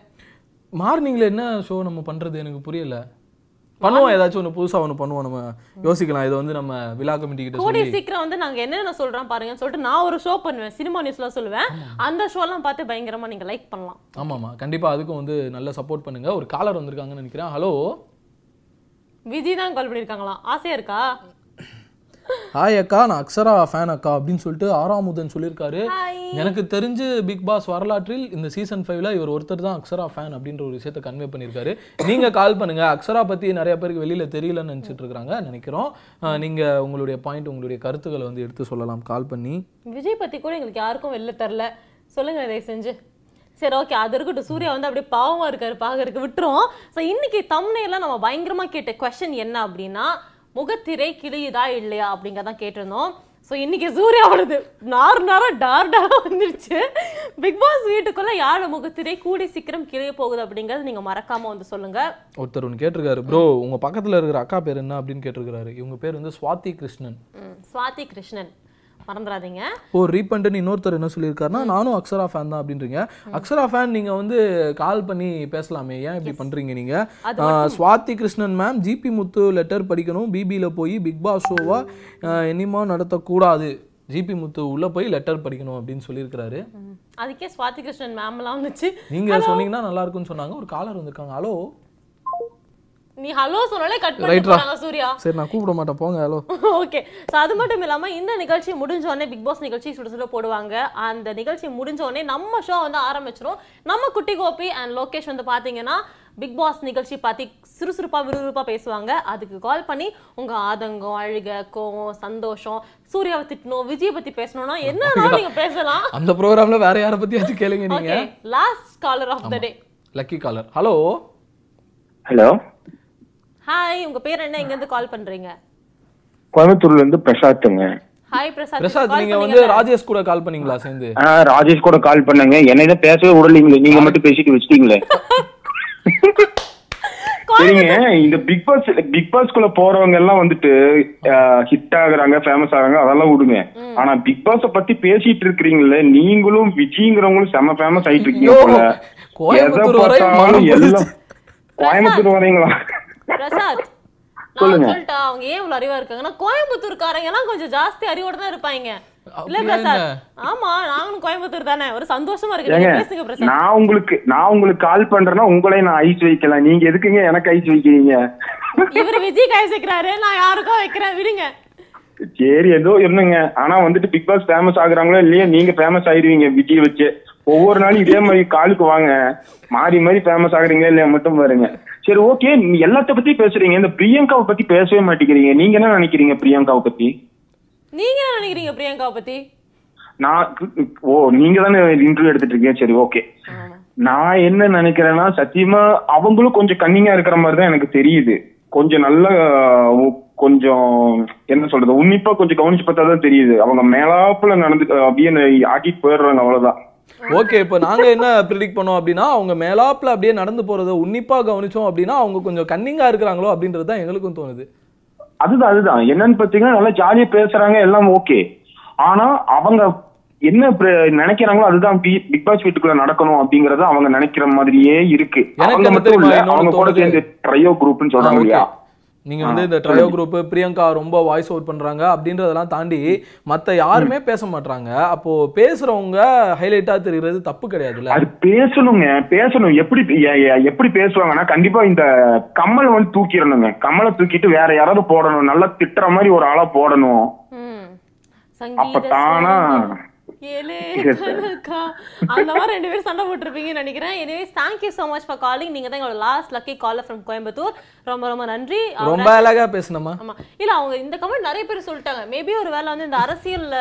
[SPEAKER 3] மார்னிங்ல என்ன ஷோ நம்ம பண்றது எனக்கு புரியல பண்ணுவோம் ஏதாச்சும் ஒன்று புதுசா ஒன்று பண்ணுவோம் நம்ம யோசிக்கலாம் இதை வந்து நம்ம விழா கமிட்டி கிட்ட
[SPEAKER 2] கூடிய
[SPEAKER 3] சொல்லி
[SPEAKER 2] சீக்கிரம் வந்து நாங்க என்னென்ன சொல்றோம் பாருங்கன்னு சொல்லிட்டு நான் ஒரு ஷோ பண்ணுவேன் சினிமா நியூஸ்லாம் சொல்லுவேன் அந்த ஷோலாம் பார்த்து பயங்கரமா நீங்க லைக் பண்ணலாம்
[SPEAKER 3] ஆமாம்மா கண்டிப்பா அதுக்கும் வந்து நல்ல சப்போர்ட் பண்ணுங்க ஒரு காலர் வந்திருக்காங்கன்னு நினைக்கிறேன் ஹலோ
[SPEAKER 2] விஜய் தான் கால் பண்ணிருக்காங்களா ஆசையா இருக்கா
[SPEAKER 3] ஹாய் அக்கா நான் அக்ஷரா ஃபேன் அக்கா அப்படின்னு சொல்லிட்டு ஆறாமுதன் சொல்லியிருக்காரு எனக்கு தெரிஞ்சு பிக் பாஸ் வரலாற்றில் இந்த சீசன் ஃபைவ்ல இவர் ஒருத்தர் தான் அக்ஷரா ஃபேன் அப்படின்ற ஒரு விஷயத்தை கன்வே பண்ணியிருக்காரு நீங்க கால் பண்ணுங்க அக்ஷரா பத்தி நிறைய பேருக்கு வெளியில தெரியலன்னு நினைச்சிட்டு இருக்காங்க நினைக்கிறோம் அஹ், நீங்க உங்களுடைய பாயிண்ட் உங்களுடைய கருத்துக்களை வந்து எடுத்து சொல்லலாம் கால் பண்ணி
[SPEAKER 2] விஜய் பத்தி கூட எங்களுக்கு யாருக்கும் வெளில தரல சொல்லுங்க இதை செஞ்சு சரி ஓகே அது இருக்கட்டும் சூர்யா வந்து அப்படியே பாவமா இருக்காரு பாக்கறதுக்கு விட்டுரும் ஸோ இன்னைக்கு தம்னையில நம்ம பயங்கரமா கேட்ட கொஸ்டின் என்ன அப்படின்னா முகத்திரை கிளியுதா இல்லையா அப்படிங்கிறத கேட்டிருந்தோம் ஸோ இன்னைக்கு சூர்யாவோடது நார் நாரா டார் டாரா வந்துருச்சு பிக் பாஸ் வீட்டுக்குள்ள யாரோட முகத்திரை கூடி சீக்கிரம் கிளிய போகுது அப்படிங்கறது நீங்க மறக்காம வந்து சொல்லுங்க
[SPEAKER 3] ஒருத்தர் ஒன்று கேட்டிருக்காரு ப்ரோ உங்க பக்கத்துல இருக்கிற அக்கா பேர் என்ன அப்படின்னு கேட்டிருக்காரு இவங்க பேர் வந்து சுவாதி கிருஷ்ணன்
[SPEAKER 2] ம், சுவாதி கிருஷ்ணன் மறந்துடாதீங்க
[SPEAKER 3] ஓ ரீபண்டன் இன்னொருத்தர் என்ன சொல்லியிருக்காருன்னா நானும் அக்ஷரா ஃபேன் தான் அப்படின்றீங்க அக்ஷரா ஃபேன் நீங்க வந்து கால் பண்ணி பேசலாமே ஏன் இப்படி பண்றீங்க நீங்க
[SPEAKER 2] அது
[SPEAKER 3] ஆ, Swathi Krishnan ma'am GP Muthu letter படிக்கணும் பிபியில போய் பிக் பாஸ் ஷோவா இனிமா நடத்தக்கூடாது ஜிபி முத்து உள்ள போய் லெட்டர் படிக்கணும் அப்படின்னு சொல்லியிருக்கிறாரு
[SPEAKER 2] ம், அதுக்கே சுவாதி கிருஷ்ணன் மேம்லாம் வந்துச்சு
[SPEAKER 3] நீங்க சொன்னீங்கன்னா நல்லா இருக்கும்னு சொன்னாங்க ஒரு காலர் வந்திருக்காங்க ஹலோ
[SPEAKER 2] நீ ஹலோ சொன்னாலே கட்
[SPEAKER 3] ரைட்ரா
[SPEAKER 2] பண்ணிட்டாங்க சூர்யா
[SPEAKER 3] சரி நான் கூப்பிட மாட்டேன் போங்க ஹலோ
[SPEAKER 2] ஓகே ஸோ அது மட்டும் இல்லாம இந்த நிகழ்ச்சி முடிஞ்ச உடனே பிக் பாஸ் நிகழ்ச்சி சுட சுட போடுவாங்க அந்த நிகழ்ச்சி முடிஞ்ச உடனே நம்ம ஷோ வந்து ஆரம்பிச்சிரும் நம்ம குட்டி கோபி அண்ட் லோகேஷ் வந்து பாத்தீங்கன்னா பிக் பாஸ் நிகழ்ச்சி பத்தி சுறுசுறுப்பா விறுவிறுப்பா பேசுவாங்க அதுக்கு கால் பண்ணி உங்க ஆதங்கம் அழுகை கோவம் சந்தோஷம் சூர்யாவை திட்டணும் விஜயை பத்தி பேசணும்னா என்னன்னா நீங்க பேசலாம்
[SPEAKER 3] அந்த ப்ரோக்ராம்ல வேற யாரை பத்தியாச்சும் கேளுங்க நீங்க
[SPEAKER 2] okay last caller of the day
[SPEAKER 3] lucky caller hello
[SPEAKER 10] hello
[SPEAKER 2] hi உங்க பேர் என்ன எங்க இருந்து கால் பண்றீங்க
[SPEAKER 10] கோயம்புத்தூர்ல இருந்து பிரசாத்துங்க
[SPEAKER 2] ஹாய் பிரசாத்
[SPEAKER 3] பிரசாத்
[SPEAKER 2] call
[SPEAKER 3] நீங்க வந்து
[SPEAKER 2] பண்ணீங்கல்ல?
[SPEAKER 3] ராஜேஷ் கூட கால் பண்ணீங்களா சேர்ந்து
[SPEAKER 10] ஆ, ராஜேஷ் கூட கால் பண்ணேங்க என்னை தான் பேசவே விடலீங்களே நீங்க மட்டும் பேசிட்டு வச்சிட்டீங்களே சரிங்க இந்த பிக் பாஸ் பிக் பாஸ்க்குள்ள போறவங்க எல்லாம் வந்துட்டு ஹிட் ஆகுறாங்க ஃபேமஸ் ஆகுறாங்க அதெல்லாம் விடுங்க ஆனா பிக் பாஸ பத்தி பேசிட்டு இருக்கிறீங்களே நீங்களும் விஜய்ங்கிறவங்களும் செம ஃபேமஸ் ஆயிட்டு இருக்கீங்க
[SPEAKER 3] ஐயோ,
[SPEAKER 10] போல.
[SPEAKER 3] கோயம்புத்தூர்
[SPEAKER 10] எதை
[SPEAKER 3] வரை
[SPEAKER 10] பார்த்தாலும்
[SPEAKER 3] மனம்
[SPEAKER 10] எல்லாம் கோயம்புத்தூர் வரீங்களா
[SPEAKER 2] பிரசாத் நான்
[SPEAKER 10] சொல்லுங்க.
[SPEAKER 2] சொல்லிட்டா அவங்க ஏன் இவ்வளவு அறிவா இருக்காங்கன்னா கோயம்புத்தூர்காரங்க எல்லாம் கொஞ்சம் ஜாஸ்தி அறிவோட தான் இருப்பாங்க இல்ல
[SPEAKER 10] அப்படியா
[SPEAKER 2] பிரசாத்
[SPEAKER 10] என்ன?
[SPEAKER 2] ஆமா நாங்களும் கோயம்புத்தூர் தானே ஒரு சந்தோஷமா இருக்கு
[SPEAKER 10] ஏங்க
[SPEAKER 2] நீங்க பேசுங்க பிரசாத்
[SPEAKER 10] நான் உங்களுக்கு நான் உங்களுக்கு கால் பண்றேன்னா உங்களையும் நான் ஐஸ் வைக்கலாம் நீங்க எதுக்குங்க எனக்கு ஐஸ் வைக்கிறீங்க
[SPEAKER 2] இவர் விஜய் காய் சேர்க்கிறாரு நான் யாருக்கோ வைக்கிறேன் விடுங்க
[SPEAKER 10] சரி ஏதோ இருந்துங்க ஆனா வந்துட்டு பிக் பாஸ் ஃபேமஸ் ஆகுறாங்களோ இல்லையா நீங்க ஃபேமஸ் ஆயிருவீங்க விஜய் வச்சு ஒவ்வொரு நாளும் இதே மாதிரி காலுக்கு வாங்க மாறி மாறி ஃபேமஸ் ஆகுறீங்களா இல்லையா மட்டும் பாருங்க சரி ஓகே நீ எல்லாத்த பத்தி பேசுறீங்க இந்த பிரியங்காவை பத்தி பேசவே மாட்டேங்கிறீங்க நீங்க என்ன நினைக்கிறீங்க பிரியங்காவை பத்தி
[SPEAKER 2] நீங்க என்ன நினைக்கிறீங்க பிரியங்கா பத்தி
[SPEAKER 10] நான் ஓ நீங்க தானே இன்டர்வியூ எடுத்துட்டு இருக்கீங்க சரி ஓகே நான் என்ன நினைக்கிறேன்னா சத்தியமா அவங்களும் கொஞ்சம் கன்னிங்கா இருக்கிற மாதிரி தான் எனக்கு தெரியுது கொஞ்சம் நல்ல அஹ், கொஞ்சம் என்ன சொல்றது உன்னிப்பா கொஞ்சம் கவனிச்சு பார்த்தா தான் தெரியுது அவங்க மேலாப்புல நடந்து அப்படியே ஆக்கிட்டு போயிடுறாங்க அவ்வளவுதான்
[SPEAKER 3] ஓகே இப்போ நாங்க என்ன ப்ரிடிக் பண்ணோம் அப்படின்னா அவங்க மேலாப்ல அப்படியே நடந்து போறதை உன்னிப்பா கவனிச்சோம் அப்படின்னா அவங்க கொஞ்சம் கன்னிங்கா இருக்கிறாங்களோ அப்படின்றது தான் எங்களுக்கும் தோணுது
[SPEAKER 10] அதுதான் அதுதான் என்னன்னு பாத்தீங்கன்னா நல்லா ஜாலியா பேசுறாங்க எல்லாம் ஓகே ஆனா அவங்க என்ன பிர- நினைக்கிறாங்களோ அதுதான் பி- பிக் பாஸ் வீட்டுக்குள்ள நடக்கணும் அப்படிங்கறது அவங்க நினைக்கிற மாதிரியே இருக்கு
[SPEAKER 3] எனக்கு
[SPEAKER 10] அவங்க
[SPEAKER 3] என்ன
[SPEAKER 10] மட்டும் இல்ல
[SPEAKER 3] தெரியுமா,
[SPEAKER 10] அவங்க கூட
[SPEAKER 3] இன்னொன்னு
[SPEAKER 10] சேர்ந்து ட்ரையோ குரூப்னு சொல்றாங்க
[SPEAKER 3] ஆ,
[SPEAKER 10] இல்லையா
[SPEAKER 3] okay. நீங்க வந்து இந்த ட்ரையோ குரூப் பிரியங்கா ரொம்ப வாய்ஸ் அவுட் பண்றாங்க அப்படின்றதெல்லாம் தாண்டி மத்த யாருமே பேச மாட்றாங்க அப்போ பேசுறவங்க ஹைலைட்டா தெரிகிறது தப்பு கிடையாதுல்ல
[SPEAKER 10] அது பேசணுங்க பேசணும் எப்படி எ- எ- எப்படி பேசுவாங்கன்னா கண்டிப்பா இந்த கமலை வந்து தூக்கிடணுங்க கமலை தூக்கிட்டு வேற யாராவது போடணும் நல்லா திட்டுற மாதிரி ஒரு ஆளா போடணும் அப்ப
[SPEAKER 2] சங்கீத
[SPEAKER 10] தானா
[SPEAKER 2] ஏழு
[SPEAKER 10] Yes, sir.
[SPEAKER 2] கணக்கா அந்த மாதிரி ரெண்டு பேரும் சண்டை போட்டிருப்பீங்கன்னு நினைக்கிறேன் anyways thank you so much for calling நீங்க தான் எங்களோட last lucky caller from Coimbatore ரொம்ப ரொம்ப நன்றி
[SPEAKER 3] ரொம்ப அழகா பேசணுமா
[SPEAKER 2] ஆமா இல்ல அவங்க இந்த கமெண்ட் நிறைய பேர் சொல்லிட்டாங்க மேபி ஒரு வேளை வந்து இந்த அரசியல்ல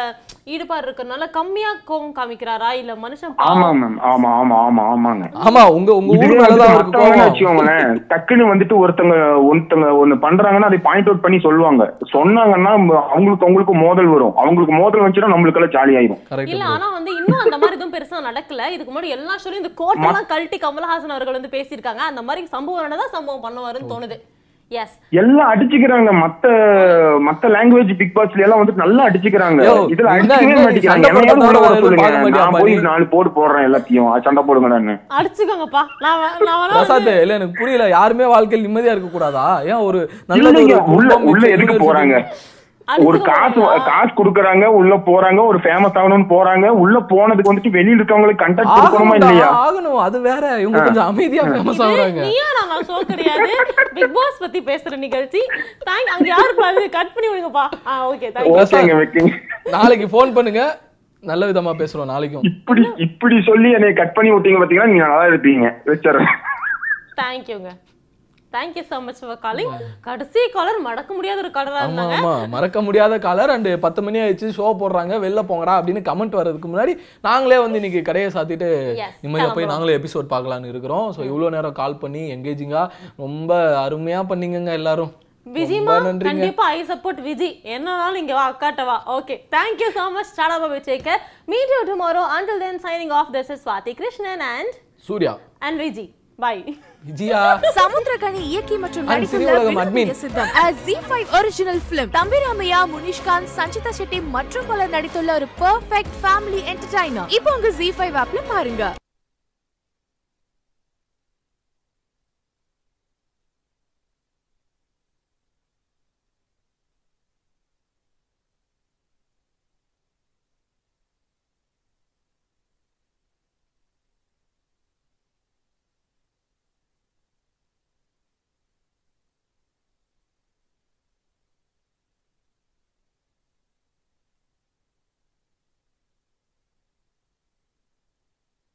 [SPEAKER 2] ஈடுபாடு இருக்கறதுனால கம்மியா கோவம் காமிக்கிறாரா இல்ல மனுஷன்
[SPEAKER 10] ஆமா
[SPEAKER 2] பாவம்.
[SPEAKER 10] மேம் ஆமா ஆமா ஆமா ஆமாங்க
[SPEAKER 3] ஆமா உங்க உங்க ஊர்
[SPEAKER 10] இதுவே
[SPEAKER 3] மேலதான்
[SPEAKER 10] வந்துட்டு
[SPEAKER 3] அவருக்கு
[SPEAKER 10] மத்தவங்கன்னு
[SPEAKER 3] கோவம்.
[SPEAKER 10] வச்சுக்கோங்களேன் டக்குன்னு வந்துட்டு ஒருத்தங்க ஒருத்தங்க ஒண்ணு பண்றாங்கன்னா அதை பாயிண்ட் அவுட் பண்ணி சொல்லுவாங்க சொன்னாங்கன்னா ம- அவங்களுக்கு அவங்களுக்கு மோதல் வரும் அவங்களுக்கு மோதல் வந்துச்சுன்னா நம்மளுக்கு எல்லாம் ஜாலி ஆயிரும்
[SPEAKER 2] இல்ல ஆனா வந்து இன்னும் அந்த மாதிரி எதுவும் பெருசா நடக்கல இதுக்கு முன்னாடி எல்லா ஷோலையும் இந்த கோட்டெல்லாம் கழட்டி கமலஹாசன் அவர்கள் வந்து பேசியிருக்காங்க அந்த மாதிரி சம்பவம் நடந்தா சம்பவம் பண்ணுவாருன்னு தோணுது எஸ்
[SPEAKER 10] எல்லாம் அடிச்சுக்கிறாங்க மத்த மத்த லாங்குவேஜ் பிக் பாஸ்ல எல்லாம் வந்துட்டு நல்லா அடிச்சுக்கிறாங்க
[SPEAKER 3] யோ,
[SPEAKER 10] இதுல
[SPEAKER 3] என்ன-
[SPEAKER 10] அடிச்சுக்கவே
[SPEAKER 3] என்ன நீ
[SPEAKER 10] மாட்டேங்கிறாங்க
[SPEAKER 3] சண்டை
[SPEAKER 10] என்னையாவது
[SPEAKER 3] போட்டா
[SPEAKER 10] உள்ள
[SPEAKER 3] நான்
[SPEAKER 10] வர சொல்லுங்க
[SPEAKER 3] எதுவும் பார்க்க மாட்டியா,
[SPEAKER 10] நான் போய்
[SPEAKER 3] பாரு.
[SPEAKER 10] நாலு போடு போடுறேன் எல்லாத்தையும் அது சண்டை போடுங்கடான்னு
[SPEAKER 2] அடிச்சுக்கோங்கப்பா நான் வ- நான் வேணா வந்து-
[SPEAKER 3] பிரசாத் இல்ல எனக்கு புரியல யாருமே வாழ்க்கையில் நிம்மதியா இருக்க கூடாதா ஏன் ஒரு நல்ல
[SPEAKER 10] இல்லைங்க,
[SPEAKER 3] ஒரு
[SPEAKER 10] உள்ள
[SPEAKER 3] குடும்பம்
[SPEAKER 10] உள்ள
[SPEAKER 3] வச்சு
[SPEAKER 10] எதுக்கு
[SPEAKER 3] university-
[SPEAKER 10] போறாங்க ஒரு காசு காசு குடுக்கறாங்க உள்ள போறாங்க ஒரு ஃபேமஸ் ஆகணும்னு போறாங்க உள்ள போனதுக்கு வந்துட்டு வெளியில இருக்கவங்களுக்கு கண்டக்ட் கொடுக்கணுமா
[SPEAKER 3] ஆகணும்டா,
[SPEAKER 10] இல்லையா
[SPEAKER 3] ஆகணும் அது வேற இவங்க கொஞ்சம் அமைதியா ஃபேமஸ் ஆகுறாங்க
[SPEAKER 2] நீயா நான் ஷோ கிடையாது பிக் பாஸ் பத்தி பேசுற நிகழ்ச்சி தேங்க் அங்க யாரு பாரு கட் பண்ணி விடுங்கப்பா ஆ ஓகே தேங்க்யூ
[SPEAKER 10] ஓகேங்க வைக்கிங்க
[SPEAKER 3] நாளைக்கு ஃபோன் பண்ணுங்க நல்ல விதமா பேசுறோம் நாளைக்கும்
[SPEAKER 10] இப்படி இப்படி சொல்லி என்னை கட் பண்ணி விட்டீங்க பாத்தீங்கன்னா நீங்க நல்லா இருப்பீங்க வச்சிடறேன்
[SPEAKER 2] தேங்க்யூங்க thank you so much for calling கடைசி காலர் மடக்க முடியாத ஒரு காலரா
[SPEAKER 3] ஆமா
[SPEAKER 2] இருந்தாங்க
[SPEAKER 3] ஆமா மறக்க முடியாத காலர் அண்ட் பத்து மணி ஆயிடுச்சு ஷோ போடுறாங்க வெளில போங்கடா அப்படின்னு கமெண்ட் வர்றதுக்கு முன்னாடி நாங்களே வந்து இன்னைக்கு கடையை சாத்திட்டு
[SPEAKER 2] Yes,
[SPEAKER 3] நிம்மதியா போய்
[SPEAKER 2] கிளம்புறோம்.
[SPEAKER 3] நாங்களே எபிசோட் பார்க்கலான்னு இருக்கிறோம் ஸோ இவ்வளோ நேரம் கால் பண்ணி எங்கேஜிங்கா ரொம்ப அருமையா பண்ணீங்கங்க எல்லாரும்
[SPEAKER 2] விஜய்மா
[SPEAKER 3] ரொம்ப நன்றிங்க.
[SPEAKER 2] கண்டிப்பா ஐ சப்போர்ட் விஜய் என்னனாலும் இங்க வா அக்காட்ட வா okay thank you so much tata Bobby Sekhar meet you tomorrow until then signing off this is Swathi Krishnan and
[SPEAKER 3] Surya
[SPEAKER 2] and Vijay bye
[SPEAKER 3] விஜயா
[SPEAKER 1] சமுத்திரகனி இயக்கி மற்றும்
[SPEAKER 3] And
[SPEAKER 1] நடித்துள்ள
[SPEAKER 3] Cineulagam admin.
[SPEAKER 1] வினோதிய Sitham as Z5 original film Thambi Ramaiah Munishkanth Sanchita Shetty மற்றும் பலர் நடித்துள்ள ஒரு பெர்ஃபெக்ட் ஃபேமிலி என்டர்டைனர் இப்போ உங்க Z5 ஆப்ல பாருங்க